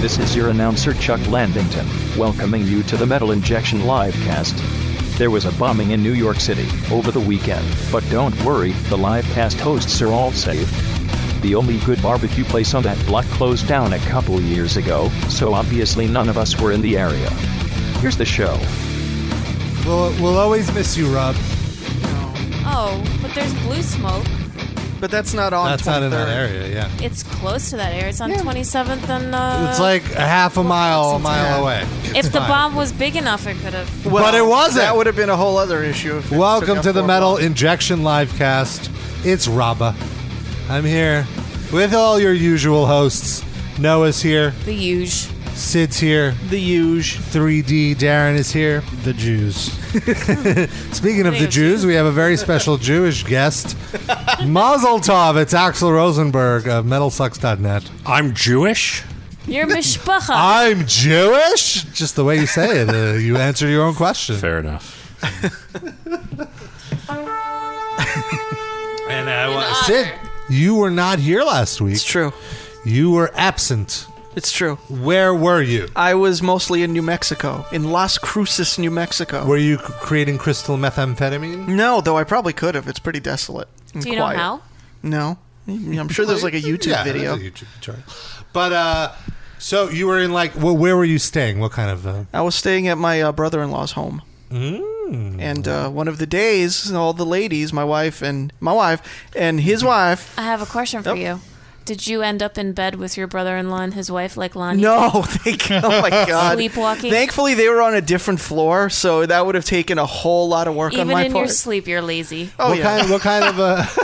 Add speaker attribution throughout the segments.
Speaker 1: This is your announcer Chuck Landington, welcoming you to the Metal Injection Livecast. There was a bombing in New York City over the weekend, but don't worry, the livecast hosts are all safe. The only good barbecue place on that block closed down a couple years ago, so obviously none of us were in the area. Here's the show.
Speaker 2: We'll, we'll always miss you, Rob.
Speaker 3: Oh, but there's blue smoke.
Speaker 4: But that's not on.
Speaker 2: That's not in that
Speaker 4: 23rd.
Speaker 2: area, yeah.
Speaker 3: It's close to that area. It's on 27th and. Uh,
Speaker 2: It's like a half a mile, a
Speaker 4: yeah.
Speaker 2: mile away. It's
Speaker 3: If the
Speaker 2: fine.
Speaker 3: bomb was big enough, it could have.
Speaker 2: But it wasn't.
Speaker 4: That would have been a whole other issue. if it took
Speaker 2: Welcome
Speaker 4: up
Speaker 2: to the
Speaker 4: four
Speaker 2: Metal
Speaker 4: blocks.
Speaker 2: Injection Livecast. It's Rabba. I'm here with all your usual hosts. Noah's here,
Speaker 3: The huge.
Speaker 2: Sid's here,
Speaker 4: The huge.
Speaker 2: 3D Darren is here. The Jews. Speaking of the
Speaker 3: Thank you.
Speaker 2: Jews, we have a very special Jewish guest. Mazel Tov, it's Axel Rosenberg of MetalSucks.net.
Speaker 5: I'm Jewish.
Speaker 3: Your
Speaker 4: Ah.
Speaker 3: mishpacha.
Speaker 2: I'm Jewish? Just the way you say it, uh, you answer your own question.
Speaker 5: Fair enough. and I was
Speaker 2: Sid, you were not here last week.
Speaker 4: It's true.
Speaker 2: You were absent.
Speaker 4: It's true.
Speaker 2: Where were you?
Speaker 4: I was mostly in New Mexico, in Las Cruces, New Mexico.
Speaker 2: Were you c- creating crystal methamphetamine?
Speaker 4: no, though I probably could have. It's pretty desolate. and
Speaker 3: Do you
Speaker 4: quiet.
Speaker 3: know how?
Speaker 4: No. I'm sure there's like a YouTube
Speaker 2: Yeah,
Speaker 4: video.
Speaker 2: there's a YouTube tutorial. But uh, so you were in like, well, where were you staying? What kind of? Uh,
Speaker 4: I was staying at my uh, brother-in-law's home.
Speaker 2: Hmm.
Speaker 4: Mm. And uh, one of the days, all the ladies, my wife and my wife and his wife.
Speaker 3: I have a question for
Speaker 4: Nope.
Speaker 3: you. Did you end up in bed with your brother in law and his wife like Lonnie?
Speaker 4: No, thank. Oh my God.
Speaker 3: Sleepwalking?
Speaker 4: Thankfully, they were on a different floor, so that would have taken a whole lot of work on
Speaker 3: Even
Speaker 4: my
Speaker 3: in
Speaker 4: part.
Speaker 3: your sleep, you're lazy.
Speaker 4: oh
Speaker 2: what
Speaker 4: yeah.
Speaker 2: kind? What kind of? Uh,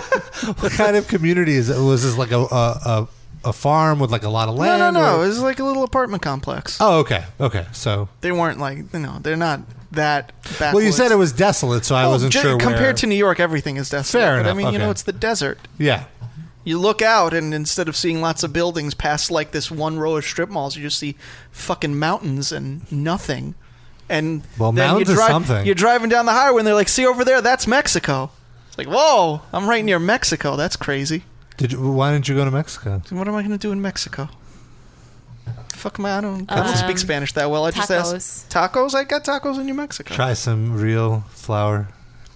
Speaker 2: what kind of community is it? Was this like a a, a, a farm with like a lot of
Speaker 4: No,
Speaker 2: land?
Speaker 4: no, no.
Speaker 2: or-
Speaker 4: It was like a little apartment complex.
Speaker 2: Oh, okay, okay. So,
Speaker 4: They weren't like no, they're not that. Backwards.
Speaker 2: well, you said it was desolate, so I
Speaker 4: Oh,
Speaker 2: wasn't
Speaker 4: ju-
Speaker 2: sure.
Speaker 4: Compared
Speaker 2: where-
Speaker 4: to New York, everything is desolate.
Speaker 2: Fair
Speaker 4: but I
Speaker 2: enough,
Speaker 4: mean, you know,
Speaker 2: okay.
Speaker 4: it's the desert.
Speaker 2: yeah,
Speaker 4: You look out, and instead of seeing lots of buildings past like this one row of strip malls, you just see fucking mountains and nothing. And
Speaker 2: Well,
Speaker 4: then
Speaker 2: mountains
Speaker 4: you
Speaker 2: is
Speaker 4: drive,
Speaker 2: something.
Speaker 4: You're driving down the highway, and they're like, "See over there? That's Mexico." It's like, "Whoa, I'm right near Mexico. That's crazy."
Speaker 2: Did you, why didn't you go to Mexico?
Speaker 4: What am I going to do in Mexico? Fuck my, I don't, Um, I don't speak Spanish that well. I just asked tacos. I got tacos in New Mexico.
Speaker 2: Try some real flour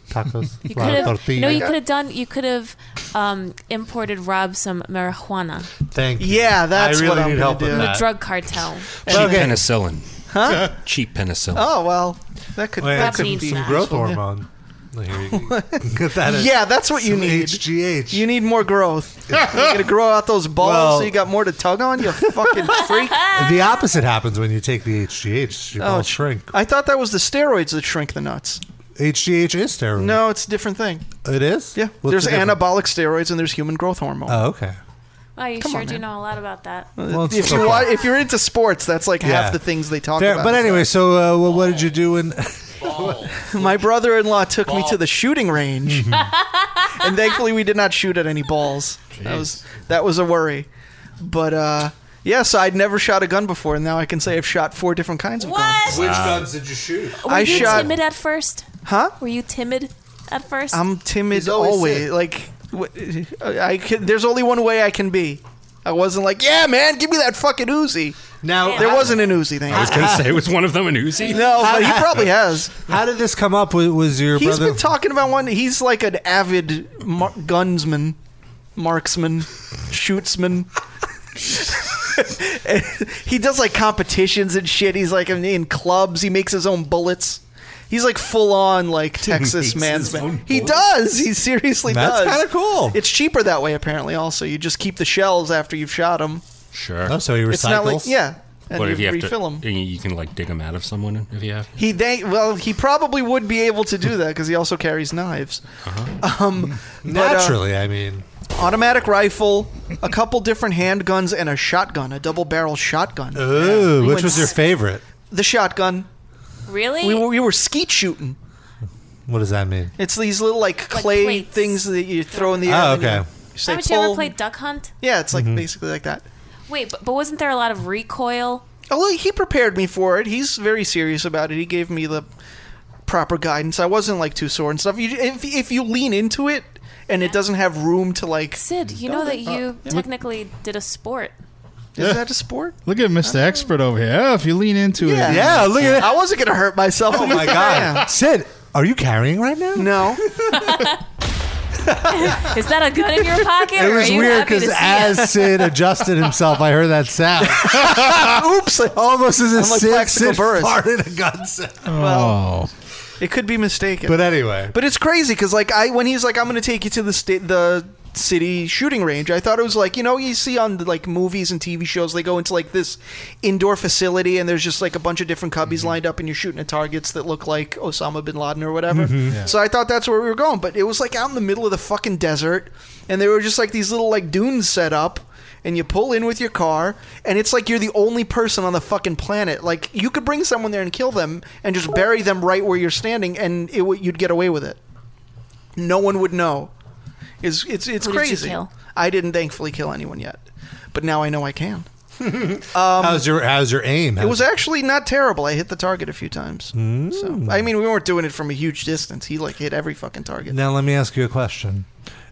Speaker 2: tacos.
Speaker 3: You
Speaker 2: flour
Speaker 3: could have.
Speaker 2: tortilla.
Speaker 3: No, you could have done. You could have um, imported Rob some marijuana.
Speaker 2: Thank you.
Speaker 4: Yeah, that's
Speaker 2: I really
Speaker 4: what I'm
Speaker 2: need
Speaker 4: gonna
Speaker 2: help
Speaker 4: do.
Speaker 2: with
Speaker 4: The
Speaker 3: The
Speaker 2: that.
Speaker 3: drug cartel.
Speaker 5: cheap
Speaker 2: Okay.
Speaker 5: penicillin.
Speaker 4: Huh?
Speaker 5: Cheap penicillin.
Speaker 4: Oh well, that could
Speaker 2: Well, yeah,
Speaker 4: that
Speaker 3: That's
Speaker 4: could
Speaker 3: needs
Speaker 4: be
Speaker 3: that.
Speaker 2: growth
Speaker 4: useful, yeah.
Speaker 2: hormone. Here you go. Get that in.
Speaker 4: Yeah, that's what you
Speaker 2: Some
Speaker 4: need.
Speaker 2: HGH.
Speaker 4: You need more growth. You're gonna grow out those balls
Speaker 2: Well-
Speaker 4: so you got more to tug on. You fucking freak.
Speaker 2: the opposite happens when you take the HGH. Your
Speaker 4: Uh, Oh,
Speaker 2: balls shrink.
Speaker 4: I thought that was the steroids that shrink the nuts.
Speaker 2: HGH is steroid.
Speaker 4: No, it's a different thing.
Speaker 2: it is.
Speaker 4: Yeah,
Speaker 2: What's
Speaker 4: there's
Speaker 2: the difference?
Speaker 4: anabolic steroids and there's human growth hormone.
Speaker 2: Oh, okay.
Speaker 3: Oh, you
Speaker 4: Come
Speaker 3: sure
Speaker 4: on,
Speaker 3: do
Speaker 4: man.
Speaker 3: know a lot about that.
Speaker 2: Well, it's
Speaker 4: if you
Speaker 2: football.
Speaker 4: wa- if you're into sports, that's like
Speaker 2: Yeah.
Speaker 4: half the things they talk
Speaker 2: Fair-
Speaker 4: about.
Speaker 2: but anyway, so uh, well, what did you do? In
Speaker 4: My brother in law took me to the shooting range. and thankfully we did not shoot at any balls. That was that was a worry. But uh yeah, so I'd never shot a gun before and now I can say I've shot four different kinds of guns.
Speaker 3: What?
Speaker 2: which guns did you shoot?
Speaker 3: Were
Speaker 4: I
Speaker 3: you
Speaker 4: shot-
Speaker 3: timid at first?
Speaker 4: Huh?
Speaker 3: Were you timid at first?
Speaker 4: I'm timid
Speaker 2: He's always
Speaker 4: always,
Speaker 2: sick.
Speaker 4: like w- I can, there's only one way I can be. I wasn't like, "Yeah, man, give me that fucking Uzi."
Speaker 2: Now
Speaker 4: There wasn't an Uzi thing.
Speaker 5: I was gonna say was one of them an Uzi?
Speaker 4: No, but he probably has.
Speaker 2: How did this come up? Was, was your
Speaker 4: He's
Speaker 2: brother?
Speaker 4: been talking about one. He's like an avid mar- gunsman, marksman, shootsman. And he does like competitions and shit. He's like in, in clubs. He makes his own bullets. He's like full on like Texas
Speaker 5: his
Speaker 4: man's man.
Speaker 5: own
Speaker 4: He
Speaker 5: bullets?
Speaker 4: does. He seriously
Speaker 2: That's
Speaker 4: does.
Speaker 2: kinda cool.
Speaker 4: It's cheaper that way apparently. Also, you just keep the shells after you've shot them.
Speaker 5: Sure.
Speaker 2: oh, so he recycles.
Speaker 4: It's not like yeah, and
Speaker 5: What if you have
Speaker 4: refill 'em.
Speaker 5: to? You can like dig them out of someone if you have.
Speaker 4: He they well he probably would be able to do that because he also carries knives. Um, but, uh,
Speaker 2: Uh-huh. Naturally, I mean.
Speaker 4: automatic rifle, a couple different handguns, and a shotgun, a double barrel shotgun.
Speaker 2: Uh-huh. Ooh,
Speaker 4: We
Speaker 2: which
Speaker 4: went
Speaker 2: was your
Speaker 4: s-
Speaker 2: favorite?
Speaker 4: The shotgun.
Speaker 3: really?
Speaker 4: We were, we were skeet shooting.
Speaker 2: What does that mean?
Speaker 4: It's these little like clay
Speaker 3: plates.
Speaker 4: things that you throw in the air.
Speaker 2: Oh,
Speaker 4: and you-
Speaker 2: okay.
Speaker 4: you say
Speaker 3: Haven't you ever
Speaker 4: pull.
Speaker 3: played Duck Hunt?
Speaker 4: Yeah, it's like basically like that.
Speaker 3: Wait, but, but wasn't there a lot of recoil?
Speaker 4: Oh, well, he prepared me for it. He's very serious about it. He gave me the proper guidance. I wasn't like too sore and stuff. You, if if you lean into it and it doesn't have room to like
Speaker 3: Sid, you know that you technically did a sport.
Speaker 4: Is that a sport?
Speaker 6: Look at Mr. Expert over here. Oh, if you lean into it.
Speaker 2: Yeah, look at that.
Speaker 4: I wasn't gonna hurt myself.
Speaker 2: Oh my god, Sid, are you carrying right now?
Speaker 4: No.
Speaker 3: Is that a gun in your pocket?
Speaker 2: It
Speaker 3: or
Speaker 2: was
Speaker 3: are you
Speaker 2: weird
Speaker 3: happy to
Speaker 2: because
Speaker 3: see it?
Speaker 2: as Sid adjusted himself, I heard that sound.
Speaker 4: Oops.
Speaker 2: Almost as if
Speaker 4: I'm like
Speaker 2: Sid,
Speaker 4: Plaxico
Speaker 2: Sid
Speaker 4: Burress.
Speaker 2: farted a gun sound.
Speaker 6: Oh.
Speaker 4: It could be mistaken.
Speaker 2: But anyway,
Speaker 4: But it's crazy because like I when he's like I'm gonna take you to the state the city shooting range. I thought it was like you know you see on like movies and TV shows they go into like this indoor facility and there's just like a bunch of different cubbies
Speaker 2: Mm-hmm.
Speaker 4: lined up and you're shooting at targets that look like Osama bin Laden or whatever.
Speaker 2: Mm-hmm.
Speaker 4: So I thought that's where we were going, but it was like out in the middle of the fucking desert and there were just like these little like dunes set up. And you pull in with your car, and it's like you're the only person on the fucking planet. Like you could bring someone there and kill them, and just bury them right where you're standing, and it would you'd get away with it no one would know. Is it's it's
Speaker 3: Who did you
Speaker 4: crazy.
Speaker 3: kill?
Speaker 4: I didn't thankfully kill anyone yet, but now I know I can.
Speaker 2: Oh. how's your how's Hmm. your aim?
Speaker 4: um, It was actually not terrible. I hit the target a few times.
Speaker 2: Oh,
Speaker 6: Mm.
Speaker 4: So I mean, we weren't doing it from a huge distance. He like hit every fucking target.
Speaker 2: now let me ask you a question.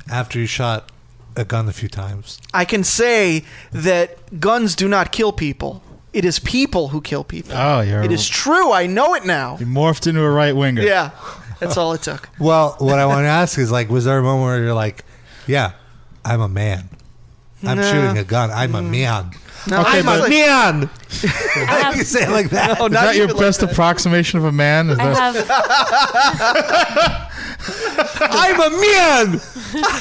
Speaker 2: After you shot a gun a few times,
Speaker 4: I can say that guns do not kill people. It is people who kill people.
Speaker 6: Oh, you're-
Speaker 4: It is true. I know it now.
Speaker 6: He morphed into a right winger.
Speaker 4: Yeah, that's all it took.
Speaker 2: well, what I want to ask is like, was there a moment where you're like, yeah, I'm a man, I'm
Speaker 4: No.
Speaker 2: shooting a gun, I'm a
Speaker 4: Mm.
Speaker 2: man,
Speaker 4: No, I
Speaker 2: I'm
Speaker 4: was
Speaker 2: a
Speaker 4: like-
Speaker 2: man. you say it like that.
Speaker 4: Oh,
Speaker 6: Is
Speaker 4: not
Speaker 6: that your
Speaker 4: even like
Speaker 6: best
Speaker 4: that.
Speaker 6: approximation of a man? Is
Speaker 3: I
Speaker 6: that-
Speaker 3: have
Speaker 2: I'm a man.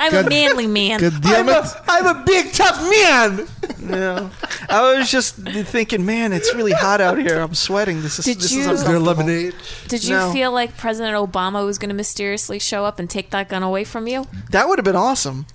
Speaker 3: I'm a manly man.
Speaker 6: God damn it.
Speaker 2: I'm a big tough man.
Speaker 4: No. I was just thinking, man, it's really hot out here. I'm sweating. This is
Speaker 3: Did
Speaker 4: this
Speaker 3: you-
Speaker 4: is
Speaker 3: Is there
Speaker 2: Is there
Speaker 4: uncomfortable.
Speaker 2: lemonade?
Speaker 3: Did you
Speaker 4: No.
Speaker 3: feel like President Obama was going to mysteriously show up and take that gun away from you?
Speaker 4: That would have been awesome.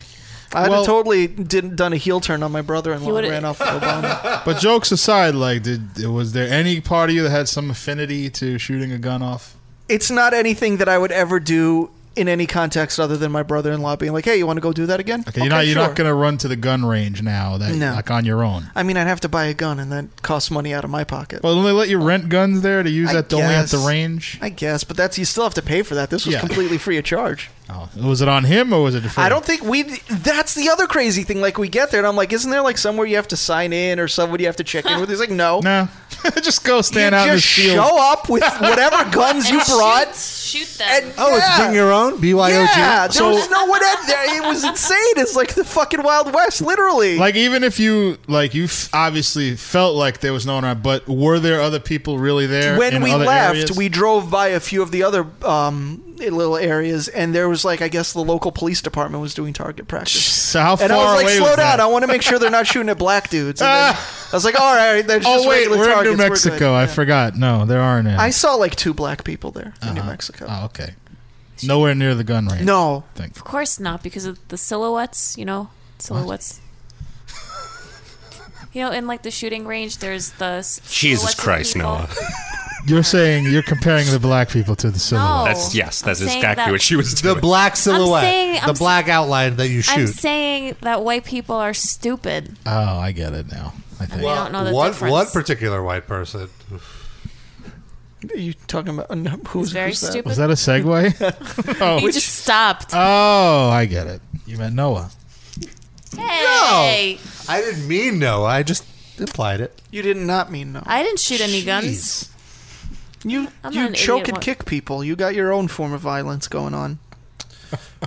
Speaker 4: I'd
Speaker 6: Well-
Speaker 4: have totally did, done a heel turn on my brother-in-law
Speaker 3: You
Speaker 4: and
Speaker 3: would've-
Speaker 4: ran off with Obama.
Speaker 6: But jokes aside, like, did was there any part of you that had some affinity to shooting a gun off?
Speaker 4: it's not anything that I would ever do in any context other than my brother-in-law being like, "Hey, you want to go do that again?"
Speaker 6: Okay, you're not you're
Speaker 4: sure."
Speaker 6: not gonna run to the gun range now, that
Speaker 4: No.
Speaker 6: like on your own.
Speaker 4: I mean, I'd have to buy a gun, and that costs money out of my pocket.
Speaker 6: Well, don't they let you rent guns there to use
Speaker 4: I
Speaker 6: at the, only at the
Speaker 4: guess.
Speaker 6: range?
Speaker 4: I guess, but that's you still have to pay for that. This was
Speaker 6: Yeah.
Speaker 4: completely free of charge.
Speaker 6: Oh, was it on him or was it? Free?
Speaker 4: I don't think we. That's the other crazy thing. Like we get there, and I'm like, "Isn't there like somewhere you have to sign in or somebody you have to check in with?" He's like, "No."
Speaker 6: No, just go
Speaker 4: You
Speaker 6: stand out in the
Speaker 4: just
Speaker 6: field.
Speaker 4: show up with whatever guns you brought.
Speaker 3: Shoot, shoot
Speaker 4: And
Speaker 2: Oh, it's
Speaker 4: yeah.
Speaker 2: bring your own BYOG.
Speaker 4: Yeah, there
Speaker 6: So-
Speaker 4: was no one in there. It was insane. It's like the fucking Wild West, literally.
Speaker 6: Like even if you like you f- obviously felt like there was no one around, but were there other people really there?
Speaker 4: when
Speaker 6: in
Speaker 4: we
Speaker 6: other
Speaker 4: left,
Speaker 6: areas?
Speaker 4: we drove by a few of the other um, little areas, and there was like I guess the local police department was doing target practice.
Speaker 6: So how
Speaker 4: And
Speaker 6: far
Speaker 4: I was like,
Speaker 6: away
Speaker 4: "Slow
Speaker 6: was
Speaker 4: down!
Speaker 6: that?
Speaker 4: I want to make sure they're not shooting at black dudes." And then I was like, "All right, they're just
Speaker 6: oh wait,
Speaker 4: regular
Speaker 6: we're
Speaker 4: targets.
Speaker 6: in New
Speaker 4: We're
Speaker 6: Mexico.
Speaker 4: good."
Speaker 6: I
Speaker 4: Yeah.
Speaker 6: forgot. No, there aren't any.
Speaker 4: I saw like two black people there in New Mexico.
Speaker 6: oh, okay. Nowhere near the gun range.
Speaker 4: No,
Speaker 6: Thank
Speaker 3: Of course not, because of the silhouettes. You know, silhouettes. you know, in like the shooting range, there's the s-
Speaker 5: Jesus
Speaker 3: silhouettes of
Speaker 5: Christ,
Speaker 3: people.
Speaker 5: Noah.
Speaker 6: You're saying you're comparing the black people to the
Speaker 3: No,
Speaker 6: silhouette.
Speaker 5: That's yes, that's
Speaker 3: I'm saying
Speaker 5: exactly
Speaker 3: that-
Speaker 5: what she was
Speaker 2: The
Speaker 5: doing.
Speaker 2: black silhouette,
Speaker 3: saying-
Speaker 2: the
Speaker 3: I'm
Speaker 2: black outline that you
Speaker 3: I'm
Speaker 2: shoot.
Speaker 3: saying that white people are stupid.
Speaker 6: Oh, I get it now. I think.
Speaker 3: Well- I don't know the
Speaker 2: one,
Speaker 3: difference.
Speaker 2: one Uh, particular white person.
Speaker 4: Are you talking about no, who's
Speaker 3: It's very
Speaker 4: who's that?
Speaker 3: stupid.
Speaker 6: was that a Oh. segue?
Speaker 3: you just stopped.
Speaker 6: oh, I get it. You meant Noah.
Speaker 3: hey,
Speaker 2: I didn't mean no. I just implied it.
Speaker 4: You did not mean no.
Speaker 3: I didn't shoot any guns.
Speaker 4: You
Speaker 3: I'm not
Speaker 4: you
Speaker 3: an
Speaker 4: choke
Speaker 3: idiot
Speaker 4: and
Speaker 3: one-
Speaker 4: kick people. You got your own form of violence going on.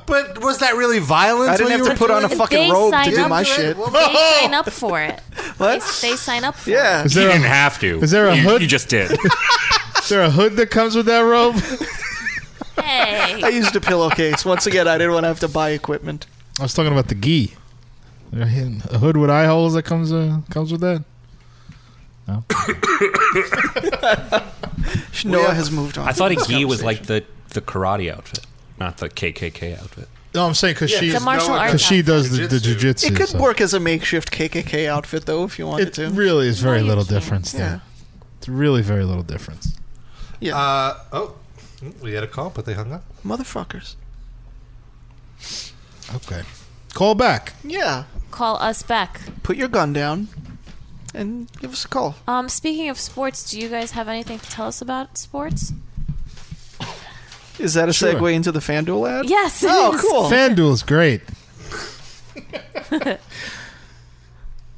Speaker 2: But was that really violence?
Speaker 4: I
Speaker 2: when
Speaker 4: didn't have
Speaker 2: you
Speaker 4: to
Speaker 2: were
Speaker 4: put on a
Speaker 2: doing it?
Speaker 4: fucking
Speaker 3: They
Speaker 4: robe to
Speaker 3: signed
Speaker 4: do
Speaker 3: up
Speaker 4: my
Speaker 2: to it.
Speaker 4: shit.
Speaker 2: Well,
Speaker 3: They sign up for it. They,
Speaker 4: What?
Speaker 3: they sign up for it.
Speaker 4: Yeah.
Speaker 6: Is
Speaker 5: You
Speaker 6: there,
Speaker 5: didn't
Speaker 6: a,
Speaker 5: have to.
Speaker 6: Is there a
Speaker 5: you,
Speaker 6: hood?
Speaker 5: You just did.
Speaker 6: is there a hood that comes with that robe?
Speaker 4: I
Speaker 3: Hey,
Speaker 4: used a pillowcase. Once again, I didn't want to have to buy equipment.
Speaker 6: I was talking about the gi. A hood with eye holes that comes uh, comes with that.
Speaker 4: Noah has moved on.
Speaker 5: I thought a
Speaker 4: This
Speaker 5: gi was like
Speaker 4: conversation.
Speaker 5: the, the karate outfit, not the KKK outfit.
Speaker 6: No, I'm saying because
Speaker 3: it's a martial
Speaker 2: one-
Speaker 3: arts.
Speaker 6: because she does the, the
Speaker 2: Jujitsu.
Speaker 6: jujitsu.
Speaker 4: It could
Speaker 6: so-
Speaker 4: work as a makeshift KKK outfit, though, if you wanted
Speaker 6: It
Speaker 4: to.
Speaker 6: really is very
Speaker 3: No, you
Speaker 6: little
Speaker 3: can't.
Speaker 6: difference
Speaker 4: yeah.
Speaker 6: there. It's really very little difference.
Speaker 4: Yeah.
Speaker 2: Uh, oh, we had a call, but they hung up.
Speaker 4: Motherfuckers.
Speaker 6: Okay. Call back.
Speaker 4: Yeah.
Speaker 3: Call us back.
Speaker 4: Put your gun down and give us a call.
Speaker 3: Um, speaking of sports, do you guys have anything to tell us about sports?
Speaker 4: Is that a
Speaker 6: Sure.
Speaker 4: segue into the FanDuel ad?
Speaker 3: Yes. it
Speaker 4: Oh,
Speaker 3: is.
Speaker 4: cool.
Speaker 6: FanDuel's great.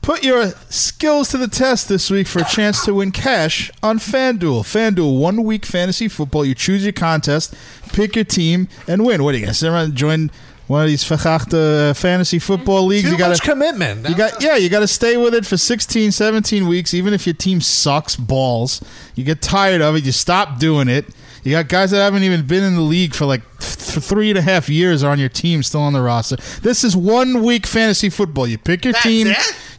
Speaker 6: Put your skills to the test this week for a chance to win cash on FanDuel. FanDuel, one week fantasy football. You choose your contest, pick your team, and win. What are you going to sit around and join one of these verkrachte, uh, fantasy football leagues?
Speaker 2: Too
Speaker 6: you gotta,
Speaker 2: much commitment.
Speaker 6: You got yeah, you got to stay with it for 16, 17 weeks even if your team sucks balls. You get tired of it, you stop doing it. You got guys that haven't even been in the league for like th- three and a half years are on your team, still on the roster. This is one week fantasy football. You pick your team,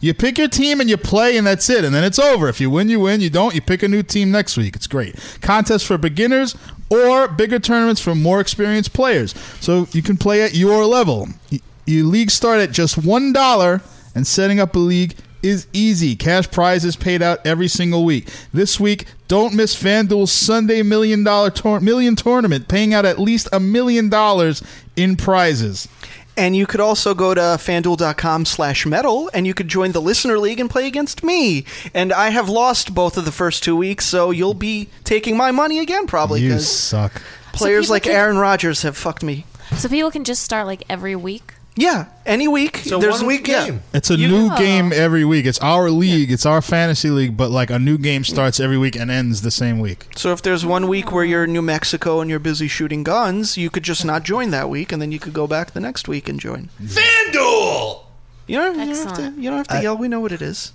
Speaker 6: you pick your team, and you play, and that's it. And then it's over. If you win, you win. You don't, you pick a new team next week. It's great. Contest for beginners or bigger tournaments for more experienced players. So you can play at your level. Y- Your leagues start at just one dollar, and setting up a league is easy. Cash prizes paid out every single week. This week, don't miss FanDuel's Sunday million dollar tour- million tournament, paying out at least a million dollars in prizes.
Speaker 4: And you could also go to fanduel.com slash metal and you could join the listener league and play against me. And I have lost both of the first two weeks, so you'll be taking my money again probably
Speaker 6: You
Speaker 4: because
Speaker 6: suck.
Speaker 4: players
Speaker 3: people
Speaker 4: like
Speaker 3: can-
Speaker 4: Aaron Rodgers have fucked me.
Speaker 3: So people can just start like every week.
Speaker 4: Yeah, any week. there's a week. Yeah.
Speaker 6: It's a new game every week. It's our league. It's our fantasy league, but like a new game starts every week and ends the same week.
Speaker 4: So if there's one week where you're in New Mexico and you're busy shooting guns, you could just not join that week, and then you could go back the next week and join.
Speaker 5: FanDuel!
Speaker 4: You don't, you don't have to,
Speaker 3: Excellent.
Speaker 4: you don't have to yell. We know what it is.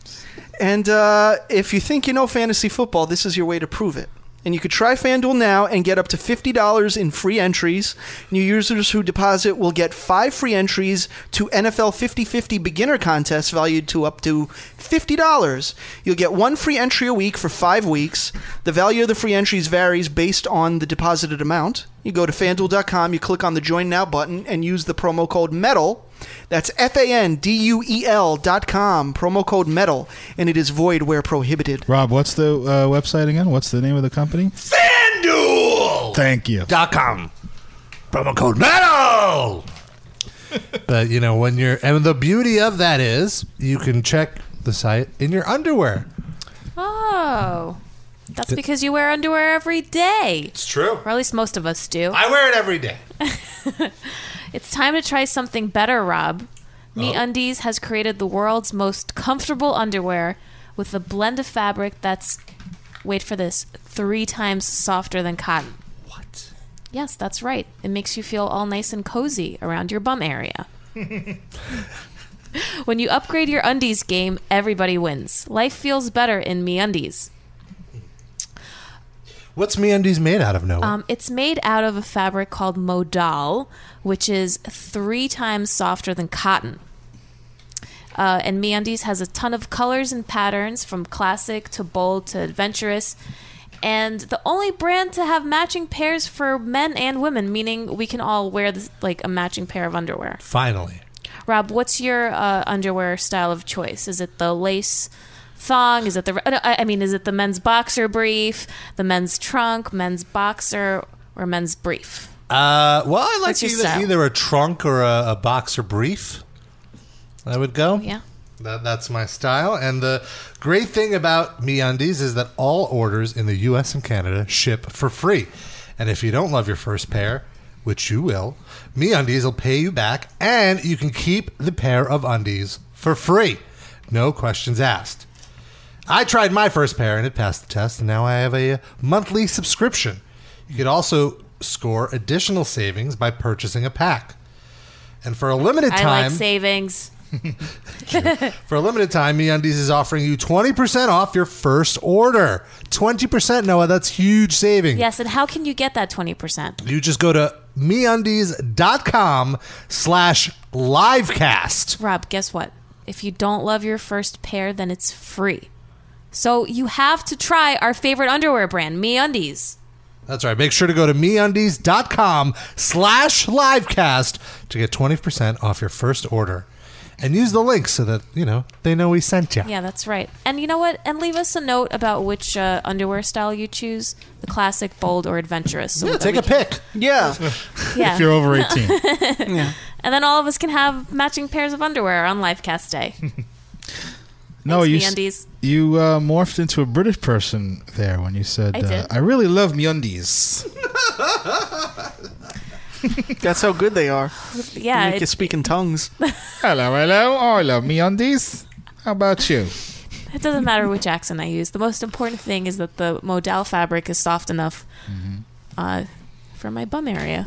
Speaker 4: And uh, if you think you know fantasy football, this is your way to prove it. And you could try FanDuel now and get up to $50 in free entries. New users who deposit will get five free entries to NFL 50 50 beginner contests valued to up to $50. You'll get one free entry a week for five weeks. The value of the free entries varies based on the deposited amount. You go to fanduel.com, you click on the Join Now button, and use the promo code METAL. That's F A N D U E L dot com, promo code METAL, and it is void where prohibited.
Speaker 6: Rob, what's the uh, website again? What's the name of the company?
Speaker 5: FanDuel!
Speaker 6: Thank you.
Speaker 5: Oh. Dot com. Promo code METAL!
Speaker 2: But you know when you're, and the beauty of that is you can check the site in your underwear.
Speaker 3: Oh, that's because you wear underwear every day,
Speaker 5: It's true.
Speaker 3: or at least most of us do.
Speaker 5: I wear it every day.
Speaker 3: It's time to try something better, Rob.
Speaker 5: Oh.
Speaker 3: MeUndies has created the world's most comfortable underwear with a blend of fabric that's wait for this, 3 times softer than cotton.
Speaker 5: What?
Speaker 3: Yes, that's right. It makes you feel all nice and cozy around your bum area. when you upgrade your undies game, everybody wins. Life feels better in MeUndies.
Speaker 2: What's MeUndies made out of? Noah.
Speaker 3: Um, it's made out of a fabric called modal, which is three times softer than cotton. Uh, and MeUndies has a ton of colors and patterns, from classic to bold to adventurous, and the only brand to have matching pairs for men and women, meaning we can all wear this, like a matching pair of underwear.
Speaker 2: Finally,
Speaker 3: Rob, what's your uh, underwear style of choice? Is it the lace thong? Is it the no, I I mean, is it the men's boxer brief, the men's trunk, men's boxer, or men's brief?
Speaker 2: uh, well, I like
Speaker 3: What's your
Speaker 2: either,
Speaker 3: style?
Speaker 2: either a trunk or a, a boxer brief. I would go.
Speaker 3: Yeah.
Speaker 2: That, that's my style. And the great thing about MeUndies is that all orders in the U.S. and Canada ship for free. And if you don't love your first pair, which you will, MeUndies will pay you back, and you can keep the pair of undies for free, no questions asked. I tried my first pair and it passed the test, and now I have a monthly subscription. You could also score additional savings by purchasing a pack. And for a limited time,
Speaker 3: I like savings.
Speaker 2: for a limited time, MeUndies is offering you 20% off your first order. 20%, Noah, that's huge saving.
Speaker 3: Yes, and how can you get that twenty percent?
Speaker 2: You just go to MeUndies.com slash livecast.
Speaker 3: Rob, guess what? If you don't love your first pair, then it's free. So you have to try our favorite underwear brand, MeUndies.
Speaker 2: That's right. Make sure to go to MeUndies.com slash livecast to get 20% off your first order. And use the link so that, you know, they know we sent you.
Speaker 3: Yeah, that's right. And you know what? And leave us a note about which uh, underwear style you choose: the classic, bold, or adventurous. So
Speaker 2: Yeah,
Speaker 3: that
Speaker 2: take
Speaker 3: we
Speaker 2: a pick.
Speaker 4: Yeah.
Speaker 3: can- Yeah.
Speaker 6: If you're over 18.
Speaker 3: And then all of us can have matching pairs of underwear on Livecast Day.
Speaker 6: No,
Speaker 3: Thanks,
Speaker 6: you
Speaker 3: MeUndies.
Speaker 6: you uh, morphed into a British person there when you said,
Speaker 3: I
Speaker 6: uh,
Speaker 3: did.
Speaker 6: "I really love MeUndies."
Speaker 4: That's how good they are.
Speaker 3: Yeah,
Speaker 4: Make you
Speaker 3: it,
Speaker 4: speak in tongues.
Speaker 6: hello, hello, I love MeUndies. How about you?
Speaker 3: It doesn't matter which accent I use. The most important thing is that the modal fabric is soft enough
Speaker 6: Mm-hmm.
Speaker 3: uh, for my bum area.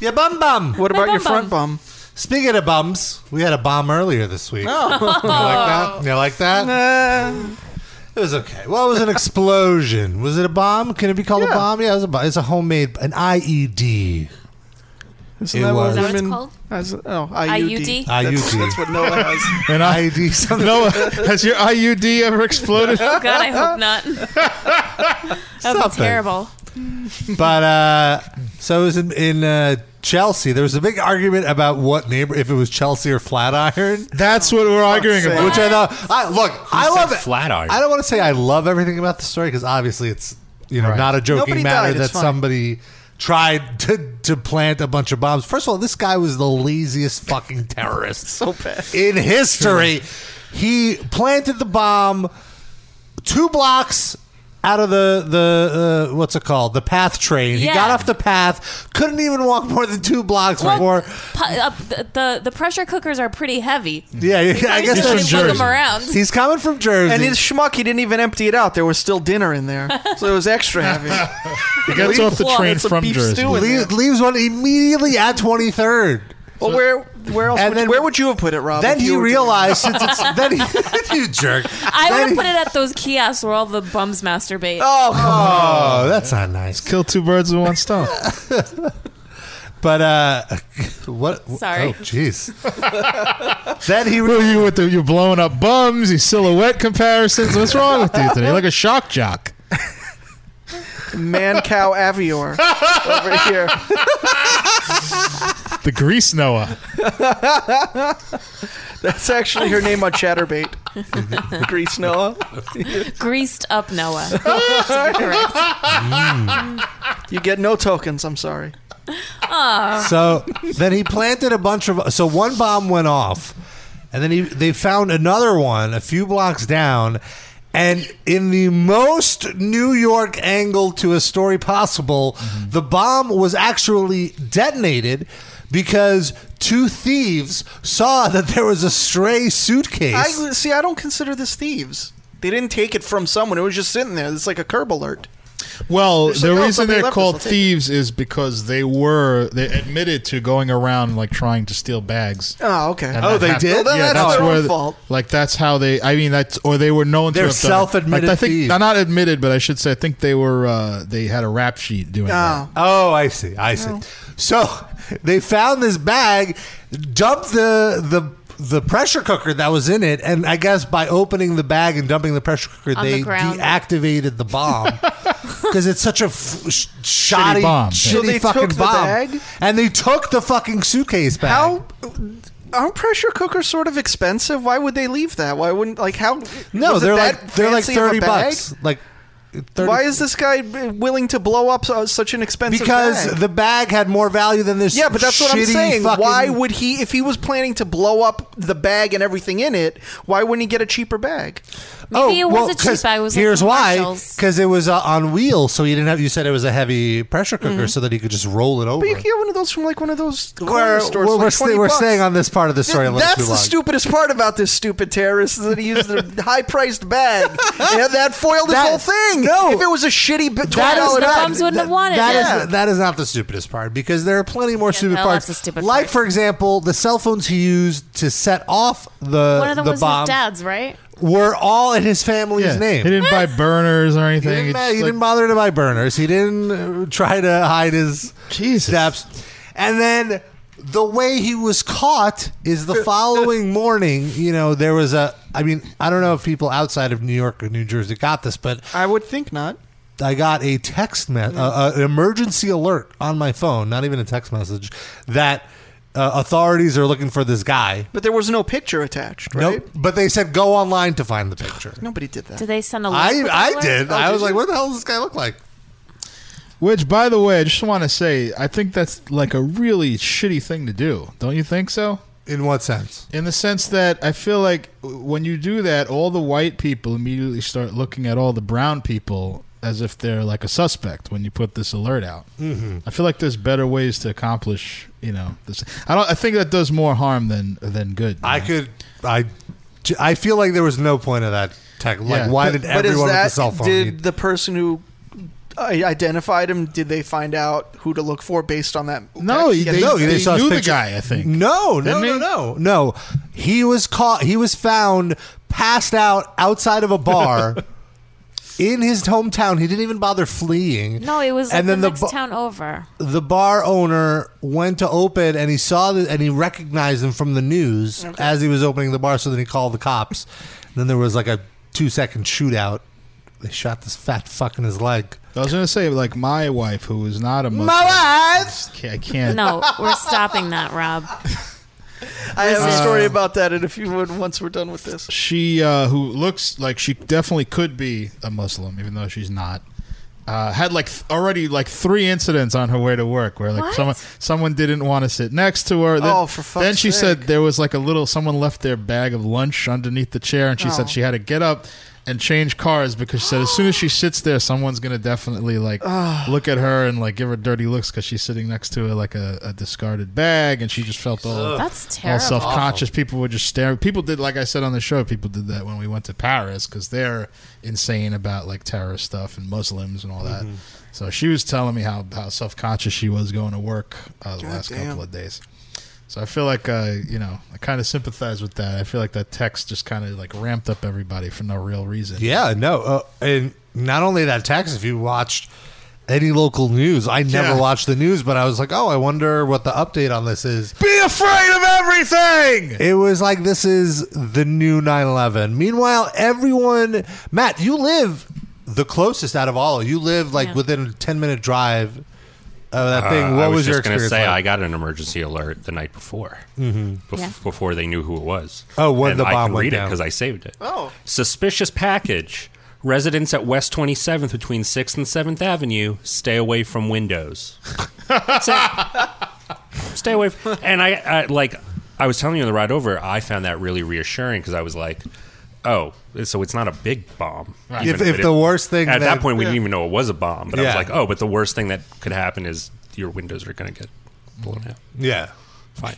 Speaker 2: Yeah, bum bum.
Speaker 4: What
Speaker 3: My
Speaker 4: about your
Speaker 3: bum
Speaker 4: front bum?
Speaker 2: Speaking of bums, we had a bomb earlier this week.
Speaker 4: Oh.
Speaker 2: You like that? You like that?
Speaker 4: Uh,
Speaker 2: It was okay. Well, it was an explosion. Was it a bomb? Can it be called
Speaker 4: Yeah.
Speaker 2: a bomb? Yeah, it was a bomb. It's a homemade, an IED.
Speaker 4: isn't
Speaker 2: It
Speaker 4: that what
Speaker 2: was. Is that
Speaker 3: what it's
Speaker 4: women-
Speaker 3: called?
Speaker 4: That's- oh, IUD.
Speaker 3: IUD?
Speaker 4: That's,
Speaker 2: IUD.
Speaker 4: that's what Noah has.
Speaker 6: And I
Speaker 2: IED, something.
Speaker 6: Noah, has your IUD ever exploded?
Speaker 3: Oh God, I hope not. that would be
Speaker 2: Something.
Speaker 3: terrible.
Speaker 2: But uh, so it was in, in uh, Chelsea. There was a big argument about what neighbor, if it was Chelsea or Flatiron.
Speaker 6: That's what we're arguing
Speaker 4: sake.
Speaker 6: about.
Speaker 2: Which I thought, I, look, I
Speaker 5: said
Speaker 2: love it.
Speaker 5: Flatiron?
Speaker 2: I don't want to say I love everything about the story because obviously it's you know not a joking
Speaker 4: Nobody
Speaker 2: matter
Speaker 4: died, it's
Speaker 2: that
Speaker 4: fine.
Speaker 2: somebody tried to to plant a bunch of bombs. First of all, this guy was the laziest fucking terrorist
Speaker 4: So bad.
Speaker 2: in history. He planted the bomb two blocks out of the the uh, what's it called the path train. He
Speaker 3: Yeah.
Speaker 2: got off the path, couldn't even walk more than two blocks
Speaker 3: Well,
Speaker 2: before.
Speaker 3: pu- uh, the, the the pressure cookers are pretty heavy.
Speaker 2: Yeah, I guess
Speaker 3: He's
Speaker 2: that's
Speaker 3: from
Speaker 2: Jersey.
Speaker 3: Jersey. around.
Speaker 2: He's coming from Jersey.
Speaker 4: And his schmuck, he didn't even empty it out. There was still dinner in there, so it was extra heavy.
Speaker 6: He gets off the
Speaker 3: Well,
Speaker 6: train
Speaker 4: it's a
Speaker 6: from
Speaker 4: beef
Speaker 6: Jersey.
Speaker 4: stew in-
Speaker 2: Le- leaves one immediately at 23rd.
Speaker 4: well, where where else?
Speaker 2: And
Speaker 4: Would,
Speaker 2: then-
Speaker 4: where would you have put it, Rob?
Speaker 2: Then
Speaker 4: if
Speaker 2: he
Speaker 4: you were doing
Speaker 2: realized since it's then he you jerk. Then
Speaker 3: I would
Speaker 2: he-
Speaker 3: have put it at those kiosks where all the bums masturbate.
Speaker 4: it? Oh, come on.
Speaker 2: Oh, that's not nice.
Speaker 6: Kill two birds with one stone.
Speaker 2: But uh, what?
Speaker 3: Sorry.
Speaker 2: Oh, jeez. then he
Speaker 6: Who are you with the, you're blowing up bums, you silhouette comparisons. What's wrong with you today? You're like a shock jock.
Speaker 4: man, cow, avior over here.
Speaker 6: The grease Noah.
Speaker 4: That's actually her name on ChatterBait. Grease Noah.
Speaker 3: Greased up Noah. To be correct.
Speaker 4: Mm. You get no tokens. I'm sorry.
Speaker 2: So then he planted a bunch of. So one bomb went off, and then he they found another one a few blocks down, and in the most New York angle to a story possible, the bomb was actually detonated because two thieves saw that there was a stray suitcase.
Speaker 4: I see. I don't consider this thieves. They didn't take it from someone. It was just sitting there. It's like a curb alert.
Speaker 6: Well,
Speaker 4: There's
Speaker 6: the
Speaker 4: like, oh,
Speaker 6: reason
Speaker 4: somebody
Speaker 6: they're
Speaker 4: left us, I'll
Speaker 6: called
Speaker 4: take it.
Speaker 6: thieves is because they were they admitted to going around like trying to steal bags.
Speaker 4: Oh, okay.
Speaker 6: And
Speaker 2: Oh,
Speaker 6: that
Speaker 2: they
Speaker 6: happened.
Speaker 2: did?
Speaker 4: Well, then
Speaker 6: yeah,
Speaker 4: that's
Speaker 6: that's
Speaker 4: their
Speaker 6: where
Speaker 4: own fault.
Speaker 6: like that's how they. I mean, that's or they were known to.
Speaker 2: They're
Speaker 6: have done it. Like,
Speaker 2: self-admitted
Speaker 6: I think
Speaker 2: thieves.
Speaker 6: they're not admitted, but I should say I think they were. Uh, they had a rap sheet doing
Speaker 4: Oh.
Speaker 2: Oh, I see. I see. So they found this bag, dumped the the the pressure cooker that was in it, and I guess by opening the bag and dumping the pressure cooker,
Speaker 3: On
Speaker 2: they
Speaker 3: the ground.
Speaker 2: deactivated the bomb because it's such a f- sh- shoddy,
Speaker 6: bomb.
Speaker 2: shitty
Speaker 6: So
Speaker 4: they
Speaker 2: fucking
Speaker 4: took the
Speaker 2: bomb.
Speaker 4: bag?
Speaker 2: And they took the fucking suitcase bag.
Speaker 4: How aren't pressure cookers sort of expensive? Why would they leave that? Why wouldn't like how?
Speaker 2: No,
Speaker 4: was it
Speaker 2: they're
Speaker 4: that
Speaker 2: like they're like
Speaker 4: fancy of a
Speaker 2: thirty
Speaker 4: bag?
Speaker 2: bucks. Like. 30,
Speaker 4: Why is this guy willing to blow up so- such an expensive?
Speaker 2: because
Speaker 4: bag?
Speaker 2: the bag had more value than this.
Speaker 4: yeah, but that's what I'm
Speaker 2: shitty
Speaker 4: saying.
Speaker 2: fucking-
Speaker 4: Why would he, if he was planning to blow up the bag and everything in it, why wouldn't he get a cheaper bag?
Speaker 3: Maybe it was a
Speaker 2: oh, 'cause
Speaker 3: cheap bag, it was like
Speaker 2: here's why,
Speaker 3: commercials.
Speaker 2: because it was uh, on wheels, so you didn't have. You said it was a heavy pressure cooker, so that he could just roll it over.
Speaker 4: But you can get one of those from like one of those corner
Speaker 2: We're,
Speaker 4: stores.
Speaker 2: we're,
Speaker 4: for,
Speaker 2: we're,
Speaker 4: like
Speaker 2: sta-
Speaker 4: 20
Speaker 2: we're
Speaker 4: bucks.
Speaker 2: staying on this part of the story. a little
Speaker 4: That's
Speaker 2: too
Speaker 4: the
Speaker 2: long.
Speaker 4: stupidest part about this stupid terrorist is that he used the high-priced bag. Yeah, that foiled his
Speaker 2: That-
Speaker 4: whole thing.
Speaker 2: no.
Speaker 4: if it was a shitty bit,
Speaker 2: That is
Speaker 4: $20
Speaker 2: not-
Speaker 3: The
Speaker 4: bag,
Speaker 3: bums wouldn't have wanted
Speaker 2: that
Speaker 3: it.
Speaker 2: is-
Speaker 4: Yeah.
Speaker 2: that is not the stupidest part because there are plenty more stupid
Speaker 3: no,
Speaker 2: parts.
Speaker 3: that's the stupid
Speaker 2: like
Speaker 3: part.
Speaker 2: for example, the cell phones he used to set off the
Speaker 3: One of them
Speaker 2: uh, the
Speaker 3: was
Speaker 2: bomb
Speaker 3: his dad's, right?
Speaker 2: were all in his family's
Speaker 6: that. Yeah,
Speaker 2: name.
Speaker 6: he didn't buy burners or anything.
Speaker 2: He didn't,
Speaker 6: It's
Speaker 2: ma- he
Speaker 6: like-
Speaker 2: didn't bother to buy burners. He didn't uh, try to hide his
Speaker 6: Jesus.
Speaker 2: steps. And then the way he was caught is the following morning. You know, there was a. I mean, I don't know if people outside of New York or New Jersey got this, but
Speaker 4: I would think not. Mm.
Speaker 2: I got a text message, uh, an emergency alert on my phone. Not even a text message that uh, authorities are looking for this guy.
Speaker 4: But there was no picture attached, right?
Speaker 2: Nope. But they said go online to find the picture.
Speaker 4: Nobody did that.
Speaker 3: Did they send a link
Speaker 2: I
Speaker 3: with the
Speaker 2: I
Speaker 3: alert?
Speaker 2: did.
Speaker 4: Oh,
Speaker 2: I
Speaker 4: did
Speaker 2: was
Speaker 4: you?
Speaker 2: like, what the hell does this guy look like?
Speaker 6: Which, by the way, I just want to say, I think that's like a really shitty thing to do. Don't you think so?
Speaker 2: In what sense?
Speaker 6: In the sense that I feel like when you do that, all the white people immediately start looking at all the brown people as if they're like a suspect when you put this alert out.
Speaker 2: Hmm.
Speaker 6: Mm-hmm. I feel like there's better ways to accomplish, you know, this. I don't. I think that does more harm than than good. you
Speaker 2: I
Speaker 6: know?
Speaker 2: could I J- I feel like there was no point of that tech. Like,
Speaker 6: Yeah.
Speaker 2: why did
Speaker 4: But is
Speaker 2: everyone with
Speaker 4: that
Speaker 2: a cell phone?
Speaker 4: did
Speaker 2: need-
Speaker 4: the person who i- identified him? Did they find out who to look for based on that?
Speaker 6: No,
Speaker 4: text?
Speaker 6: he-
Speaker 4: Yeah,
Speaker 2: no,
Speaker 6: they
Speaker 2: they saw his
Speaker 6: knew the
Speaker 2: picture.
Speaker 6: guy, I think.
Speaker 2: No, no, no,
Speaker 6: Didn't
Speaker 2: no, no. He was caught. He was found passed out outside of a bar in his hometown. He didn't even bother fleeing.
Speaker 3: No, it was like
Speaker 2: and then
Speaker 3: the,
Speaker 2: the
Speaker 3: next
Speaker 2: bu-
Speaker 3: town over.
Speaker 2: the bar owner went to open and he saw the, and he recognized him from the news as he was opening the bar. So then he called the cops. And then there was like a two second shootout. They shot this fat fuck in his leg.
Speaker 6: I was gonna say like my wife, who is not a Muslim.
Speaker 4: Alive!
Speaker 6: I can't- I can't.
Speaker 3: No, we're stopping that, Rob.
Speaker 4: I have a
Speaker 3: Listen.
Speaker 4: story about that, and if you would, once we're done with this,
Speaker 6: She uh, who looks like she definitely could be a Muslim, even though she's not. Uh, had like th- already like three incidents on her way to work where like
Speaker 3: What?
Speaker 6: someone someone didn't want to sit next to her. Then,
Speaker 4: Oh, for fuck's
Speaker 6: Then she
Speaker 4: sake.
Speaker 6: said there was like a little someone left their bag of lunch underneath the chair, and she
Speaker 4: Oh.
Speaker 6: said she had to get up and change cars because she said as soon as she sits there, someone's gonna definitely like look at her and like give her dirty looks because she's sitting next to her like a, a discarded bag, and she just felt all
Speaker 3: That's
Speaker 6: all
Speaker 3: terrible.
Speaker 6: self conscious. People would just stare. People did, like I said on the show, people did that when we went to Paris because they're insane about like terrorist stuff and Muslims and all that. So she was telling me how, how self conscious she was going to work uh, the last
Speaker 4: damn.
Speaker 6: couple of days. So I feel like uh, you know I kind of sympathize with that. I feel like that text just kind of like ramped up everybody for no real reason.
Speaker 2: Yeah, no. Uh, and not only that text, if you watched any local news, I never
Speaker 6: Yeah.
Speaker 2: watched the news, but I was like, oh, I wonder what the update on this is.
Speaker 6: Be afraid of everything.
Speaker 2: It was like this is the new 9/11. Meanwhile, everyone, Matt, you live the closest out of all. You live like
Speaker 3: Yeah.
Speaker 2: within a 10 minute drive of that thing.
Speaker 7: Uh,
Speaker 2: What
Speaker 7: I was,
Speaker 2: was, your
Speaker 7: just going to
Speaker 2: experience?
Speaker 7: say I
Speaker 2: like? Mm-hmm.
Speaker 7: got an emergency alert the night before, Bef-
Speaker 3: Yeah.
Speaker 7: before they knew who it was.
Speaker 2: Oh, when
Speaker 7: And
Speaker 2: the
Speaker 7: I
Speaker 2: bomb
Speaker 7: can
Speaker 2: went
Speaker 7: read it
Speaker 2: down.
Speaker 7: because I saved it.
Speaker 4: Oh.
Speaker 7: suspicious package. Residents at West 27th between 6th and 7th Avenue, stay away from windows. That's it. stay away. From, and I, I like I was telling you on the ride over, I found that really reassuring because I was like, oh, so it's not a big bomb. even
Speaker 2: If- if
Speaker 7: it-
Speaker 2: the worst thing
Speaker 7: at
Speaker 2: that-
Speaker 7: that point we didn't even know it was a bomb, but I
Speaker 2: Yeah.
Speaker 7: was like, oh, but the worst thing that could happen is your windows are going to get blown out.
Speaker 2: yeah.
Speaker 7: Fine.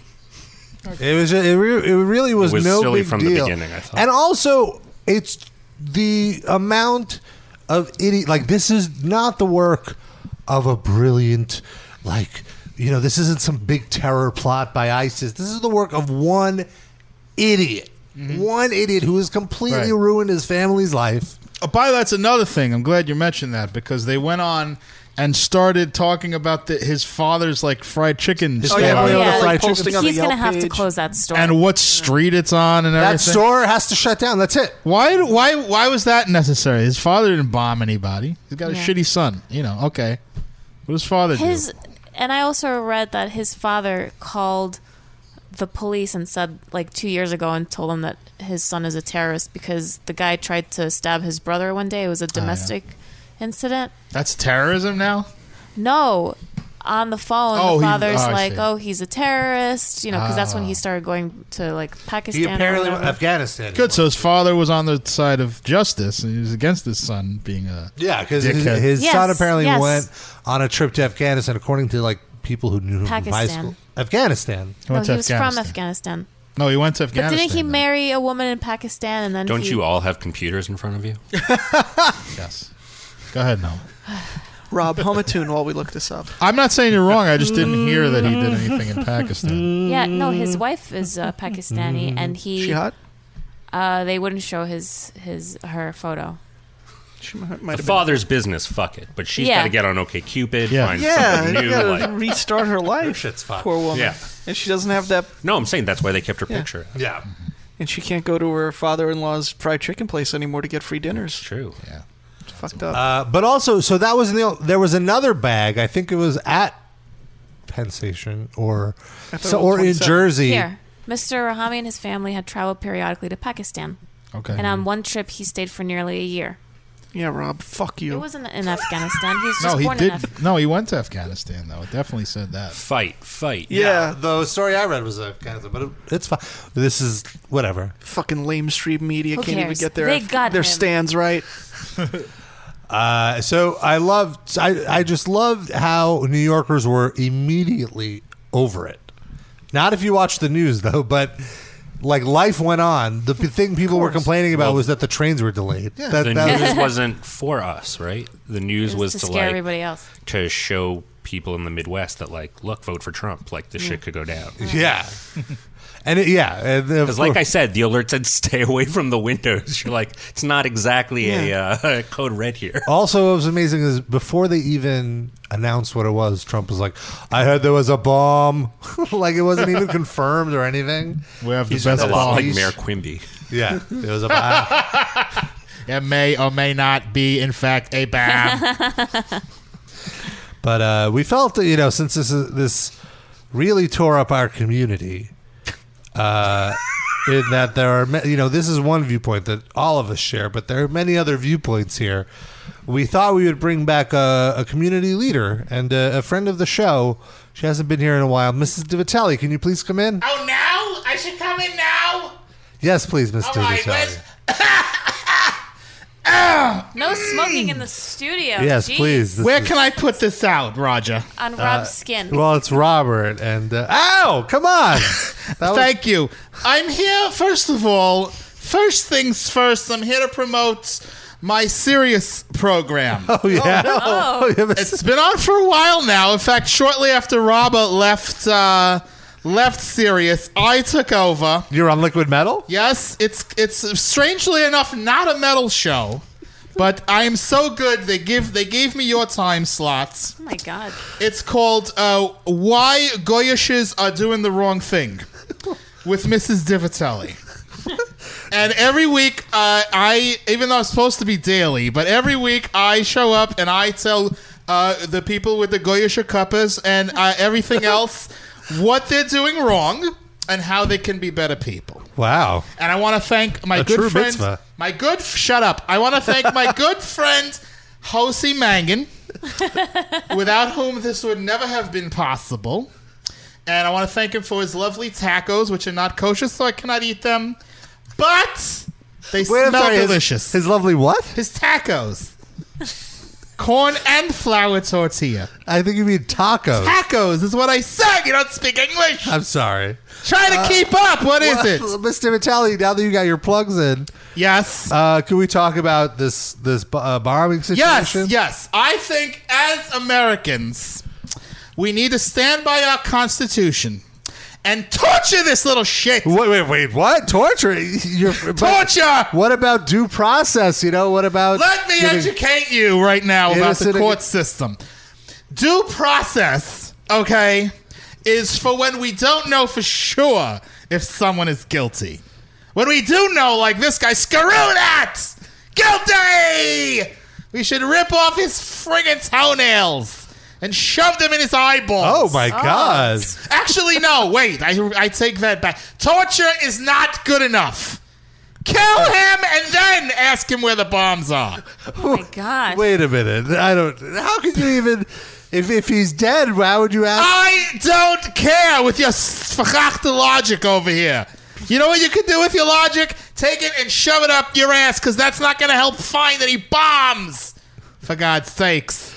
Speaker 2: It was it, re- it really was,
Speaker 7: It was
Speaker 2: no
Speaker 7: silly
Speaker 2: big
Speaker 7: from the
Speaker 2: deal.
Speaker 7: beginning, I thought.
Speaker 2: And also, it's the amount of idiot. Like this is not the work of a brilliant, like you know, this isn't some big terror plot by ISIS. This is the work of one idiot,
Speaker 6: Mm-hmm.
Speaker 2: one idiot who has completely
Speaker 6: Right.
Speaker 2: ruined his family's life.
Speaker 6: Uh, By that's another thing. I'm glad you mentioned that because they went on and started talking about the, his father's like fried chicken
Speaker 2: His
Speaker 6: store
Speaker 2: family
Speaker 4: Oh,
Speaker 3: yeah.
Speaker 2: owned a
Speaker 3: Yeah.
Speaker 2: fried
Speaker 4: Posting
Speaker 2: chicken.
Speaker 4: on the
Speaker 3: He's gonna
Speaker 4: Yelp
Speaker 3: have to
Speaker 4: page.
Speaker 3: close that store.
Speaker 6: and what street it's on and
Speaker 2: That
Speaker 6: everything.
Speaker 2: store has to shut down. That's it.
Speaker 6: why? Why? Why was that necessary? His father didn't bomb anybody. He's got a
Speaker 3: Yeah.
Speaker 6: shitty son. You know. Okay. What does father
Speaker 3: his
Speaker 6: do?
Speaker 3: and I also read that his father called the police and said like two years ago and told them that his son is a terrorist because the guy tried to stab his brother one day. It
Speaker 6: Oh,
Speaker 3: was a domestic incident.
Speaker 6: That's terrorism now.
Speaker 3: No, on the phone,
Speaker 6: Oh,
Speaker 3: the
Speaker 6: he-
Speaker 3: father's
Speaker 6: oh, I
Speaker 3: like,
Speaker 6: see. Ah.
Speaker 3: "Oh, he's a terrorist," you know, because that's when he started going to like Pakistan.
Speaker 2: He apparently
Speaker 3: or
Speaker 2: went
Speaker 3: whatever.
Speaker 2: Afghanistan.
Speaker 6: Good. So his father was on the side of justice and he was against his son being a.
Speaker 2: Yeah, because his,
Speaker 6: Dickhead.
Speaker 2: his
Speaker 3: Yes,
Speaker 2: son apparently
Speaker 3: yes.
Speaker 2: went on a trip to Afghanistan, according to like people who knew him from high
Speaker 3: Pakistan.
Speaker 2: school. Afghanistan.
Speaker 6: He
Speaker 3: no,
Speaker 6: went to
Speaker 3: he was from
Speaker 6: Afghanistan.
Speaker 3: Afghanistan.
Speaker 6: No, he went to
Speaker 3: But
Speaker 6: Afghanistan.
Speaker 3: didn't he
Speaker 6: though.
Speaker 3: marry a woman in Pakistan and then
Speaker 7: Don't
Speaker 3: he-
Speaker 7: you all have computers in front of you?
Speaker 6: Yes. Go ahead, no.
Speaker 4: Rob, hum a tune while we look this up.
Speaker 6: I'm not saying you're wrong. I just didn't hear that he did anything in Pakistan.
Speaker 3: Yeah, no, his wife is uh, Pakistani, and he
Speaker 4: Mm. She hot?
Speaker 3: Uh, they wouldn't show his his her photo.
Speaker 4: She might, might
Speaker 7: The
Speaker 4: have been.
Speaker 7: father's business, fuck it. But she's
Speaker 3: Yeah.
Speaker 7: got to get on OK Cupid,
Speaker 6: Yeah.
Speaker 7: find
Speaker 4: Yeah,
Speaker 7: something
Speaker 4: you
Speaker 7: new.
Speaker 4: gotta
Speaker 7: Like,
Speaker 4: restart her life.
Speaker 2: shit's fucked.
Speaker 4: Poor woman.
Speaker 7: Yeah.
Speaker 4: And she doesn't have that,
Speaker 7: no, I'm saying that's why they kept her picture.
Speaker 2: Yeah.
Speaker 4: and she can't go to her father-in-law's fried chicken place anymore to get free dinners.
Speaker 7: True.
Speaker 6: Yeah.
Speaker 4: It's fucked up.
Speaker 2: Uh, but also, so that was in the, there was another bag. I think it was at Penn Station or
Speaker 4: I thought
Speaker 2: so,
Speaker 4: it was
Speaker 2: or in
Speaker 4: 27.
Speaker 2: Jersey.
Speaker 3: Here, Mr. Rahami and his family had traveled periodically to Pakistan,
Speaker 6: Okay.
Speaker 3: and on one trip he stayed for nearly a year.
Speaker 4: yeah, Rob, fuck
Speaker 3: It
Speaker 4: you.
Speaker 3: wasn't in Afghanistan. He was just
Speaker 6: no, he
Speaker 3: born
Speaker 6: did.
Speaker 3: in Afghanistan.
Speaker 6: No, he went to Afghanistan though. It definitely said that.
Speaker 7: Fight, fight.
Speaker 4: yeah.
Speaker 2: The story I read was Afghanistan, but it, it's fine. This is whatever.
Speaker 4: Fucking lamestream media
Speaker 3: Who
Speaker 4: can't even
Speaker 3: cares?
Speaker 4: get their
Speaker 3: They got
Speaker 4: their
Speaker 3: him.
Speaker 4: stands right.
Speaker 2: Uh, so I loved. I I just loved how New Yorkers were immediately over it. Not if you watch the news though, but like life went on. The p- thing people were complaining about was that the trains were delayed. That,
Speaker 7: the
Speaker 2: that
Speaker 7: news
Speaker 2: was-
Speaker 7: wasn't for us, right? The news
Speaker 3: was
Speaker 7: was,
Speaker 3: to
Speaker 7: to,
Speaker 3: scare
Speaker 7: like
Speaker 3: everybody else.
Speaker 7: to show people in the Midwest that like, look, vote for Trump. Like this shit could go down.
Speaker 2: yeah, and it, yeah, and of
Speaker 7: Because, like I
Speaker 2: course-
Speaker 7: said, the alert said "stay away from the windows." You're like, it's not exactly a uh, code red here.
Speaker 2: also what was amazing is before they even announced what it was, Trump was like, "I heard there was a bomb," like it wasn't even confirmed or anything.
Speaker 8: We have
Speaker 2: He's
Speaker 8: the
Speaker 2: just
Speaker 8: best
Speaker 7: A lot like
Speaker 8: bombs.
Speaker 7: Mayor Quimby.
Speaker 2: Yeah, there was a bomb.
Speaker 8: It may or may not be, in fact, a bomb.
Speaker 2: but uh, we felt that you know since this is, this really tore up our community. Uh, in that there are ma- you know this is one viewpoint that all of us share but there are many other viewpoints here we thought we would bring back a, a community leader and a, a friend of the show she hasn't been here in a while mrs divitelli can you please come in
Speaker 9: Oh, now? I should come in now?
Speaker 2: yes please mrs
Speaker 9: All right,
Speaker 2: divitelli
Speaker 9: let's.
Speaker 4: Ah!
Speaker 3: No smoking in the studio.
Speaker 2: yes
Speaker 3: Jeez.
Speaker 2: please This
Speaker 8: Where
Speaker 2: is- Uh,
Speaker 8: can I put this out, Roger?
Speaker 3: On Rob's skin.
Speaker 2: well it's robert and uh, ow come on That was-
Speaker 8: Thank you. I'm here, first of all, first things first, I'm here to promote my serious program.
Speaker 2: oh yeah
Speaker 3: Oh.
Speaker 2: Oh, yeah, Mrs.
Speaker 8: It's been on for a while now. In fact, shortly after Robert left uh, left Sirius, I took over.
Speaker 2: you're on liquid metal
Speaker 8: Yes, it's it's strangely enough not a metal show, but I am so good they give they gave me your time slots.
Speaker 3: oh my god.
Speaker 8: It's called uh, "Why Goyishes Are Doing the Wrong Thing" with Mrs. Divitelli. And every week, uh, I even though it's supposed to be daily, but every week I show up and I tell uh, the people with the Goyisha cuppas and uh, everything else what they're doing wrong and how they can be better people.
Speaker 2: wow
Speaker 8: And I want to thank my
Speaker 2: A
Speaker 8: good
Speaker 2: true
Speaker 8: friend,
Speaker 2: mitzvah.
Speaker 8: my good shut up. I want to thank my good friend Hosey Mangan, without whom this would never have been possible. And I want to thank him for his lovely tacos, which are not kosher, so I cannot eat them, but they
Speaker 2: I'm
Speaker 8: smell
Speaker 2: sorry, his-
Speaker 8: delicious.
Speaker 2: his lovely what
Speaker 8: his tacos, corn and flour tortilla.
Speaker 2: I think you mean tacos.
Speaker 8: Tacos is what I said. You don't speak English.
Speaker 2: I'm sorry.
Speaker 8: Try to keep up. What is it?
Speaker 2: Mr. Vitale, Uh, now that you got your plugs in,
Speaker 8: Yes.
Speaker 2: uh, can we talk about this this bo- uh, bombing
Speaker 8: Yes,
Speaker 2: situation?
Speaker 8: yes. I think as Americans, we need to stand by our Constitution and torture this little shit.
Speaker 2: Wait, wait, wait. What? Torture? You're, but
Speaker 8: Torture!
Speaker 2: What about due process? You know, what about.
Speaker 8: Let me
Speaker 2: giving-
Speaker 8: educate you right now about the
Speaker 2: Innocent
Speaker 8: court
Speaker 2: ag-
Speaker 8: system. Due process, okay, is for when we don't know for sure if someone is guilty. When we do know, like this guy, screw that! Guilty! We should rip off his friggin' toenails and shove them in his
Speaker 2: Oh,
Speaker 8: eyeballs.
Speaker 2: my God.
Speaker 8: Actually, no, wait, I, I take that back. Torture is not good enough. Kill him and then ask him where the bombs are.
Speaker 3: Oh my god.
Speaker 2: Wait a minute. I don't. How can you even. If, if he's dead, why would you ask?
Speaker 8: I don't care with your sfachachte logic over here. You know what you could do with your logic? Take it and shove it up your ass, because that's not going to help find any bombs. For God's sakes.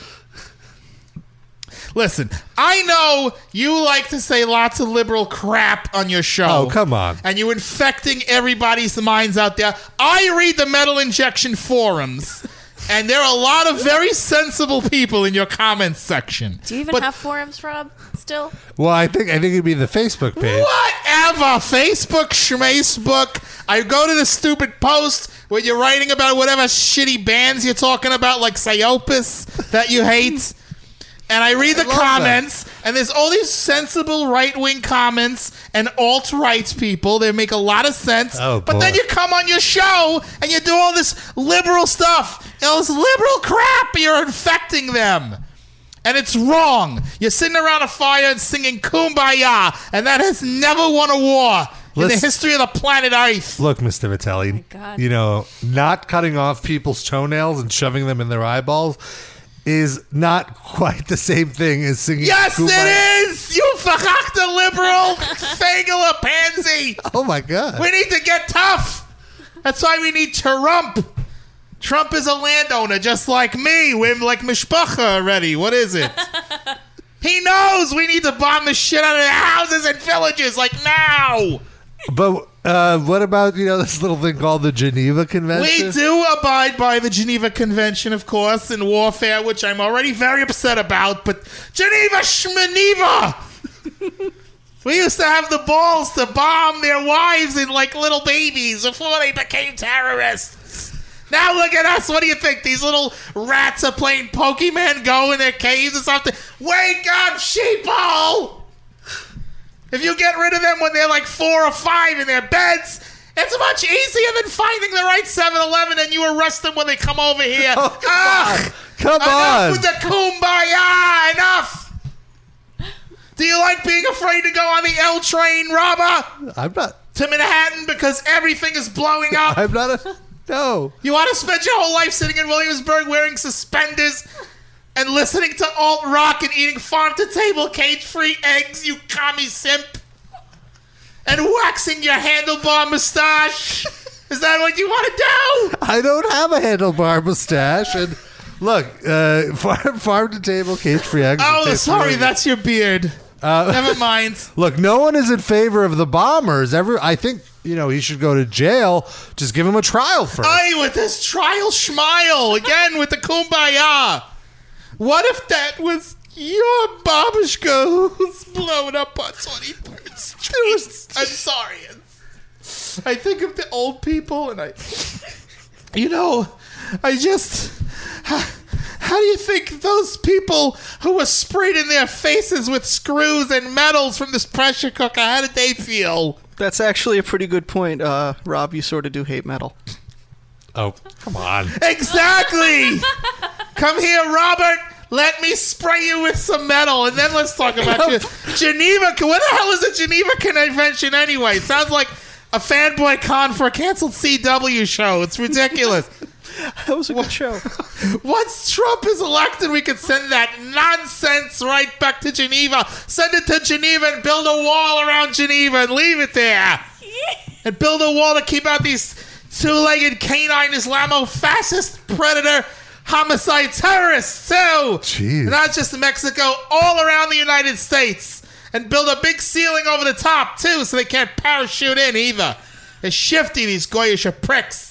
Speaker 8: Listen, I know you like to say lots of liberal crap on your show.
Speaker 2: Oh, come on.
Speaker 8: And you're infecting everybody's minds out there. I read the metal injection forums, and there are a lot of very sensible people in your comments section.
Speaker 3: Do you even
Speaker 8: But
Speaker 3: have forums, Rob? Still?
Speaker 2: Well, I think I think it'd be the Facebook page.
Speaker 8: Whatever. Facebook, Schmacebook. I go to the stupid post where you're writing about whatever shitty bands you're talking about, like Psyopus that you hate. And I read the
Speaker 2: love
Speaker 8: comments, and there's all these sensible right wing comments and alt right people. They make a lot of sense.
Speaker 2: Oh,
Speaker 8: but then
Speaker 2: boy.
Speaker 8: you come on your show and you do all this liberal stuff, all this liberal crap. You're infecting them. And it's wrong. You're sitting around a fire and singing Kumbaya, and that has never won a war in
Speaker 2: Let's-
Speaker 8: the history of the planet Earth.
Speaker 2: Look, Mr.
Speaker 8: Oh
Speaker 2: Vitelli,
Speaker 3: God.
Speaker 2: you know, not cutting off people's toenails and shoving them in their eyeballs is not quite the same thing as singing.
Speaker 8: Yes,
Speaker 2: Kumbaya.
Speaker 8: it is! You verrachte liberal fangula pansy!
Speaker 2: Oh my God!
Speaker 8: We need to get tough! That's why we need Trump! Trump is a landowner just like me. We're like Mishpacha already. What is it? he knows we need to bomb the shit out of the houses and villages like now!
Speaker 2: But Uh, what about you know this little thing called the Geneva Convention?
Speaker 8: We do abide by the Geneva Convention, of course, in warfare, which I'm already very upset about, but Geneva Schmeneva! we used to have the balls to bomb their wives and like little babies before they became terrorists. Now look at us. What do you think? These little rats are playing Pokemon Go in their caves or something? Wake up, sheeple! If you get rid of them when they're like four or five in their beds, it's much easier than finding the right 7 Eleven and you arrest them when they come over here. Oh, come
Speaker 2: Come
Speaker 8: Enough
Speaker 2: on.
Speaker 8: with the kumbaya! Enough! Do you like being afraid to go on the L train, Robber,
Speaker 2: I'm not.
Speaker 8: to Manhattan because everything is blowing up?
Speaker 2: I'm not a. No.
Speaker 8: You want to spend your whole life sitting in Williamsburg wearing suspenders and listening to alt rock and eating farm to table cage free eggs, you commie simp? And waxing your handlebar mustache? Is that what you want to do?
Speaker 2: I don't have a handlebar mustache. And look, uh, farm, farm to table, cage free eggs. and Uh,
Speaker 8: Oh,
Speaker 2: taste
Speaker 8: sorry,
Speaker 2: free-
Speaker 8: that's your beard. Never mind.
Speaker 2: Look, no one is in favor of the bombers. Ever, I think you know he should go to jail. Just give him a trial first.
Speaker 8: Aye, with his trial smile again with the kumbaya. What if that was your babushka who's blown up on 23rd Street? I'm sorry. I think of the old people and I. You know, I just. How, how do you think those people who were sprayed in their faces with screws and metals from this pressure cooker, how did they feel?
Speaker 4: That's actually a pretty good point, uh, Rob. You sort of do hate metal.
Speaker 2: Oh, come on.
Speaker 8: Exactly. Come here, Robert. Let me spray you with some metal, and then let's talk about you. Geneva. What the hell is a Geneva convention anyway? It sounds like a fanboy con for a canceled CW show. It's ridiculous.
Speaker 4: That was a good show.
Speaker 8: Once Trump is elected, we could send that nonsense right back to Geneva. Send it to Geneva and build a wall around Geneva and leave it there. and build a wall to keep out these two-legged canine Islamo fascist predator homicide terrorists too.
Speaker 2: Jeez.
Speaker 8: Not just in Mexico, all around the United States. And build a big ceiling over the top too, so they can't parachute in either. They're shifty, these Goyish pricks.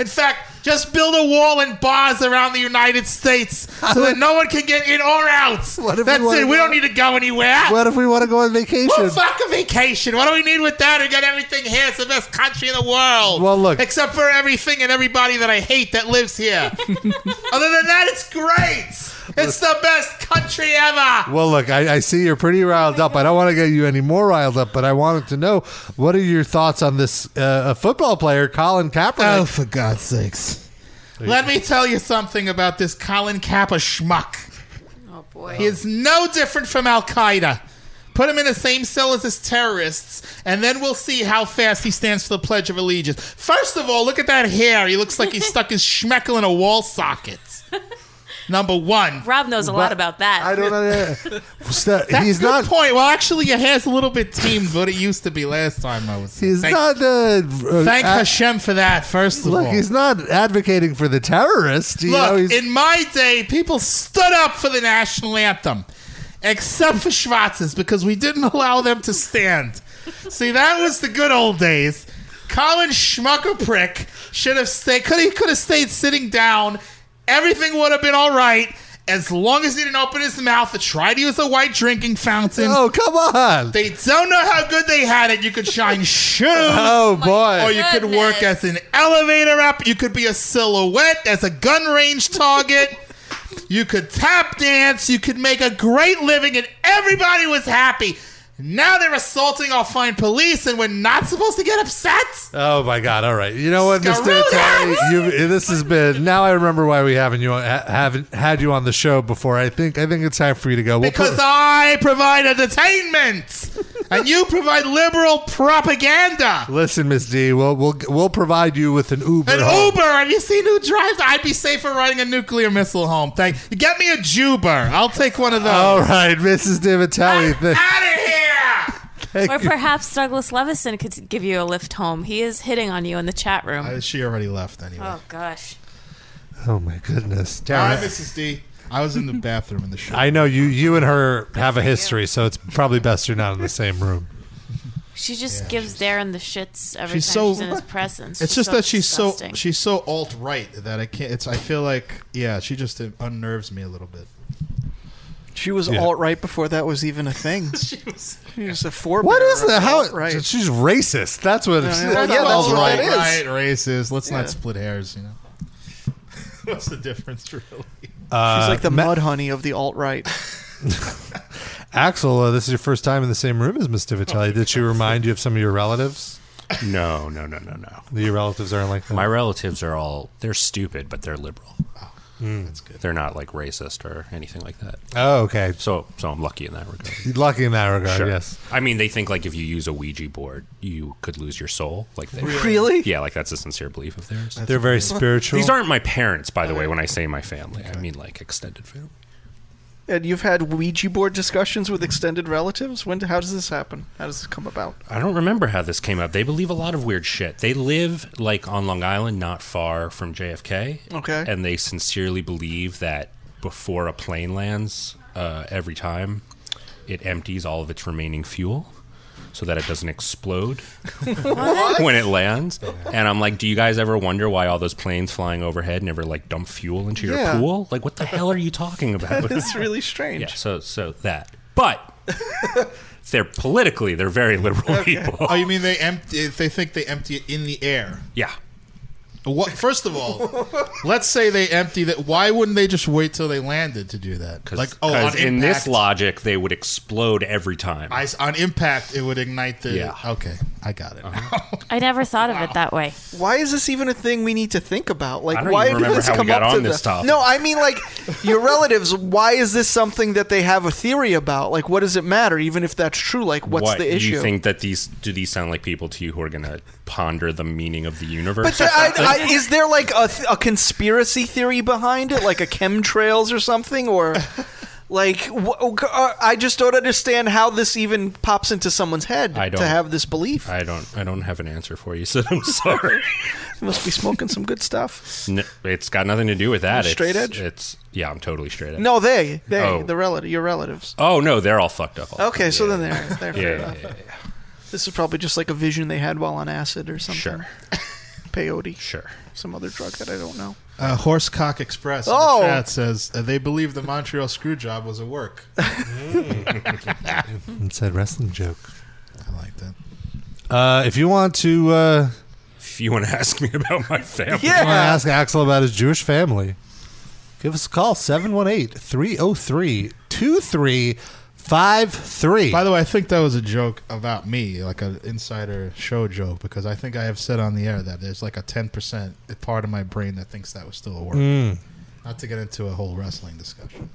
Speaker 8: In fact, just build a wall and bars around the United States so that no one can get in or out.
Speaker 2: What if we
Speaker 8: That's
Speaker 2: wanna
Speaker 8: it.
Speaker 2: go-
Speaker 8: We don't need to go anywhere.
Speaker 2: What if we want to go on
Speaker 8: Well,
Speaker 2: vacation?
Speaker 8: fuck a vacation. What do we need with that? We got everything here. It's the best country in the world.
Speaker 2: Well, look-
Speaker 8: Except for everything and everybody that I hate that lives here. Other than that, it's great. It's the best country ever.
Speaker 2: Well, look, I, I see you're pretty riled up. I don't want to get you any more riled up, but I wanted to know what are your thoughts on this uh, football player, Colin Kaepernick?
Speaker 8: Oh,
Speaker 6: for God's sakes.
Speaker 8: Let me tell you something about this Colin Kappa schmuck.
Speaker 3: Oh boy.
Speaker 8: He is no different from Al Qaeda. Put him in the same cell as his terrorists, and then we'll see how fast he stands for the Pledge of Allegiance. First of all, look at that hair. He looks like he stuck his schmeckel in a wall socket. Number one.
Speaker 3: Rob knows a lot about that.
Speaker 2: I don't know. So,
Speaker 8: That's
Speaker 2: he's
Speaker 8: a good
Speaker 2: not.
Speaker 8: point. Well, actually, your hair's a little bit teamed, what it used to be last time I was. here.
Speaker 2: He's
Speaker 8: thank,
Speaker 2: not. Uh, uh,
Speaker 8: Thank
Speaker 2: ad-
Speaker 8: Hashem for that. First of
Speaker 2: Look,
Speaker 8: all,
Speaker 2: he's not advocating for the terrorists. You know,
Speaker 8: Look,
Speaker 2: he's,
Speaker 8: in my day, people stood up for the national anthem, except for Schwarz's, because we didn't allow them to stand. See, that was the good old days. Colin Schmucker prick should have stayed. Could he could have stayed sitting down? Everything would have been all right as long as he didn't open his mouth or try to use a white drinking fountain.
Speaker 2: oh, come on.
Speaker 8: They don't know how good they had it. You could shine shoes.
Speaker 2: oh,
Speaker 8: Or
Speaker 2: boy.
Speaker 8: you could work
Speaker 3: Goodness.
Speaker 8: as an elevator up. You could be a silhouette as a gun range target. you could tap dance. You could make a great living, and everybody was happy. Now they're assaulting our fine police, and we're not supposed to get upset.
Speaker 2: Oh, my God. All right. You know what, Mr.
Speaker 8: Scaroon
Speaker 2: Attorney?
Speaker 8: hat!
Speaker 2: You, this has been. Now I remember why we haven't, you, ha- haven't had you on the show before. I think I think it's time for you to go. We'll
Speaker 8: Because
Speaker 2: put-
Speaker 8: I provide entertainment, and you provide liberal propaganda.
Speaker 2: Listen, Miss D, we'll, we'll we'll provide you with an Uber.
Speaker 8: An
Speaker 2: home.
Speaker 8: Uber. Have you seen who drives? I'd be safer riding a nuclear missile home. Thank. Get me a Juber. I'll take one of those.
Speaker 2: All right, Mrs. Divitelli. th-
Speaker 8: Out of here!
Speaker 2: thank
Speaker 3: Or
Speaker 2: you.
Speaker 3: perhaps Douglas Levison could give you a lift home. He is hitting on you in the chat room.
Speaker 8: She already left anyway.
Speaker 3: oh gosh.
Speaker 2: Oh my goodness,
Speaker 8: All
Speaker 2: Tara.
Speaker 8: right, Mrs. D. I was in the bathroom in the show.
Speaker 2: I know you. You and her have a history, so it's probably best you're not in the same room.
Speaker 3: She just gives Darren the shits every
Speaker 6: she's
Speaker 3: time
Speaker 6: so
Speaker 3: she's in his presence.
Speaker 6: It's just that she's
Speaker 3: disgusting.
Speaker 6: so she's so alt right that I can't. It's I feel like yeah, she just unnerves me a little bit.
Speaker 4: She was
Speaker 6: Yeah.
Speaker 4: alt right before that was even a thing. she was. a four.
Speaker 2: What is that? How
Speaker 4: right?
Speaker 2: she's racist? That's what.
Speaker 4: Yeah,
Speaker 2: it's
Speaker 4: yeah, that's what
Speaker 2: all
Speaker 4: alt-right is.
Speaker 6: Right, racist. Let's
Speaker 4: Yeah.
Speaker 6: not split hairs. You know, what's the difference really?
Speaker 7: Uh,
Speaker 2: Uh,
Speaker 4: She's like the mud honey of the alt right.
Speaker 2: Axel, uh, this is your first time in the same room as Miss Divitelli. Did she remind you of some of your relatives?
Speaker 7: No, no, no, no, no.
Speaker 2: Your relatives aren't like that.
Speaker 7: My relatives are all they're stupid, but they're liberal.
Speaker 2: Mm.
Speaker 7: Oh, That's good. They're not like racist or anything like that.
Speaker 2: Oh, okay.
Speaker 7: So, so I'm lucky in that regard.
Speaker 2: Lucky in that regard.
Speaker 7: Sure.
Speaker 2: Yes.
Speaker 7: I mean, they think like if you use a Ouija board, you could lose your soul. Like they,
Speaker 2: Really?
Speaker 7: Yeah, like that's a sincere belief of theirs.
Speaker 2: That's They're very amazing. spiritual.
Speaker 7: These aren't my parents, by the way. When I say my family, I mean like extended family.
Speaker 4: And you've had Ouija board discussions with extended relatives. When? How does this happen? How does this come about?
Speaker 7: I don't remember how this came up. They believe a lot of weird shit. They live like on Long Island, not far from JFK.
Speaker 4: Okay.
Speaker 7: And they sincerely believe that before a plane lands, uh, every time it empties all of its remaining fuel so that it doesn't explode
Speaker 5: What?
Speaker 7: when it lands. And I'm like, do you guys ever wonder why all those planes flying overhead never like dump fuel into your
Speaker 4: Yeah.
Speaker 7: pool? Like, what the hell are you talking about?
Speaker 4: That is really strange.
Speaker 7: Yeah, so so that. But they're politically they're very liberal people.
Speaker 6: Oh, you mean they empty? They think they empty it in the air.
Speaker 7: Yeah.
Speaker 6: What? First of all, let's say they empty that. Why wouldn't they just wait till they landed to do that? Like, oh, on
Speaker 7: 'Cause in
Speaker 6: impact-
Speaker 7: this logic, they would explode every time.
Speaker 6: I, on impact, it would ignite the.
Speaker 7: Yeah. Uh-huh.
Speaker 6: Okay, I got it.
Speaker 3: I never thought of it that way.
Speaker 4: Why is this even a thing we need to think about? Like,
Speaker 6: I don't
Speaker 4: why
Speaker 6: even
Speaker 4: did
Speaker 6: remember
Speaker 4: this
Speaker 6: how we
Speaker 4: come
Speaker 6: got
Speaker 4: up
Speaker 6: on
Speaker 4: to
Speaker 6: this
Speaker 4: the-
Speaker 6: topic.
Speaker 4: No, I mean like your relatives. Why is this something that they have a theory about? Like, what does it matter? Even if that's true, like, what's
Speaker 7: what,
Speaker 4: the issue?
Speaker 7: You think that these do these sound like people to you who are going to ponder the meaning of the universe?
Speaker 4: But there- I, I, is there like a, th- a conspiracy theory behind it, like a chemtrails or something, or like wh- uh, I just don't understand how this even pops into someone's head
Speaker 7: I don't-
Speaker 4: to have this belief.
Speaker 7: I don't. I don't have an answer for you, so I'm sorry.
Speaker 4: you must be smoking some good stuff.
Speaker 7: N- it's got nothing to do with that.
Speaker 4: You're straight
Speaker 7: It's-
Speaker 4: edge?
Speaker 7: It's yeah. I'm totally straight edge.
Speaker 4: No, they, they, Oh.
Speaker 7: Oh.
Speaker 4: the relative, your relatives.
Speaker 7: Oh no, they're all fucked up.
Speaker 4: Okay, so then they're, they're
Speaker 7: Yeah,
Speaker 4: fair
Speaker 7: yeah,
Speaker 4: enough. This is probably just like a vision they had while on acid or something. Sure. Peyote.
Speaker 7: Sure.
Speaker 4: Some other drug that I don't know.
Speaker 6: Uh, Horsecock Express. in the
Speaker 4: Oh.
Speaker 6: chat says uh, they believe the Montreal screw job was a work.
Speaker 2: It said wrestling joke. I like that. Uh, if you want to, uh,
Speaker 7: If you want to ask me about my family,
Speaker 2: if you want to ask Axel about his Jewish family, give us a call 718 303 2353.
Speaker 6: By the way, I think that was a joke about me, like an insider show joke, because I think I have said on the air that there's like a 10% part of my brain that thinks that was still a work.
Speaker 8: Hmm.
Speaker 2: Mm.
Speaker 6: Not to get into a whole wrestling discussion.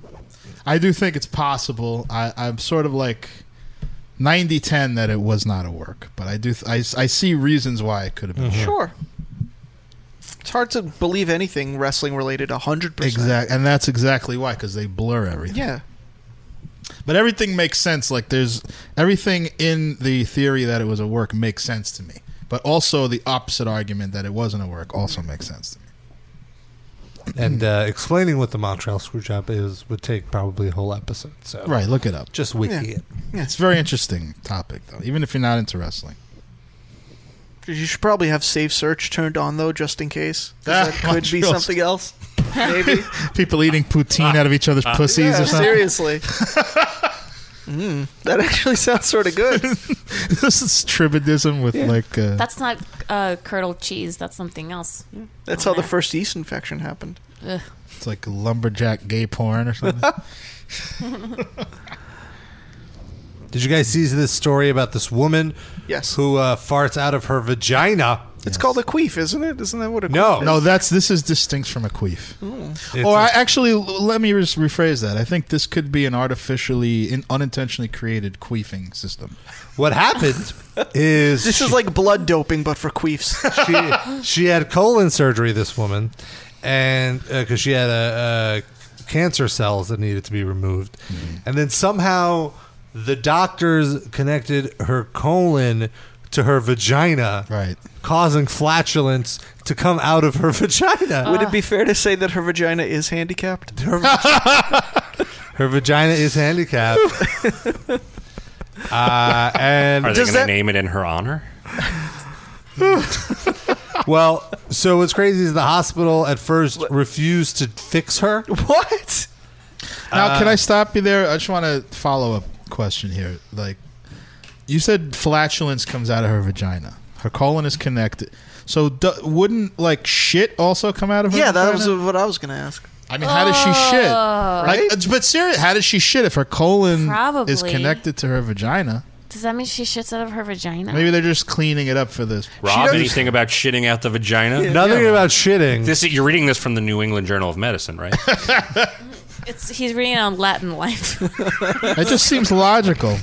Speaker 6: I do think it's possible. I, I'm sort of like 90 10 that it was not a work, but I do. Th- I, s- I see reasons why it could have been. a work.
Speaker 4: Sure. It's hard to believe anything wrestling related 100%.
Speaker 6: Exact, and that's exactly why, because they blur everything.
Speaker 4: Yeah.
Speaker 6: But everything makes sense. Like there's everything in the theory that it was a work makes sense to me. But also the opposite argument that it wasn't a work also makes sense to me.
Speaker 2: and uh, explaining what the Montreal screw job is would take probably a whole episode. So
Speaker 6: Right, look it up.
Speaker 2: Just wiki it.
Speaker 6: It's a very interesting topic though, even if you're not into wrestling.
Speaker 4: You should probably have safe search turned on, though, just in case. 'Cause That could be
Speaker 6: Montreal
Speaker 4: something else. Maybe.
Speaker 6: People eating poutine out of each
Speaker 7: Uh,
Speaker 6: other's pussies
Speaker 4: Yeah,
Speaker 6: or something.
Speaker 4: Seriously. mm, that actually sounds sort of good.
Speaker 6: this is tribidism with like uh,
Speaker 3: That's not uh, curdled cheese. That's something else.
Speaker 7: Oh,
Speaker 4: That's how the first yeast infection happened.
Speaker 3: Ugh.
Speaker 6: it's like lumberjack gay porn or something.
Speaker 2: Did you guys see this story about this woman?
Speaker 4: Yes.
Speaker 2: Who uh, farts out of her vagina?
Speaker 4: It's called a queef, isn't it? Isn't that what a queef
Speaker 2: No.
Speaker 4: is?
Speaker 6: no, that's this is distinct from a queef.
Speaker 7: Hmm.
Speaker 4: Mm.
Speaker 6: or I actually, l- let me res- rephrase that. I think this could be an artificially, in, unintentionally created queefing system.
Speaker 2: What happened is
Speaker 4: This is like blood doping, but for queefs.
Speaker 2: she she had colon surgery. This woman, and because she had a, a cancer cells that needed to be removed,
Speaker 6: Mm-hmm.
Speaker 2: and then somehow the doctors connected her colon to her vagina,
Speaker 6: right,
Speaker 2: causing flatulence to come out of her vagina.
Speaker 4: Would it
Speaker 7: Uh,
Speaker 4: be fair to say that her vagina is handicapped?
Speaker 2: Her vagina is handicapped. Uh, and
Speaker 7: Are they going to name it in her honor?
Speaker 2: well, so what's crazy is the hospital at first refused to fix her.
Speaker 4: What?
Speaker 6: Now,
Speaker 2: Uh,
Speaker 6: can I stop you there? I just want to follow up question here. Like, you said flatulence comes out of her vagina. Her colon is connected. So, d- wouldn't like shit also come out of her?
Speaker 4: Yeah, that was
Speaker 6: vagina?
Speaker 4: what I was gonna ask.
Speaker 6: I mean, how does
Speaker 2: Uh,
Speaker 6: she shit?
Speaker 3: Oh.
Speaker 6: Like, but seriously, how does she shit if her colon
Speaker 3: Probably.
Speaker 6: is connected to her vagina?
Speaker 3: Does that mean she shits out of her vagina?
Speaker 6: Maybe they're just cleaning it up for this.
Speaker 7: Rob, anything about shitting out the vagina?
Speaker 2: Nothing about shitting.
Speaker 7: This you're reading this from the New England Journal of Medicine, right?
Speaker 3: It's, he's reading on Latin life.
Speaker 6: That just seems logical.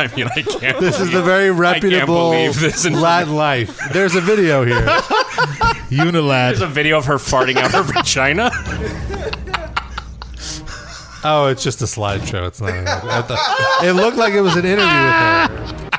Speaker 7: I mean, I can't.
Speaker 2: This is
Speaker 7: believe-
Speaker 2: the very reputable
Speaker 7: I can't believe this. And
Speaker 2: Latin life. There's a video here.
Speaker 7: there's
Speaker 6: Unilad.
Speaker 7: a video of her farting out her vagina.
Speaker 2: Oh, it's just a slideshow. It's not. I thought- it looked like it was an interview with her,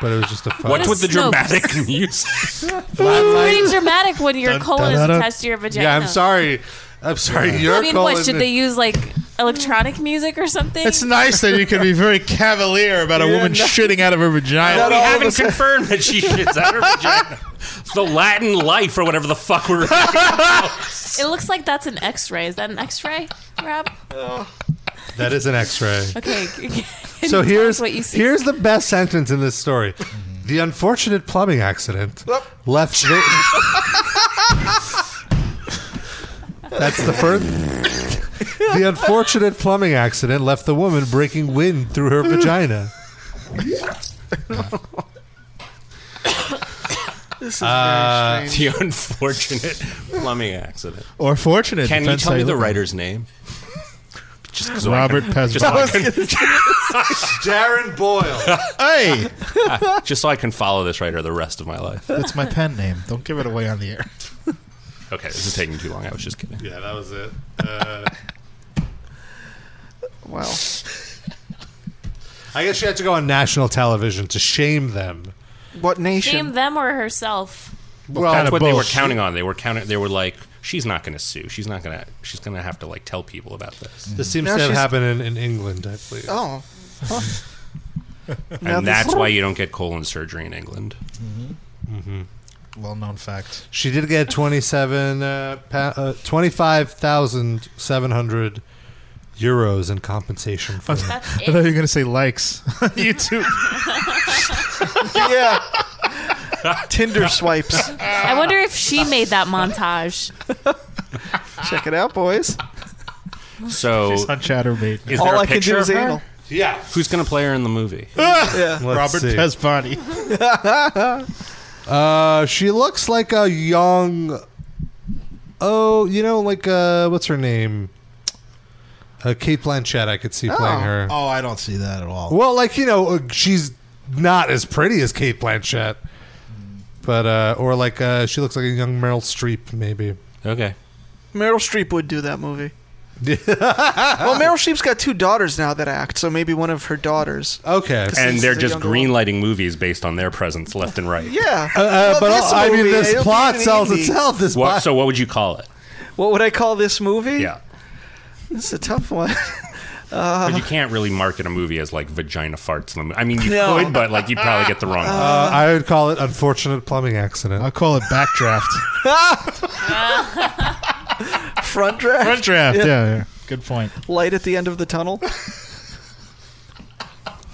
Speaker 2: but it was just a. Fun.
Speaker 7: What's
Speaker 3: a
Speaker 7: with the
Speaker 3: snow.
Speaker 7: dramatic music?
Speaker 2: Latin
Speaker 3: Pretty
Speaker 2: life?
Speaker 3: dramatic when your colon is
Speaker 6: dun, dun.
Speaker 3: attached to your vagina.
Speaker 2: Yeah, I'm sorry. I'm sorry. Your
Speaker 3: I mean,
Speaker 2: colon.
Speaker 3: what should they use like electronic music or something?
Speaker 6: It's nice that you can be very cavalier about a woman shitting out of her vagina.
Speaker 7: we
Speaker 4: all of
Speaker 7: haven't
Speaker 4: us-
Speaker 7: confirmed that she shits out her vagina. It's The Latin life or whatever the fuck we're.
Speaker 3: it looks like that's an X-ray. Is that an X-ray, Rob?
Speaker 4: Oh.
Speaker 2: that is an X-ray.
Speaker 3: Okay.
Speaker 2: So here's
Speaker 3: what you see.
Speaker 2: here's the best sentence in this story.
Speaker 7: Mm-hmm.
Speaker 2: The unfortunate plumbing accident
Speaker 7: Oh.
Speaker 2: left. the- That's the first. The unfortunate plumbing accident left the woman breaking wind through her vagina.
Speaker 4: This is very strange.
Speaker 7: the unfortunate plumbing accident.
Speaker 6: Or fortunate.
Speaker 7: Can you
Speaker 6: depends
Speaker 7: tell
Speaker 6: how
Speaker 7: me the
Speaker 6: look at it.
Speaker 7: writer's name? Just 'cause I
Speaker 6: Robert
Speaker 7: can-
Speaker 6: Pesbach.
Speaker 2: Darren Boyle.
Speaker 6: hey,
Speaker 7: just so I can follow this writer the rest of my life.
Speaker 6: that's my pen name. Don't give it away on the air.
Speaker 7: Okay, this is taking too long. I was just kidding.
Speaker 2: Yeah, that was it. Uh,
Speaker 4: Wow.
Speaker 2: I guess she had to go on national television to shame them.
Speaker 4: What nation?
Speaker 3: Shame them or herself.
Speaker 2: Well,
Speaker 7: That's what they were
Speaker 6: bullshit.
Speaker 7: counting on. They were counting. They were like, she's not going to sue. She's not going to. She's going to have to like tell people about this.
Speaker 2: this seems
Speaker 4: Now
Speaker 2: to have
Speaker 4: she's-
Speaker 2: happened in, in England, I believe.
Speaker 4: Oh.
Speaker 7: And that's why you don't get colon surgery in England.
Speaker 2: mm-hmm.
Speaker 6: Well-known fact.
Speaker 2: She did get 27, uh, pa- uh, 25,700 euros in compensation for that.
Speaker 3: That's
Speaker 6: I thought you were
Speaker 3: it.
Speaker 6: going to say likes on YouTube.
Speaker 4: yeah. Tinder swipes.
Speaker 3: I wonder if she made that montage.
Speaker 4: Check it out, boys.
Speaker 7: So
Speaker 6: It's on Chatterbait.
Speaker 7: is there
Speaker 4: All
Speaker 7: a
Speaker 4: I can
Speaker 7: picture
Speaker 4: do is
Speaker 7: of her?
Speaker 4: anal.
Speaker 2: Yeah.
Speaker 7: Who's going to play her in the movie?
Speaker 4: Yeah.
Speaker 6: Robert Pesbody.
Speaker 2: Uh, she looks like a young. Oh, you know, like, uh, what's her name? Uh, Kate Blanchett, I could see playing her.
Speaker 6: Oh, I don't see that at all.
Speaker 2: Oh. Well, like, you know, uh, she's not as pretty as Kate Blanchett. But, uh, or like, uh, she looks like a young Meryl Streep, maybe.
Speaker 7: Okay.
Speaker 4: Meryl Streep would do that movie. well, Meryl Streep's got two daughters now that act, so maybe one of her daughters.
Speaker 2: Okay.
Speaker 7: And
Speaker 4: Since
Speaker 7: they're
Speaker 4: the
Speaker 7: just
Speaker 4: younger one-
Speaker 7: greenlighting movies based on their presence left and right.
Speaker 4: Yeah.
Speaker 2: Uh, uh,
Speaker 4: Well,
Speaker 2: but
Speaker 4: this
Speaker 2: I mean,
Speaker 4: movie,
Speaker 2: this
Speaker 4: it'll be
Speaker 2: plot
Speaker 4: an
Speaker 2: sells
Speaker 4: indie.
Speaker 2: itself. This
Speaker 7: What,
Speaker 2: plot.
Speaker 7: so what would you call it?
Speaker 4: What would I call this movie?
Speaker 7: Yeah.
Speaker 4: This is a tough one.
Speaker 7: But you can't really market a movie as like vagina farts. in the mo- I mean, you
Speaker 4: No.
Speaker 7: could, but like you probably get the wrong. one.
Speaker 2: Uh, I would call it unfortunate plumbing accident.
Speaker 6: I'll call it backdraft.
Speaker 4: Front draft.
Speaker 6: Front draft. Yeah. yeah. Good point.
Speaker 4: Light at the end of the tunnel.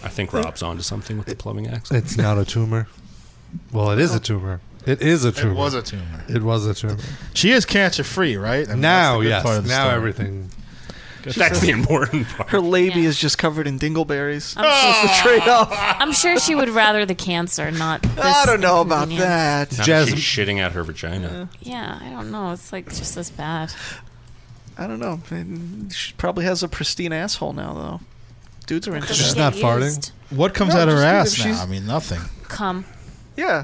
Speaker 7: I think Rob's onto something with the plumbing accent.
Speaker 2: It's not a tumor. Well, it is a tumor. It is a tumor.
Speaker 6: a tumor.
Speaker 2: It was a tumor.
Speaker 6: She is cancer free, right? I mean, that's the
Speaker 2: Now,
Speaker 6: good
Speaker 2: yes.
Speaker 6: part
Speaker 2: Now
Speaker 6: of the story.
Speaker 2: everything.
Speaker 7: That's the important part.
Speaker 4: Her labia
Speaker 3: Yeah.
Speaker 4: is just covered in dingleberries.
Speaker 3: I'm sure,
Speaker 4: That's the trade-off.
Speaker 3: I'm sure she would rather the cancer, not. This
Speaker 4: I don't know about
Speaker 3: inconvenience.
Speaker 4: that.
Speaker 7: Now
Speaker 2: Jas-
Speaker 7: she's shitting out her vagina.
Speaker 3: Yeah, I don't know. It's like just as bad.
Speaker 4: I don't know. She probably has a pristine asshole now, though. Dudes are into
Speaker 3: Doesn't
Speaker 2: She's
Speaker 4: that.
Speaker 2: not
Speaker 3: get
Speaker 2: farting?
Speaker 3: used.
Speaker 6: What comes
Speaker 4: No,
Speaker 6: out of her ass
Speaker 4: just leave it.
Speaker 6: now?
Speaker 4: She's-
Speaker 6: I mean, nothing.
Speaker 3: Come.
Speaker 4: Yeah.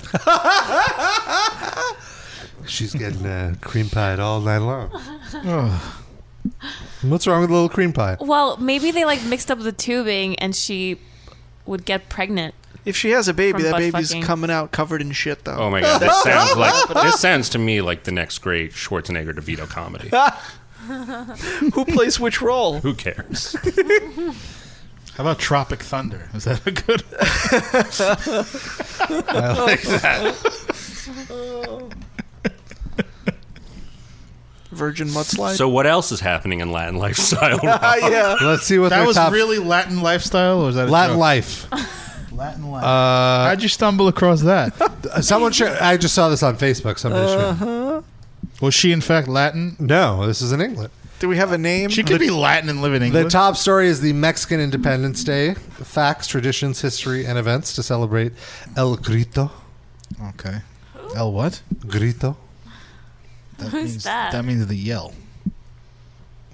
Speaker 2: She's getting uh, cream pied all night long.
Speaker 6: Ugh.
Speaker 2: What's wrong with a little cream pie?
Speaker 3: Well, maybe they like mixed up the tubing and she would get pregnant.
Speaker 4: If she has a baby,
Speaker 3: From
Speaker 4: that
Speaker 3: butt
Speaker 4: baby's
Speaker 3: fucking.
Speaker 4: coming out covered in shit, though.
Speaker 7: Oh my god, this sounds like this sounds to me like the next great Schwarzenegger DeVito comedy.
Speaker 4: Who plays which role?
Speaker 7: Who cares?
Speaker 6: How about Tropic Thunder? Is that a good one?
Speaker 2: I like that.
Speaker 4: Virgin mudslide.
Speaker 7: So what else is happening in Latin lifestyle? Rob?
Speaker 2: Let's see what
Speaker 6: that
Speaker 2: their
Speaker 6: was
Speaker 2: top-
Speaker 6: really Latin lifestyle, or was that a
Speaker 2: Latin
Speaker 6: joke?
Speaker 2: life.
Speaker 6: Latin life.
Speaker 2: Uh,
Speaker 6: How'd you stumble across that?
Speaker 2: someone shared. I just saw this on Facebook. Somebody shared.
Speaker 6: Uh.
Speaker 4: Uh-huh.
Speaker 6: Was she in fact Latin?
Speaker 2: No, this is in England.
Speaker 4: Do we have a name?
Speaker 6: She could be Latin and live in
Speaker 2: The
Speaker 6: England.
Speaker 2: top story is the Mexican Independence Day facts, traditions, history, and events to celebrate El Grito.
Speaker 6: okay. El what?
Speaker 2: Grito.
Speaker 6: That
Speaker 3: Who's
Speaker 6: means,
Speaker 3: that?
Speaker 6: means the yell.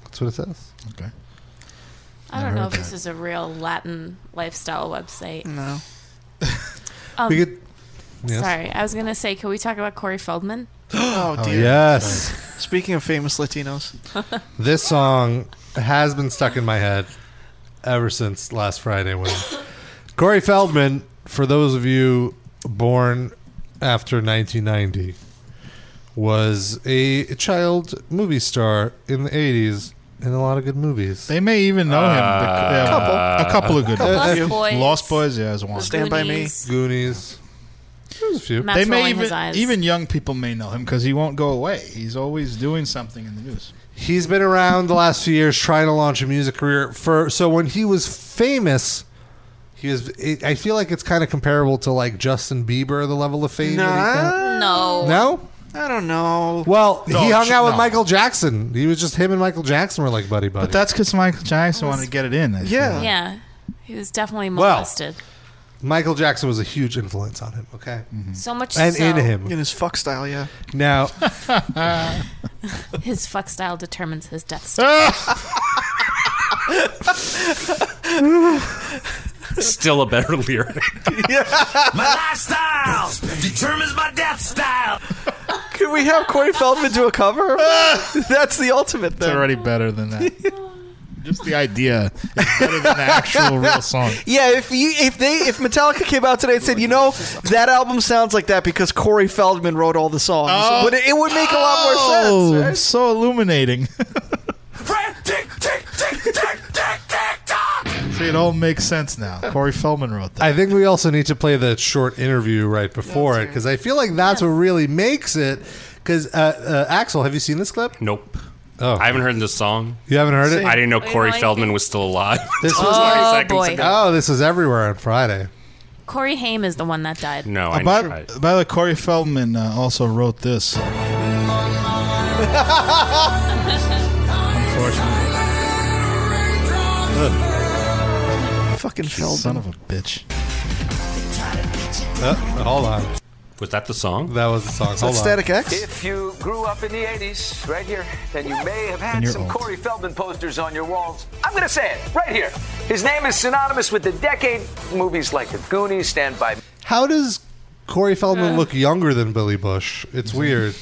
Speaker 2: That's what it says.
Speaker 6: Okay.
Speaker 3: I don't
Speaker 6: Never
Speaker 3: know if
Speaker 6: heard
Speaker 3: this is a real Latin lifestyle website.
Speaker 4: No.
Speaker 3: Um,
Speaker 2: we could. Yes.
Speaker 3: Sorry, I was gonna say, can we talk about Corey Feldman?
Speaker 4: Oh
Speaker 2: Oh,
Speaker 4: dear.
Speaker 2: yes.
Speaker 4: Speaking of famous Latinos,
Speaker 2: This song has been stuck in my head ever since last Friday when Corey Feldman, for those of you born after 1990, was a child movie star in the 80s in a lot of good movies.
Speaker 6: They may even know him. bec- yeah, a couple of good ones.
Speaker 3: Lost Boys.
Speaker 6: Uh, Lost Boys, yeah, is one.
Speaker 4: Stand By Me.
Speaker 3: Goonies,
Speaker 2: Goonies. There's a few.
Speaker 3: Matt's
Speaker 6: They may
Speaker 3: rolling his
Speaker 6: even
Speaker 3: eyes.
Speaker 6: even young people may know him because he won't go away. He's always doing something in the news.
Speaker 2: He's been around the last few years trying to launch a music career. For so when he was famous, he was. It, I feel like it's kind of comparable to like Justin Bieber, the level of fame. that
Speaker 4: nah,
Speaker 2: he got.
Speaker 3: no.
Speaker 2: No.
Speaker 4: Uh, I don't know.
Speaker 2: Well, he hung
Speaker 6: sh-
Speaker 2: out with
Speaker 6: no.
Speaker 2: Michael Jackson. He was just him and Michael Jackson were like buddy buddy.
Speaker 6: But that's because Michael
Speaker 2: Oh,
Speaker 6: Jackson wanted to get it in. I feel.
Speaker 4: Yeah.
Speaker 3: Yeah, he was definitely
Speaker 2: Well,
Speaker 3: molested.
Speaker 2: Michael Jackson was a huge influence on him. Okay,
Speaker 6: Mm-hmm.
Speaker 3: so much
Speaker 2: and
Speaker 3: so,
Speaker 2: in him
Speaker 4: In his fuck style, yeah.
Speaker 2: now.
Speaker 3: his fuck style determines his death style.
Speaker 7: Still a better lyric.
Speaker 5: My lifestyle determines my death style.
Speaker 4: Could we have Corey Feldman do a cover? That's the ultimate
Speaker 6: It's
Speaker 4: thing.
Speaker 6: already better than that. Just the idea is better than the actual real song.
Speaker 4: Yeah, if you if they if Metallica came out today and said, you know, that album sounds like that because Corey Feldman wrote all the songs,
Speaker 6: Oh.
Speaker 4: would it, it would make a lot more
Speaker 6: Oh,
Speaker 4: sense. Right?
Speaker 6: so illuminating.
Speaker 5: Friend, tick, tick, tick, tick, tick, tick, tock.
Speaker 6: See, it all makes sense now. Corey Feldman wrote that.
Speaker 2: I think we also need to play the short interview right before it because I feel like that's what really makes it. Because uh, uh, Axel, have you seen this clip?
Speaker 7: Nope.
Speaker 2: Oh,
Speaker 7: I haven't heard this song.
Speaker 2: you haven't heard it.
Speaker 7: I didn't know
Speaker 3: Wait,
Speaker 7: Corey
Speaker 3: no, I
Speaker 7: Feldman was still alive.
Speaker 2: This
Speaker 7: until
Speaker 2: was-
Speaker 7: 20
Speaker 3: Oh,
Speaker 7: seconds
Speaker 3: boy.
Speaker 7: ago.
Speaker 2: Oh, this is everywhere on Friday.
Speaker 3: Corey Haim is the one that died.
Speaker 7: No, I
Speaker 6: By,
Speaker 7: tried.
Speaker 6: by the way, Corey Feldman uh, also wrote this. Unfortunately,
Speaker 4: Fucking Feldman.
Speaker 6: son of a bitch.
Speaker 2: Uh, hold on,
Speaker 7: Was that the song?
Speaker 2: that was the song. Hold on.
Speaker 4: Static X.
Speaker 10: If you grew up in the 80s, right here, then you may have
Speaker 6: Then
Speaker 10: had
Speaker 6: you're
Speaker 10: some
Speaker 6: old.
Speaker 10: Corey Feldman posters on your walls. I'm going to say it right here. His name is synonymous with the decade. Movies like The Goonies, Stand By Me.
Speaker 2: How does Corey Feldman look younger than Billy Bush? It's weird.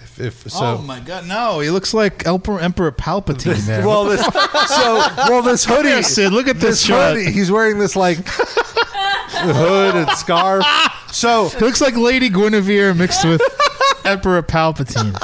Speaker 2: If, if so,
Speaker 6: oh my god, no! He looks like Emperor, Emperor Palpatine. There.
Speaker 2: well this so well this hoodie.
Speaker 6: Here, Sid, look at this
Speaker 2: This
Speaker 6: shot.
Speaker 2: hoodie, he's wearing this like hood and scarf. So
Speaker 6: He looks like Lady Guinevere mixed with Emperor Palpatine.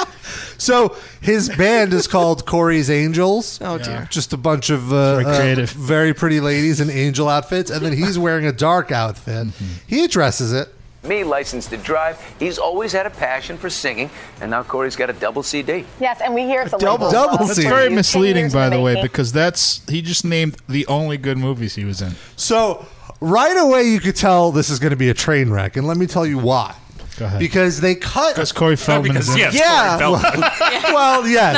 Speaker 2: so his band is called Corey's Angels.
Speaker 4: Oh dear.
Speaker 2: Just a bunch of uh,
Speaker 6: Very creative.
Speaker 2: uh, very pretty ladies in angel outfits, and then he's wearing a dark outfit.
Speaker 6: Mm-hmm.
Speaker 2: He addresses it.
Speaker 10: Me, licensed to drive. He's always had a passion for singing, and now Corey's got a double CD.
Speaker 11: Yes, and we hear it's a
Speaker 4: Double-
Speaker 11: label.
Speaker 2: double
Speaker 11: Well,
Speaker 6: oh, That's
Speaker 2: CD.
Speaker 6: very
Speaker 11: ten
Speaker 6: misleading,
Speaker 11: years in
Speaker 6: by the way,
Speaker 11: making.
Speaker 6: because that's he just named the only good movies he was in.
Speaker 2: So right away, you could tell this is going to be a train wreck, and let me tell you why.
Speaker 6: Go ahead.
Speaker 2: Because they cut.
Speaker 6: Because Corey Feldman is
Speaker 7: Because
Speaker 6: in.
Speaker 7: yeah, it's
Speaker 4: Yeah.
Speaker 7: Corey Feldman.
Speaker 2: well, yes,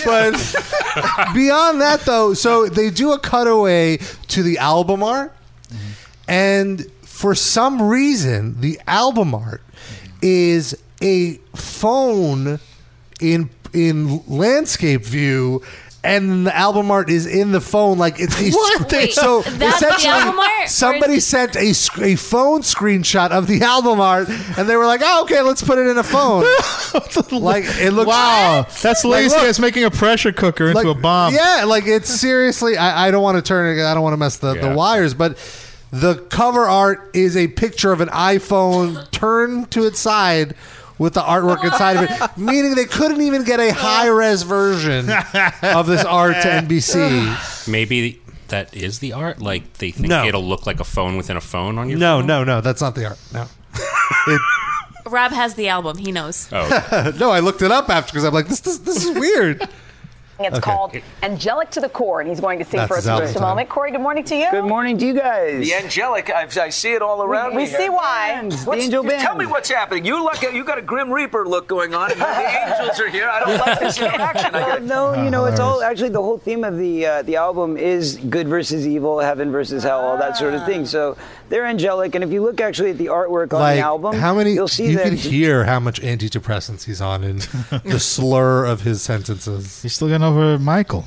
Speaker 3: Enough
Speaker 2: but,
Speaker 3: said.
Speaker 2: but beyond that, though, so they do a cutaway to the album art, and for some reason, the album art is a phone in in landscape view. And the album art is in the phone, like it's a
Speaker 6: What?
Speaker 3: Wait,
Speaker 2: so
Speaker 3: that's the album art, or
Speaker 2: essentially,
Speaker 3: is
Speaker 2: somebody
Speaker 3: it-
Speaker 2: sent a, sc- a phone screenshot of the album art, and they were like, "Oh, okay, let's put it in a phone." like it looks.
Speaker 6: Wow, that's
Speaker 2: Like,
Speaker 6: lazy.
Speaker 2: look.
Speaker 6: It's making a pressure cooker
Speaker 2: Like,
Speaker 6: into a bomb.
Speaker 2: Yeah, like it's seriously. I, I don't want to turn it. I don't want to mess the,
Speaker 7: Yeah.
Speaker 2: the wires, but the cover art is a picture of an iPhone turned to its side with the artwork inside of it, meaning they couldn't even get a high res version of this art to NBC.
Speaker 7: Maybe that is the art? Like they think
Speaker 2: No.
Speaker 7: it'll look like a phone within a phone on your
Speaker 2: No,
Speaker 7: phone?
Speaker 2: no, no. That's not the art. No.
Speaker 3: Rob has the album. He
Speaker 2: Oh,
Speaker 3: knows.
Speaker 6: Oh.
Speaker 2: no, I looked it up after because I'm like, this, this, this is weird.
Speaker 11: It's
Speaker 2: Okay.
Speaker 11: called Angelic to the Core, and he's going to sing
Speaker 2: That's
Speaker 11: for us
Speaker 2: his
Speaker 11: in
Speaker 2: album
Speaker 11: just a
Speaker 2: title.
Speaker 11: moment. Corey, good morning to you. Good morning to you guys.
Speaker 10: The angelic, I, I see it all around
Speaker 11: We-
Speaker 10: me.
Speaker 11: we see why. Bands, the
Speaker 10: What's,
Speaker 11: angel
Speaker 10: Tell
Speaker 11: bands.
Speaker 10: me what's happening. You look, you got a grim reaper look going on. And the angels are here. I don't like this interaction. I
Speaker 11: Well,
Speaker 10: got
Speaker 11: no,
Speaker 10: Ah,
Speaker 11: you know,
Speaker 2: Uh-huh.
Speaker 11: it's all
Speaker 10: hilarious.
Speaker 11: actually the whole theme of the uh, the album is good versus evil, heaven versus hell, all that sort of thing. So they're angelic, and if you look actually at the artwork on
Speaker 2: Ah. like
Speaker 11: the album,
Speaker 2: how many
Speaker 11: you'll see
Speaker 2: you
Speaker 11: that
Speaker 2: can hear how much antidepressants he's on and the slur of his sentences
Speaker 6: he's still going over michael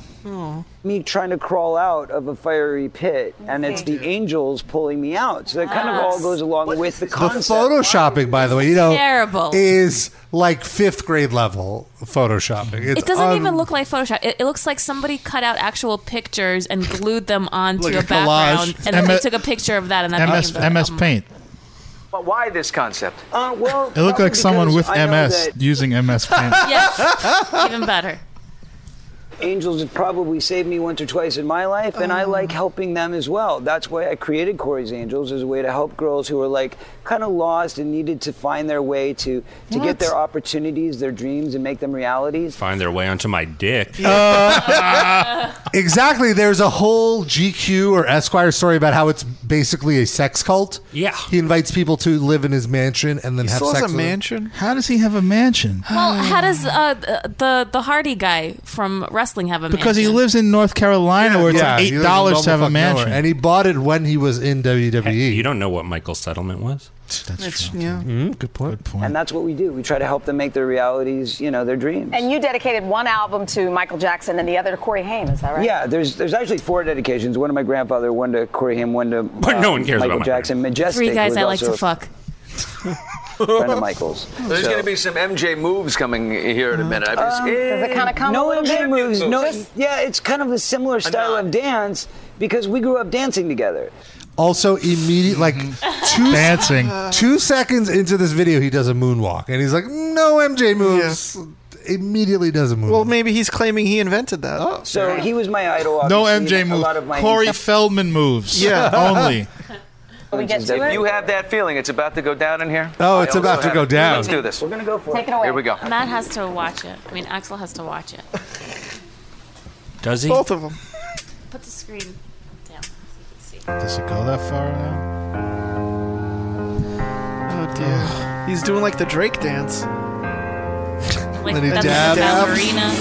Speaker 11: me trying to crawl out of a fiery pit, and it's the angels pulling me out. So that kind of
Speaker 2: Ah.
Speaker 11: all goes along with the
Speaker 2: the
Speaker 11: concept.
Speaker 2: photoshopping by the way you know
Speaker 3: Terrible.
Speaker 2: is like fifth grade level photoshopping it's
Speaker 3: it doesn't
Speaker 2: un-
Speaker 3: even look like Photoshop. It, it looks like somebody cut out actual pictures and glued them onto
Speaker 2: Like
Speaker 3: a,
Speaker 2: a collage.
Speaker 3: background, and then
Speaker 2: M-
Speaker 3: they took a picture of that and that
Speaker 6: ms
Speaker 3: became the
Speaker 6: ms paint
Speaker 10: But why this concept?
Speaker 11: Uh, well,
Speaker 6: it looked like someone with ms using ms paint
Speaker 11: yes,
Speaker 3: even better.
Speaker 11: Angels have probably saved me once or twice in my life, and I
Speaker 3: Oh.
Speaker 11: like helping them as well. That's why I created Corey's Angels as a way to help girls who are like kind of lost and needed to find their way to to
Speaker 7: What?
Speaker 11: get their opportunities, their dreams, and make them realities.
Speaker 7: Find their way onto my dick.
Speaker 2: Uh, exactly there's a whole gq or esquire story about how it's basically a sex cult
Speaker 7: yeah
Speaker 2: he invites people to live in his mansion and then have sex with them.
Speaker 6: how does he have a mansion
Speaker 3: Well, how does uh, the the Hardy guy from wrestling have a
Speaker 6: because he
Speaker 3: mansion?
Speaker 6: lives in north carolina where it's
Speaker 2: Yeah,
Speaker 6: like
Speaker 2: he
Speaker 6: eight
Speaker 2: lives in
Speaker 6: dollars to have a
Speaker 2: Bumblefuck Nowhere.
Speaker 6: mansion
Speaker 2: and he bought it when he was in E. wwe you
Speaker 7: don't know what michael's settlement was
Speaker 6: that's
Speaker 11: yeah.
Speaker 7: hmm,
Speaker 2: good point good
Speaker 11: And that's what we do. We try to help them make their realities, you know, their dreams.
Speaker 12: And you dedicated one album to Michael Jackson and the other to Corey Haim, is that right?
Speaker 11: Yeah, there's there's actually four dedications. One to my grandfather, one to Corey Haim, one to uh,
Speaker 7: But no one cares
Speaker 11: Michael
Speaker 7: about my
Speaker 11: Jackson. Majestic.
Speaker 3: Three guys
Speaker 11: was
Speaker 3: I like
Speaker 11: also
Speaker 3: to fuck.
Speaker 11: a Friend of Michael's.
Speaker 10: There's
Speaker 11: So-
Speaker 10: going to be some MJ moves coming here in a minute. I just,
Speaker 11: Um, no MJ moves. No, yeah, it's kind of a similar style of dance because we grew up dancing together.
Speaker 2: Also, immediate like two
Speaker 6: Mm-hmm. dancing.
Speaker 2: Two seconds into this video, he does a moonwalk, and he's like, "No MJ moves." Immediately does a moonwalk. Well,
Speaker 4: maybe he's claiming he invented that.
Speaker 11: Oh, So he was my idol.
Speaker 6: no
Speaker 11: obviously,
Speaker 6: mj
Speaker 11: and
Speaker 6: moves
Speaker 11: A lot of my
Speaker 6: corey feldman moves only
Speaker 11: we
Speaker 10: if you have that feeling, it's about to go down in here.
Speaker 2: Oh, it's
Speaker 10: I
Speaker 2: about to
Speaker 10: also have
Speaker 2: go
Speaker 10: it.
Speaker 2: down.
Speaker 10: Let's do this. We're
Speaker 11: going to go for
Speaker 3: Take it away.
Speaker 10: Here we go.
Speaker 3: Matt has to watch it. I mean, Axel has to watch it.
Speaker 7: Does he?
Speaker 4: Both of them.
Speaker 3: Put the screen down.
Speaker 6: does it go that far now
Speaker 4: Oh dear. He's doing like the Drake dance.
Speaker 3: Like
Speaker 4: Then he
Speaker 3: the the
Speaker 5: get it,
Speaker 4: dabs.
Speaker 5: get it.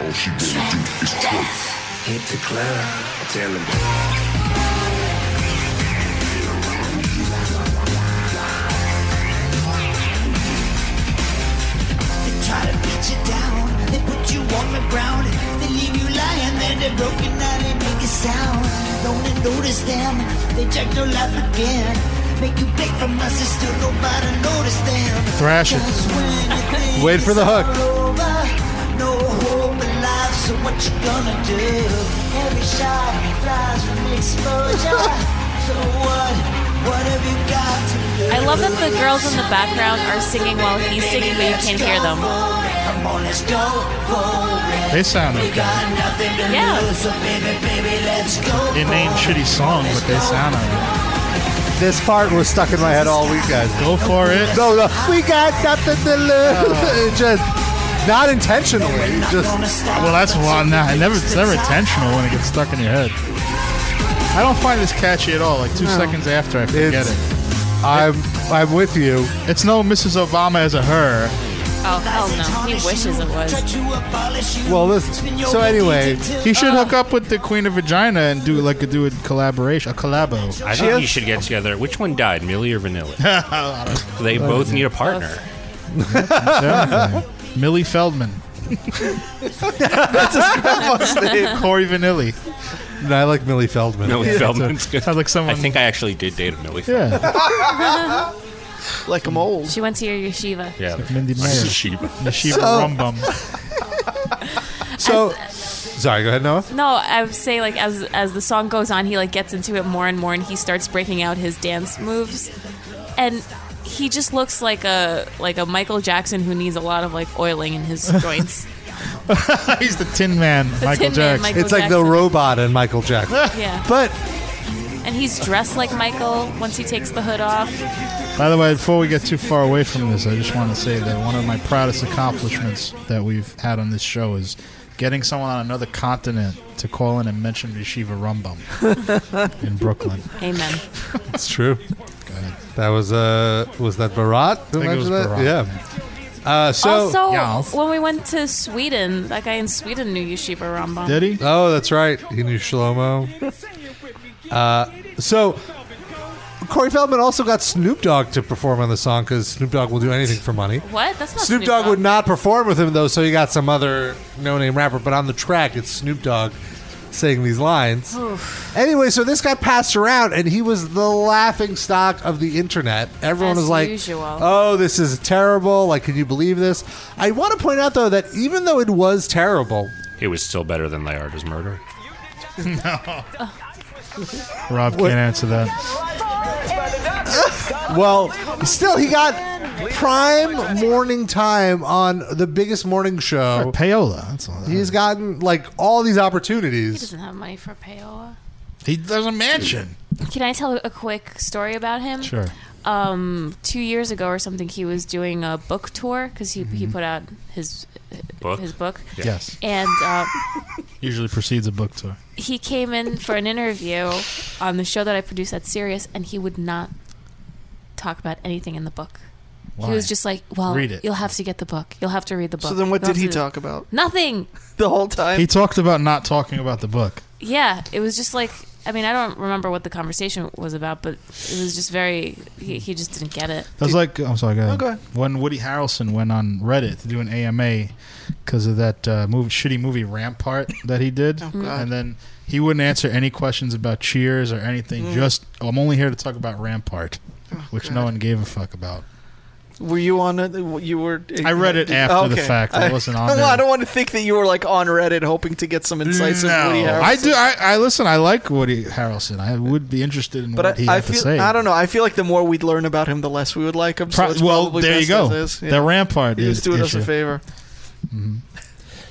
Speaker 5: All she gonna do is twerk. Hit the club. Tell him.
Speaker 13: They try to beat you down. They put you on the ground. They leave you lying there. They're broken now. They make a sound. Don't you notice them. They jack your life again. Make you beg from us. And still nobody notice them.
Speaker 6: thrash
Speaker 13: Just
Speaker 6: it
Speaker 13: when you think
Speaker 6: Wait for the
Speaker 13: it's
Speaker 6: hook.
Speaker 13: all over, No hope in life. So what you gonna do? Every shot flies from exposure. so what? What have you got to lose?
Speaker 3: I love that the girls in the background are singing while he's singing, but you can't hear them.
Speaker 13: Come on, let's go for it.
Speaker 6: they sound
Speaker 13: We
Speaker 6: okay
Speaker 13: got nothing to
Speaker 3: Yeah.
Speaker 13: lose, so baby, baby, let's go.
Speaker 6: it ain't shitty song but they sound okay
Speaker 2: this part was stuck in my head all weekend.
Speaker 6: Go for it. Oh.
Speaker 2: No, no, we got nothing to lose. It just not intentionally. it Just
Speaker 6: well that's why now it never it's never intentional when it gets stuck in your head i don't find this catchy at all like two
Speaker 2: No.
Speaker 6: seconds after i forget
Speaker 2: It's-
Speaker 6: it
Speaker 2: i'm i'm with you
Speaker 6: it's no mrs obama as a her
Speaker 3: Oh, hell no. He wishes it was.
Speaker 6: Well, this.
Speaker 3: so anyway-
Speaker 6: he should hook up with the Queen of Vagina and do like a do a collaboration, a collabo.
Speaker 7: I think you should get together. Which one died, Millie or Vanilla? they both need a partner.
Speaker 6: Definitely. Millie Feldman.
Speaker 5: That's
Speaker 6: his grandma's
Speaker 5: name.
Speaker 6: Corey Vanilli.
Speaker 2: No, I like Millie Feldman.
Speaker 7: Millie
Speaker 6: Yeah.
Speaker 7: Feldman's good.
Speaker 6: Sounds like someone.
Speaker 7: I think I actually did date a Millie. Feldman.
Speaker 6: yeah.
Speaker 4: like a mole.
Speaker 3: She went to your yeshiva.
Speaker 7: Yeah.
Speaker 6: Like Mindy Meyer.
Speaker 7: Yeshiva.
Speaker 6: Yeshiva
Speaker 2: So-
Speaker 6: Rumbum.
Speaker 2: so. Sorry, go ahead, Noah.
Speaker 3: No, I would say like as as the song goes on, he like gets into it more and more, and he starts breaking out his dance moves, and he just looks like a like a Michael Jackson who needs a lot of like oiling in his joints.
Speaker 6: He's the Tin Man,
Speaker 3: The
Speaker 6: Michael
Speaker 3: Tin Man,
Speaker 6: Jackson.
Speaker 3: Michael
Speaker 2: it's like the
Speaker 3: Jackson.
Speaker 2: robot in Michael Jackson.
Speaker 3: yeah.
Speaker 2: But
Speaker 3: And he's dressed like Michael once he takes the hood off.
Speaker 6: By the way, before we get too far away from this, I just want to say that one of my proudest accomplishments that we've had on this show is getting someone on another continent to call in and mention Yeshiva Rumbum in Brooklyn.
Speaker 3: Amen.
Speaker 2: It's true. That was uh was that Barat? who
Speaker 6: think it was
Speaker 2: mentioned that?
Speaker 6: Barat,
Speaker 2: Yeah. Uh, so
Speaker 3: also, when we went to Sweden, that guy in Sweden knew Yeshiva Rambam.
Speaker 6: he?
Speaker 2: Oh, that's right. He knew Shlomo. Uh, so Corey Feldman also got Snoop Dogg to perform on the song because Snoop Dogg will do anything for money.
Speaker 3: What? That's not
Speaker 2: Snoop Dogg would not perform with him though, so he got some other no-name rapper. But on the track, it's Snoop Dogg saying these lines. Anyway, so this got passed around, and he was the laughing stock of the internet. Everyone
Speaker 3: As
Speaker 2: was like,
Speaker 3: usual.
Speaker 2: "Oh, this is terrible! Like, can you believe this?" I want to point out though that even though it was terrible,
Speaker 7: It was still better than Layarda's murder.
Speaker 6: no. Rob can't answer that.
Speaker 2: well, still he got prime morning time on the biggest morning show.
Speaker 6: Payola. That's all
Speaker 2: He's gotten like all these
Speaker 3: He
Speaker 2: opportunities.
Speaker 3: doesn't have money for payola.
Speaker 6: He does a mansion.
Speaker 3: Can I tell a quick story about him?
Speaker 6: Sure.
Speaker 3: Um, two years ago or something, he was doing a book tour because he, he
Speaker 6: Mhm.
Speaker 3: put out his
Speaker 6: Book?
Speaker 3: his book.
Speaker 6: Yeah. Yes.
Speaker 3: And uh,
Speaker 6: Usually precedes a book tour.
Speaker 3: he came in for an interview on the show that I produced at Sirius, and he would not talk about anything in the book.
Speaker 4: Why?
Speaker 3: He was just like, "Well,
Speaker 4: Read it.
Speaker 3: you'll have to get the book. You'll have to read the book."
Speaker 4: So then what
Speaker 3: You'll
Speaker 4: did he
Speaker 3: have to-
Speaker 4: talk about?
Speaker 3: Nothing.
Speaker 4: The whole time?
Speaker 6: He talked about not talking about the book.
Speaker 3: Yeah, it was just like I mean I don't remember what the conversation was about, but it was just very he, he just didn't get it.
Speaker 6: That was like, I'm sorry, go ahead.
Speaker 3: Okay.
Speaker 6: When Woody Harrelson went on Reddit to do an AMA because of that uh, movie, shitty movie Rampart that he did,
Speaker 4: Oh, God.
Speaker 6: and then he wouldn't answer any questions about Cheers or anything.
Speaker 4: Mm. Oh,
Speaker 6: Just, I'm only here to talk about Rampart, which no
Speaker 4: God.
Speaker 6: one gave a fuck about.
Speaker 4: Were you on it? You were.
Speaker 6: I read it after the fact. I wasn't on
Speaker 4: No,
Speaker 6: there.
Speaker 4: I don't want to think that you were like on Reddit hoping to get some insights of Woody Harrelson.
Speaker 6: I do. I, I listen. I like Woody Harrelson. I would be interested in what
Speaker 4: but
Speaker 6: he
Speaker 4: I, I
Speaker 6: had to
Speaker 4: feel
Speaker 6: say.
Speaker 4: I don't know. I feel like the more we'd learn about him, the less we would like him. So
Speaker 6: Pro-
Speaker 4: it's
Speaker 6: well,
Speaker 4: probably
Speaker 6: there you
Speaker 4: best
Speaker 6: go.
Speaker 4: as is.
Speaker 6: The Rampart
Speaker 4: He was
Speaker 6: is-
Speaker 4: doing us a
Speaker 6: issue.
Speaker 4: favor.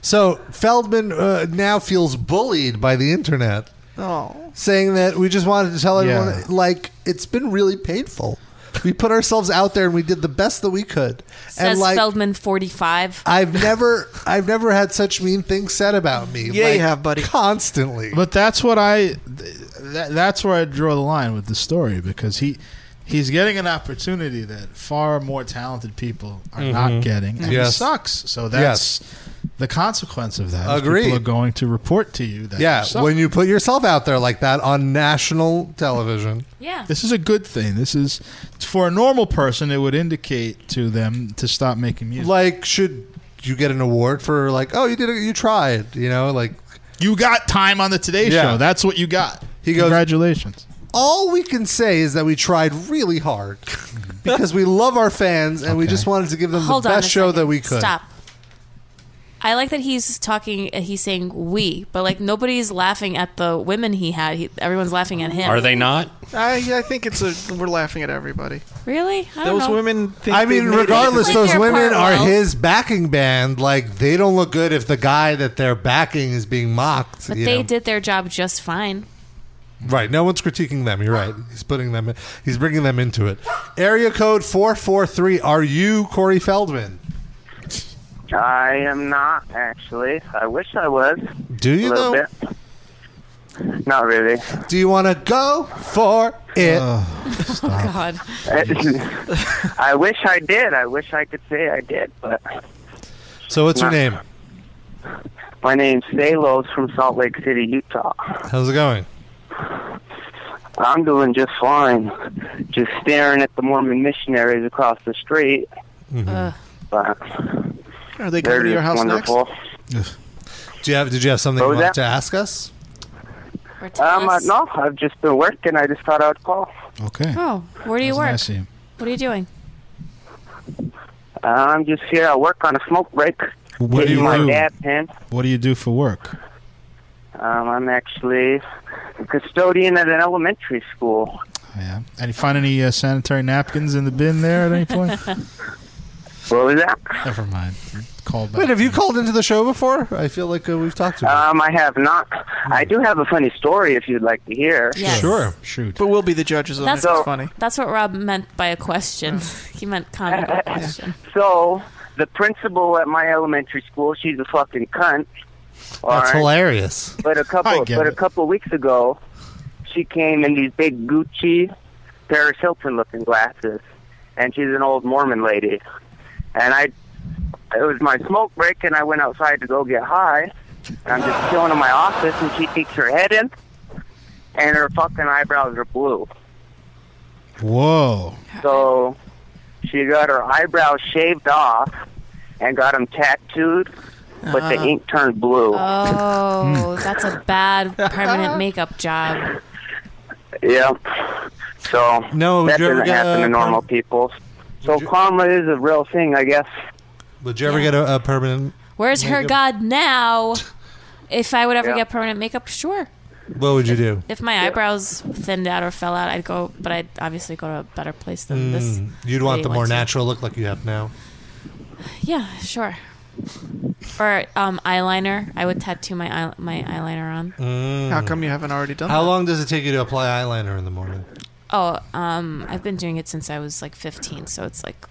Speaker 2: So Feldman uh, now feels bullied by the internet,
Speaker 4: Oh,
Speaker 2: saying that we just wanted to tell everyone
Speaker 6: Yeah.
Speaker 2: like it's been really painful. We put ourselves out there and we did the best that we could.
Speaker 3: Says
Speaker 2: and like
Speaker 3: Feldman forty five.
Speaker 2: I've never I've never had such mean things said about me.
Speaker 6: Yeah, you
Speaker 2: like,
Speaker 6: have,
Speaker 2: buddy. Constantly.
Speaker 6: But that's what I. th- That, that's where I draw the line with the story because he. He's getting an opportunity that far more talented people are
Speaker 2: Mhm.
Speaker 6: not getting, and
Speaker 2: Yes.
Speaker 6: he sucks. So that's the consequence of that. is
Speaker 2: Agreed.
Speaker 6: People are going to report to you that.
Speaker 2: yeah,
Speaker 6: you suck.
Speaker 2: when you put yourself out there like that on national television.
Speaker 3: Yeah.
Speaker 6: This is a good thing. This is for a normal person. It would indicate to them to stop making music.
Speaker 2: Like should you get an award for like, oh you did it you tried, you know, like
Speaker 6: You got time on the Today
Speaker 2: Yeah.
Speaker 6: Show. That's what you got.
Speaker 2: He goes-
Speaker 6: Congratulations.
Speaker 2: all we can say is that we tried really hard because we love our fans and we just wanted to give them
Speaker 3: Hold
Speaker 2: the
Speaker 3: on
Speaker 2: best
Speaker 3: a
Speaker 2: show
Speaker 3: second.
Speaker 2: that we could.
Speaker 3: Stop. I like that he's talking. and He's saying "we," but like nobody's laughing at the women he had. He, everyone's laughing at him.
Speaker 7: Are they not?
Speaker 4: I, I think it's a. We're laughing at everybody.
Speaker 3: Really? I don't
Speaker 4: Those
Speaker 3: know.
Speaker 4: women. Think
Speaker 2: I
Speaker 4: they
Speaker 2: mean,
Speaker 4: made it.
Speaker 2: regardless, those women are
Speaker 3: well.
Speaker 2: his backing band. Like they don't look good if the guy that they're backing is being mocked.
Speaker 3: But
Speaker 2: you
Speaker 3: they
Speaker 2: know.
Speaker 3: did their job just fine.
Speaker 2: Right. No one's critiquing them. You're
Speaker 6: Ah.
Speaker 2: right. He's putting them. In, he's bringing them into it. Area code four four three. Are you Corey Feldman?
Speaker 14: I am not actually. I wish I was.
Speaker 2: Do you
Speaker 14: a little
Speaker 2: though?
Speaker 14: Bit. Not really.
Speaker 2: Do you want to go for it?
Speaker 3: God.
Speaker 14: I wish I did. I wish I could say I did, but
Speaker 2: so what's your
Speaker 14: Nah.
Speaker 2: name?
Speaker 14: my name's Salos from Salt Lake City, Utah.
Speaker 2: How's it going?
Speaker 14: I'm doing just fine. Just staring at the Mormon missionaries across the street.
Speaker 2: Mm-hmm.
Speaker 4: Uh,
Speaker 14: But
Speaker 4: Are they coming to your house
Speaker 14: wonderful.
Speaker 2: Do you have? Did you have something
Speaker 14: What
Speaker 2: you
Speaker 14: was
Speaker 2: wanted
Speaker 14: that?
Speaker 2: to ask us?
Speaker 14: Um, uh, no, I've just been working. I just thought I would call.
Speaker 6: Okay.
Speaker 3: Oh, where do you work?
Speaker 6: see him.
Speaker 3: What are you doing?
Speaker 14: Uh, I'm just here. I work on a smoke break.
Speaker 6: What do
Speaker 14: Getting
Speaker 6: you
Speaker 14: my
Speaker 6: do?
Speaker 14: dad pen.
Speaker 6: What do you do for work?
Speaker 14: Um, I'm actually a custodian at an elementary school.
Speaker 6: And you find any uh, sanitary napkins in the bin there at any point?
Speaker 14: What was that?
Speaker 6: Never mind. Called
Speaker 2: Wait, have you called into the show before? I feel like uh, we've talked about.
Speaker 14: Um, I have not. I do have a funny story if you'd like to hear.
Speaker 3: Yes. Sure.
Speaker 4: Shoot. But we'll be the judges on it.
Speaker 3: That's
Speaker 4: It's funny.
Speaker 3: That's what Rob meant by a question. he meant comment or question.
Speaker 14: So the principal at my elementary school, she's a fucking cunt. all
Speaker 2: That's
Speaker 14: right?
Speaker 2: hilarious.
Speaker 14: But a
Speaker 2: I
Speaker 14: couple,
Speaker 2: get
Speaker 14: but a
Speaker 2: it.
Speaker 14: couple weeks ago, she came in these big Gucci, Paris Hilton looking glasses, and she's an old Mormon lady. And I, it was my smoke break, and I went outside to go get high. And I'm just chilling in my office, and she peeks her head in, and her fucking eyebrows are blue.
Speaker 6: Whoa.
Speaker 14: So she got her eyebrows shaved off and got them tattooed, but the
Speaker 3: Ah.
Speaker 14: ink turned blue.
Speaker 3: Uh-huh.
Speaker 2: Hmm.
Speaker 3: Oh, that's a bad permanent makeup job.
Speaker 14: Yep. So
Speaker 2: No,
Speaker 14: that
Speaker 2: did you ever uh,
Speaker 14: doesn't
Speaker 2: get
Speaker 14: happen
Speaker 2: a
Speaker 14: to normal people. So karma is a real thing, I guess.
Speaker 2: Did you ever get a, a permanent?
Speaker 3: Where's her
Speaker 2: Makeup.
Speaker 3: god now? If I would ever
Speaker 14: Yeah.
Speaker 3: get permanent makeup, sure.
Speaker 2: What would you do?
Speaker 3: If my eyebrows thinned out or fell out, I'd go, but I'd obviously go to a better place than this.
Speaker 2: Mm, you'd want
Speaker 3: lady
Speaker 2: the more
Speaker 3: went to.
Speaker 2: natural look like you have now.
Speaker 3: Yeah, sure. Or um, eyeliner. I would tattoo my eye- my eyeliner on.
Speaker 2: Mm.
Speaker 4: How come you haven't already done
Speaker 2: How
Speaker 4: that?
Speaker 2: long does it take you to apply eyeliner in the morning?
Speaker 3: Oh, um, I've been doing it since I was like 15, so it's like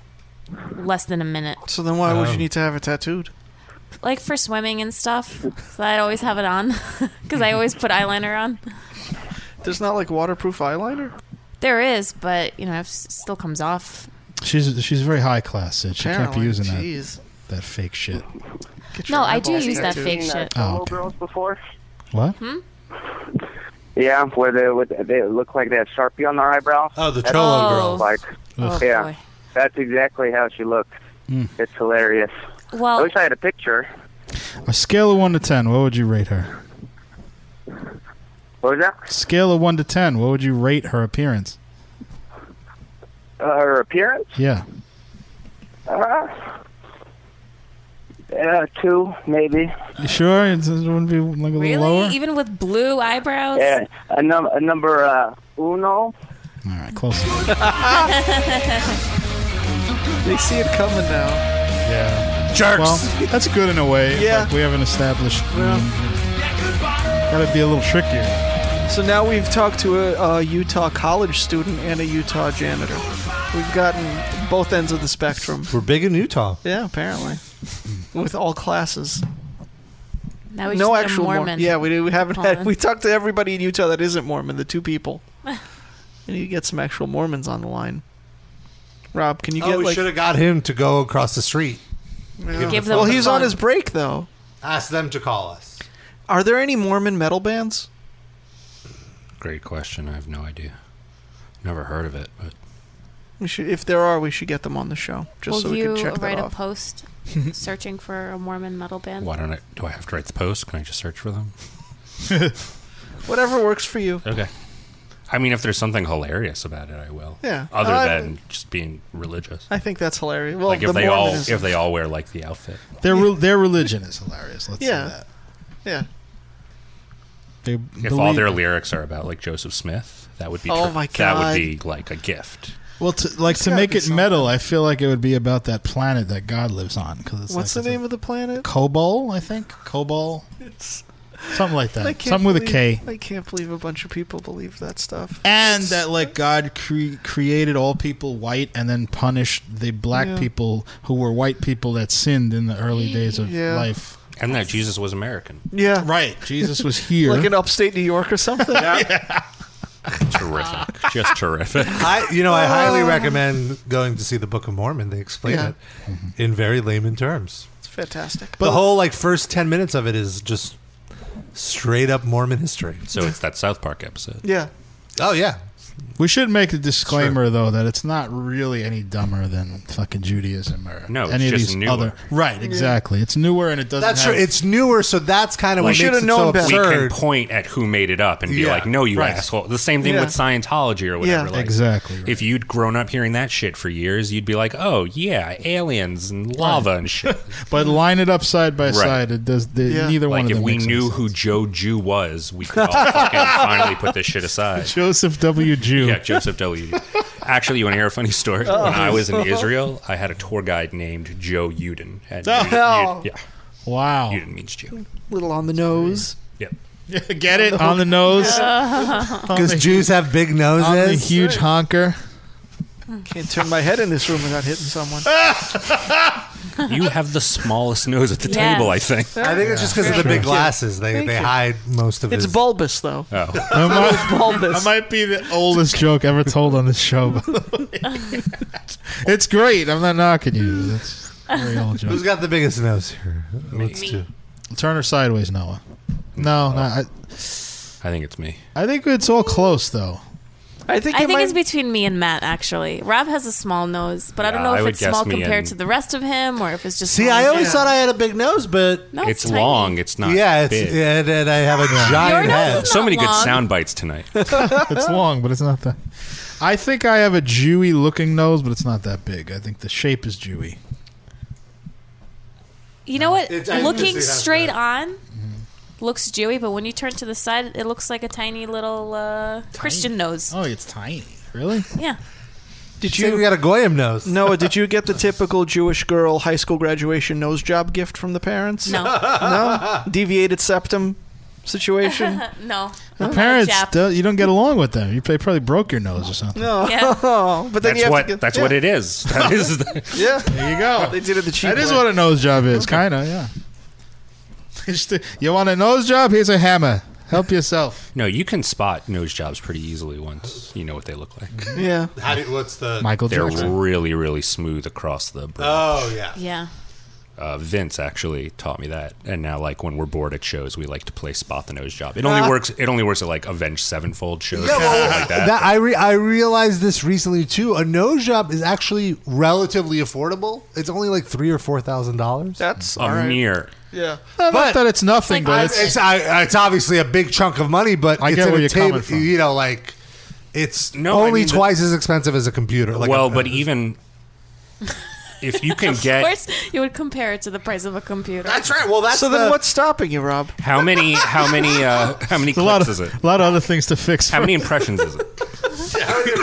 Speaker 3: less than a minute.
Speaker 4: So then why would
Speaker 2: Oh.
Speaker 4: you need to have it tattooed?
Speaker 3: Like for swimming and stuff, so I'd always have it on because I always put eyeliner on.
Speaker 4: There's not like waterproof eyeliner.
Speaker 3: There is, but you know, it still comes off.
Speaker 6: She's she's very high class, Sid. She can't be
Speaker 4: Apparently,
Speaker 6: using
Speaker 4: jeez.
Speaker 6: that that fake shit.
Speaker 3: No, I do
Speaker 14: eyeballs
Speaker 3: use that
Speaker 14: tattooed.
Speaker 3: fake
Speaker 14: Seen
Speaker 3: shit.
Speaker 14: that
Speaker 6: Oh, okay.
Speaker 14: Girls before?
Speaker 6: What?
Speaker 3: Hmm?
Speaker 14: Yeah, where they would they look like they have sharpie on their eyebrows.
Speaker 2: Oh, the
Speaker 14: That's
Speaker 2: Trollo
Speaker 14: what it
Speaker 2: girls.
Speaker 14: looked Like,
Speaker 2: Oh,
Speaker 14: yeah,
Speaker 3: boy.
Speaker 14: that's exactly how she looked.
Speaker 2: Hmm.
Speaker 14: It's hilarious.
Speaker 3: Well-
Speaker 14: I wish I had a picture.
Speaker 6: A scale of one to ten, what would you rate her?
Speaker 14: What was that?
Speaker 6: Scale of one to ten, what would you rate her appearance?
Speaker 14: Uh, her appearance?
Speaker 6: Yeah.
Speaker 14: Uh, uh, two, maybe.
Speaker 6: You sure? It wouldn't be like a
Speaker 3: Really?
Speaker 6: little lower?
Speaker 3: Even with blue eyebrows?
Speaker 14: Yeah, a, num- a number uh, uno.
Speaker 6: All right, close.
Speaker 4: They see it coming now.
Speaker 6: Yeah.
Speaker 4: Jerks.
Speaker 6: Well, that's good in a way.
Speaker 4: Yeah.
Speaker 6: Like we have an established. Got to be a little trickier.
Speaker 4: So now we've talked to a, a Utah college student and a Utah janitor. We've gotten both ends of the spectrum.
Speaker 2: We're big in Utah.
Speaker 4: Yeah, apparently, with all classes.
Speaker 3: Now we just
Speaker 4: no
Speaker 3: need a
Speaker 4: actual Mor-
Speaker 3: Mormon.
Speaker 4: Yeah, we do. We haven't had.
Speaker 3: Colin.
Speaker 4: We talked to everybody in Utah that isn't Mormon. The two people. And you get some actual Mormons on the line. Rob, can you
Speaker 2: oh,
Speaker 4: get
Speaker 2: we
Speaker 4: like?
Speaker 2: should have got him to go across the street.
Speaker 4: Yeah.
Speaker 2: Give them
Speaker 4: well,
Speaker 2: the
Speaker 4: he's
Speaker 2: phone.
Speaker 4: on his break though.
Speaker 2: Ask them to call us.
Speaker 4: Are there any Mormon metal bands?
Speaker 7: Great question. I have no idea. Never heard of it, but
Speaker 4: We should, if there are, we should get them on the show just
Speaker 3: Will
Speaker 4: so we
Speaker 3: you
Speaker 4: can check
Speaker 3: write
Speaker 4: that
Speaker 3: a
Speaker 4: off.
Speaker 3: post searching for a Mormon metal band?
Speaker 7: why don't I? Do I have to write the post? Can I just search for them?
Speaker 4: Whatever works for you.
Speaker 7: Okay. I mean, if there's something hilarious about it, I will.
Speaker 4: Yeah.
Speaker 7: Other
Speaker 4: Uh,
Speaker 7: than just being religious.
Speaker 4: I think that's hilarious. Well,
Speaker 7: like
Speaker 4: the
Speaker 7: if they all
Speaker 4: Mormons.
Speaker 7: if they all wear like the outfit.
Speaker 6: Their re- their religion is hilarious. Let's
Speaker 4: yeah, yeah.
Speaker 6: They
Speaker 7: If all
Speaker 6: believe-
Speaker 7: their lyrics are about like Joseph Smith, that would be
Speaker 4: Oh
Speaker 7: tr-
Speaker 4: my
Speaker 7: that would
Speaker 4: God.
Speaker 7: be like a gift.
Speaker 6: Well, to, like to
Speaker 4: gotta
Speaker 6: make
Speaker 4: be
Speaker 6: it metal, I feel like it would be about that planet that God lives on. Cause it's
Speaker 4: What's
Speaker 6: like
Speaker 4: the name of the planet?
Speaker 6: Cobol, I think. Cobol,
Speaker 4: It's,
Speaker 6: something like
Speaker 4: I
Speaker 6: that.
Speaker 4: can't
Speaker 6: Something with a K.
Speaker 4: believe- I can't believe a bunch of people believe that stuff.
Speaker 6: And that like God cre- created all people white and then punished the black
Speaker 4: Yeah.
Speaker 6: people who were white people that sinned in the early days of
Speaker 4: Yeah.
Speaker 6: life.
Speaker 7: And that Jesus was American.
Speaker 4: Yeah,
Speaker 6: right. Jesus was here.
Speaker 4: like in upstate New York or something.
Speaker 7: terrific. Just terrific.
Speaker 2: I, you know, I highly
Speaker 4: Uh.
Speaker 2: recommend going to see the Book of Mormon. They explain
Speaker 4: Yeah.
Speaker 2: it in very layman terms.
Speaker 4: It's fantastic.
Speaker 2: the whole like first ten minutes of it is just straight up Mormon history.
Speaker 7: So it's that South Park episode.
Speaker 4: yeah.
Speaker 2: Oh yeah,
Speaker 6: we should make a disclaimer though that it's not really any dumber than fucking Judaism or
Speaker 7: No, it's
Speaker 6: any of
Speaker 7: just
Speaker 6: these
Speaker 7: newer.
Speaker 6: other. Right, exactly. It's newer and it doesn't.
Speaker 2: that's
Speaker 6: have-
Speaker 2: true. It's newer, so that's kind of
Speaker 7: Like,
Speaker 2: what makes it so
Speaker 7: We can
Speaker 2: absurd.
Speaker 7: point at who made it up and be
Speaker 2: Yeah,
Speaker 7: like, "No, you
Speaker 6: right.
Speaker 7: asshole." The same thing
Speaker 6: Yeah.
Speaker 7: with Scientology or whatever.
Speaker 6: Yeah.
Speaker 7: like,
Speaker 6: Exactly,
Speaker 7: If you'd grown up hearing that shit for years, you'd be like, "Oh yeah, aliens and lava and shit."
Speaker 6: But line it up side by
Speaker 7: Right.
Speaker 6: side. It does. They, Neither
Speaker 7: like
Speaker 6: one of
Speaker 7: if
Speaker 6: them.
Speaker 7: we
Speaker 6: makes
Speaker 7: knew
Speaker 6: sense.
Speaker 7: who Joe Jew was, we could all fucking finally put this shit aside.
Speaker 6: Joseph W. Jew.
Speaker 7: Yeah, Joseph W. Actually, you want to hear a funny story?
Speaker 4: Oh.
Speaker 7: When I was in Israel, I had a tour guide named Joe Uden. And
Speaker 4: Oh.
Speaker 7: Uden- yeah.
Speaker 6: Wow.
Speaker 7: Uden means Jew.
Speaker 4: Little on the nose.
Speaker 7: Yep.
Speaker 4: Get it?
Speaker 6: On the nose.
Speaker 2: Because Jews have big noses.
Speaker 6: I'm a huge honker.
Speaker 4: Hmm. Can't turn my head in this room without hitting someone.
Speaker 7: You have the smallest nose at the
Speaker 4: Yeah.
Speaker 7: table, I think.
Speaker 4: I think it's just 'cause of the big Thank you. glasses. They- Thank they you. hide
Speaker 2: most of
Speaker 4: It's bulbous, though.
Speaker 7: Oh.
Speaker 6: Am I-
Speaker 4: It's bulbous.
Speaker 6: I might be the oldest joke ever told on this show. by the way. it's great. I'm not knocking you. It's a very old joke.
Speaker 2: Who's got the biggest nose here? Let's do.
Speaker 6: Turn her sideways, Noah. No, no. I,
Speaker 7: I think it's me.
Speaker 6: I think it's all close though.
Speaker 4: I
Speaker 3: think, it's between me and Matt, actually. Rob has a small nose, but I don't
Speaker 7: Yeah,
Speaker 3: know
Speaker 7: I
Speaker 3: if
Speaker 7: would
Speaker 3: it's
Speaker 7: guess
Speaker 3: small
Speaker 7: me
Speaker 3: compared
Speaker 7: and-
Speaker 3: to the rest of him or if it's just.
Speaker 2: See,
Speaker 3: small
Speaker 2: I
Speaker 3: in
Speaker 2: always
Speaker 3: general.
Speaker 2: thought I had a big nose, but
Speaker 3: No, it's
Speaker 7: it's
Speaker 3: tiny.
Speaker 7: long. It's not.
Speaker 2: yeah, it's,
Speaker 7: big.
Speaker 2: yeah, and, and I have a giant head.
Speaker 7: So many good
Speaker 6: long.
Speaker 7: sound bites tonight.
Speaker 6: it's long, but it's not that. I think I have a Jewy looking nose, but it's not that big. I think the shape is Jewy.
Speaker 3: You know what?
Speaker 13: I usually
Speaker 3: Looking
Speaker 13: have
Speaker 3: straight on looks Jewy, but when you turn to the side, it looks like a tiny little uh, Christian nose.
Speaker 6: Oh, it's tiny. Really?
Speaker 4: Oh.
Speaker 3: Yeah.
Speaker 4: Did
Speaker 2: you? We got a goyim nose.
Speaker 4: Noah, did you get the typical Jewish girl high school graduation nose job gift from the parents?
Speaker 3: No.
Speaker 4: no? Deviated septum situation?
Speaker 6: Your
Speaker 3: no. I'm not a
Speaker 6: parents,
Speaker 3: Oh, Jap.
Speaker 6: do- you don't get along with them. You they probably broke your nose or something.
Speaker 4: No.
Speaker 3: Yeah.
Speaker 10: Oh,
Speaker 4: but then
Speaker 7: that's
Speaker 4: you have
Speaker 7: what.
Speaker 4: to get,
Speaker 7: that's
Speaker 4: yeah.
Speaker 7: what it is. That is. The,
Speaker 4: Yeah. There
Speaker 6: you go.
Speaker 4: They did it the cheap
Speaker 6: That is
Speaker 4: way.
Speaker 6: what a nose job is, kind of. Yeah. Just, uh, you want a nose job? Here's a hammer. Help yourself.
Speaker 7: no, you can spot nose jobs pretty easily once you know what they look like.
Speaker 4: Yeah.
Speaker 2: How do, what's the
Speaker 6: Michael
Speaker 7: They're
Speaker 6: Jackson.
Speaker 7: really, really smooth across the. Bridge.
Speaker 2: Oh yeah.
Speaker 3: Yeah.
Speaker 7: Uh, Vince actually taught me that, and now like when we're bored at shows, we like to play spot the nose job. It only
Speaker 4: Uh,
Speaker 2: Ah.
Speaker 7: works. It only works at like Avenged Sevenfold shows,
Speaker 2: Yeah,
Speaker 7: and
Speaker 2: well,
Speaker 7: stuff like that.
Speaker 2: that- I re- I realized this recently too. A nose job is actually relatively affordable. It's only like three or four thousand dollars.
Speaker 4: That's
Speaker 7: a mirror.
Speaker 4: Yeah.
Speaker 6: not that it's nothing,
Speaker 2: I-
Speaker 6: but
Speaker 2: it's,
Speaker 6: it's,
Speaker 2: I, it's obviously a big chunk of money, but
Speaker 6: I
Speaker 2: it's
Speaker 6: get
Speaker 2: in
Speaker 6: where
Speaker 2: a
Speaker 6: you're
Speaker 2: table,
Speaker 6: coming from.
Speaker 2: You know, like it's
Speaker 7: No, I
Speaker 2: only
Speaker 7: mean the-
Speaker 2: twice as expensive as a computer. Like
Speaker 7: well,
Speaker 2: a,
Speaker 7: but even if you can
Speaker 3: of
Speaker 7: get
Speaker 3: course, you would compare it to the price of a computer.
Speaker 2: That's right. Well,
Speaker 4: so then what's stopping you, Rob?
Speaker 7: how many, how many, uh, how many
Speaker 6: a lot
Speaker 7: clips
Speaker 6: of
Speaker 7: is it?
Speaker 6: a lot of other things to fix.
Speaker 7: How many impressions is it?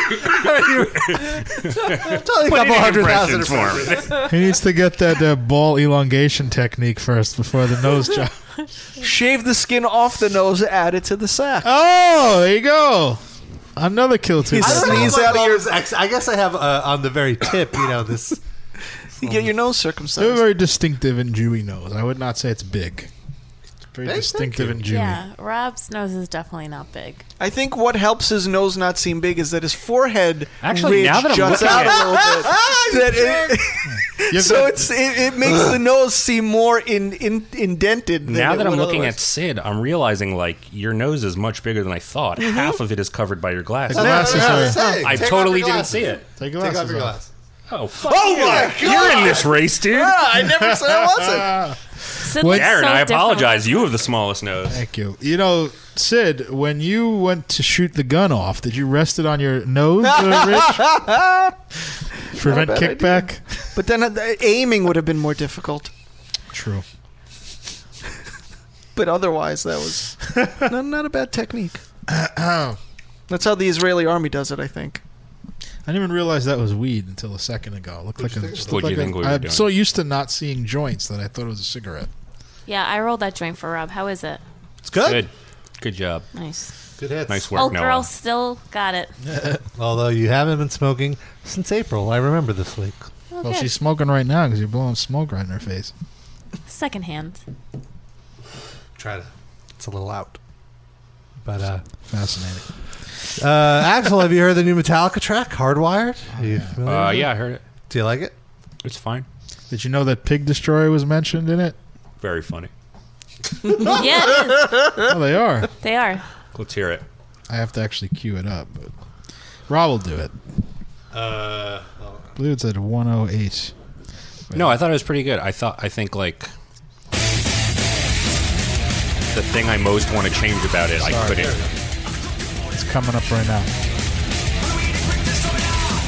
Speaker 2: Totally
Speaker 7: Put
Speaker 2: couple
Speaker 7: it in
Speaker 2: hundred thousand
Speaker 7: impressions for me.
Speaker 6: he needs to get that uh, ball elongation technique first before the nose job.
Speaker 4: Shave the skin off the nose, add it to the sack.
Speaker 6: Oh, there you go. Another kill two.
Speaker 2: I,
Speaker 6: birds.
Speaker 2: don't know out of your... I guess I have uh, on the very tip. You know this.
Speaker 4: You get your nose
Speaker 6: They have a
Speaker 4: circumcised.
Speaker 6: very distinctive and Jewy nose. I would not say it's big. It's very
Speaker 4: Big?
Speaker 6: distinctive and Jewy.
Speaker 3: Yeah, Rob's nose is definitely not big.
Speaker 4: I think what helps his nose not seem big is that his forehead
Speaker 7: Actually,
Speaker 4: ridge
Speaker 7: now that I'm
Speaker 4: juts
Speaker 7: looking
Speaker 4: out
Speaker 7: at it-
Speaker 4: a little bit. That it-
Speaker 6: You've
Speaker 4: so
Speaker 6: got-
Speaker 4: it's it, it makes the nose seem more in, in indented. Than
Speaker 7: now
Speaker 4: it
Speaker 7: that I'm
Speaker 4: would
Speaker 7: looking
Speaker 4: otherwise.
Speaker 7: at Sid, I'm realizing like your nose is much bigger than I thought.
Speaker 2: Mm-hmm.
Speaker 4: Mhm.
Speaker 7: Half of it is covered by your glasses.
Speaker 6: The glasses That's what I was are-
Speaker 7: I totally didn't see it.
Speaker 6: Take your Take off your glasses
Speaker 7: Oh, fuck
Speaker 4: Oh
Speaker 7: you.
Speaker 4: my
Speaker 7: You're in
Speaker 4: God.
Speaker 7: this race, dude.
Speaker 4: Yeah, I never said I wasn't.
Speaker 3: Sid
Speaker 6: What-
Speaker 3: looks
Speaker 7: Darren,
Speaker 3: so
Speaker 7: I
Speaker 3: different.
Speaker 7: apologize. You have the smallest nose.
Speaker 6: Thank you. You know, Sid, when you went to shoot the gun off, did you rest it on your nose, uh, Rich? Prevent
Speaker 4: Not a bad
Speaker 6: kickback?
Speaker 4: But then uh, the aiming would have been more difficult.
Speaker 6: True.
Speaker 4: But otherwise, that was not, not a bad technique. That's how the Israeli army does it, I think.
Speaker 6: I didn't even realize that was weed until a second ago. It looked like a. just
Speaker 7: What'd
Speaker 6: looked like
Speaker 7: you think
Speaker 6: a-
Speaker 7: we were
Speaker 6: I'm
Speaker 7: doing?
Speaker 6: so used to not seeing joints that I thought it was a cigarette.
Speaker 3: Yeah, I rolled that joint for Rob. How is it?
Speaker 2: It's good.
Speaker 7: Good. Good job.
Speaker 3: Nice.
Speaker 2: Good hits.
Speaker 7: Nice work,
Speaker 3: Old
Speaker 7: Noah.
Speaker 3: girl still got it.
Speaker 2: Although you haven't been smoking since April, I remember this leak.
Speaker 3: Oh,
Speaker 6: Well,
Speaker 3: good.
Speaker 6: she's smoking right now because you're blowing smoke right in her face.
Speaker 3: Secondhand.
Speaker 2: Try to. It's a little out. But uh,
Speaker 6: Fascinating.
Speaker 2: uh, Axel, have you heard the new Metallica track, Hardwired?
Speaker 6: Oh,
Speaker 2: Are you familiar
Speaker 7: Uh,
Speaker 2: with it?
Speaker 7: yeah, I heard it.
Speaker 2: Mm-hmm. Do you like it?
Speaker 7: It's fine.
Speaker 6: Did you know that Pig Destroyer was mentioned in it?
Speaker 7: Very funny.
Speaker 3: yeah, it is.
Speaker 6: Oh, they are.
Speaker 3: They are.
Speaker 7: Let's hear it.
Speaker 6: I have to actually cue it up, but Rob will do it.
Speaker 2: Uh,
Speaker 6: I believe it's at 108.
Speaker 7: No, I thought it was pretty good. I thought I think like the thing I most want to change about it, I
Speaker 6: Sorry.
Speaker 7: couldn't.
Speaker 6: It's coming up right now.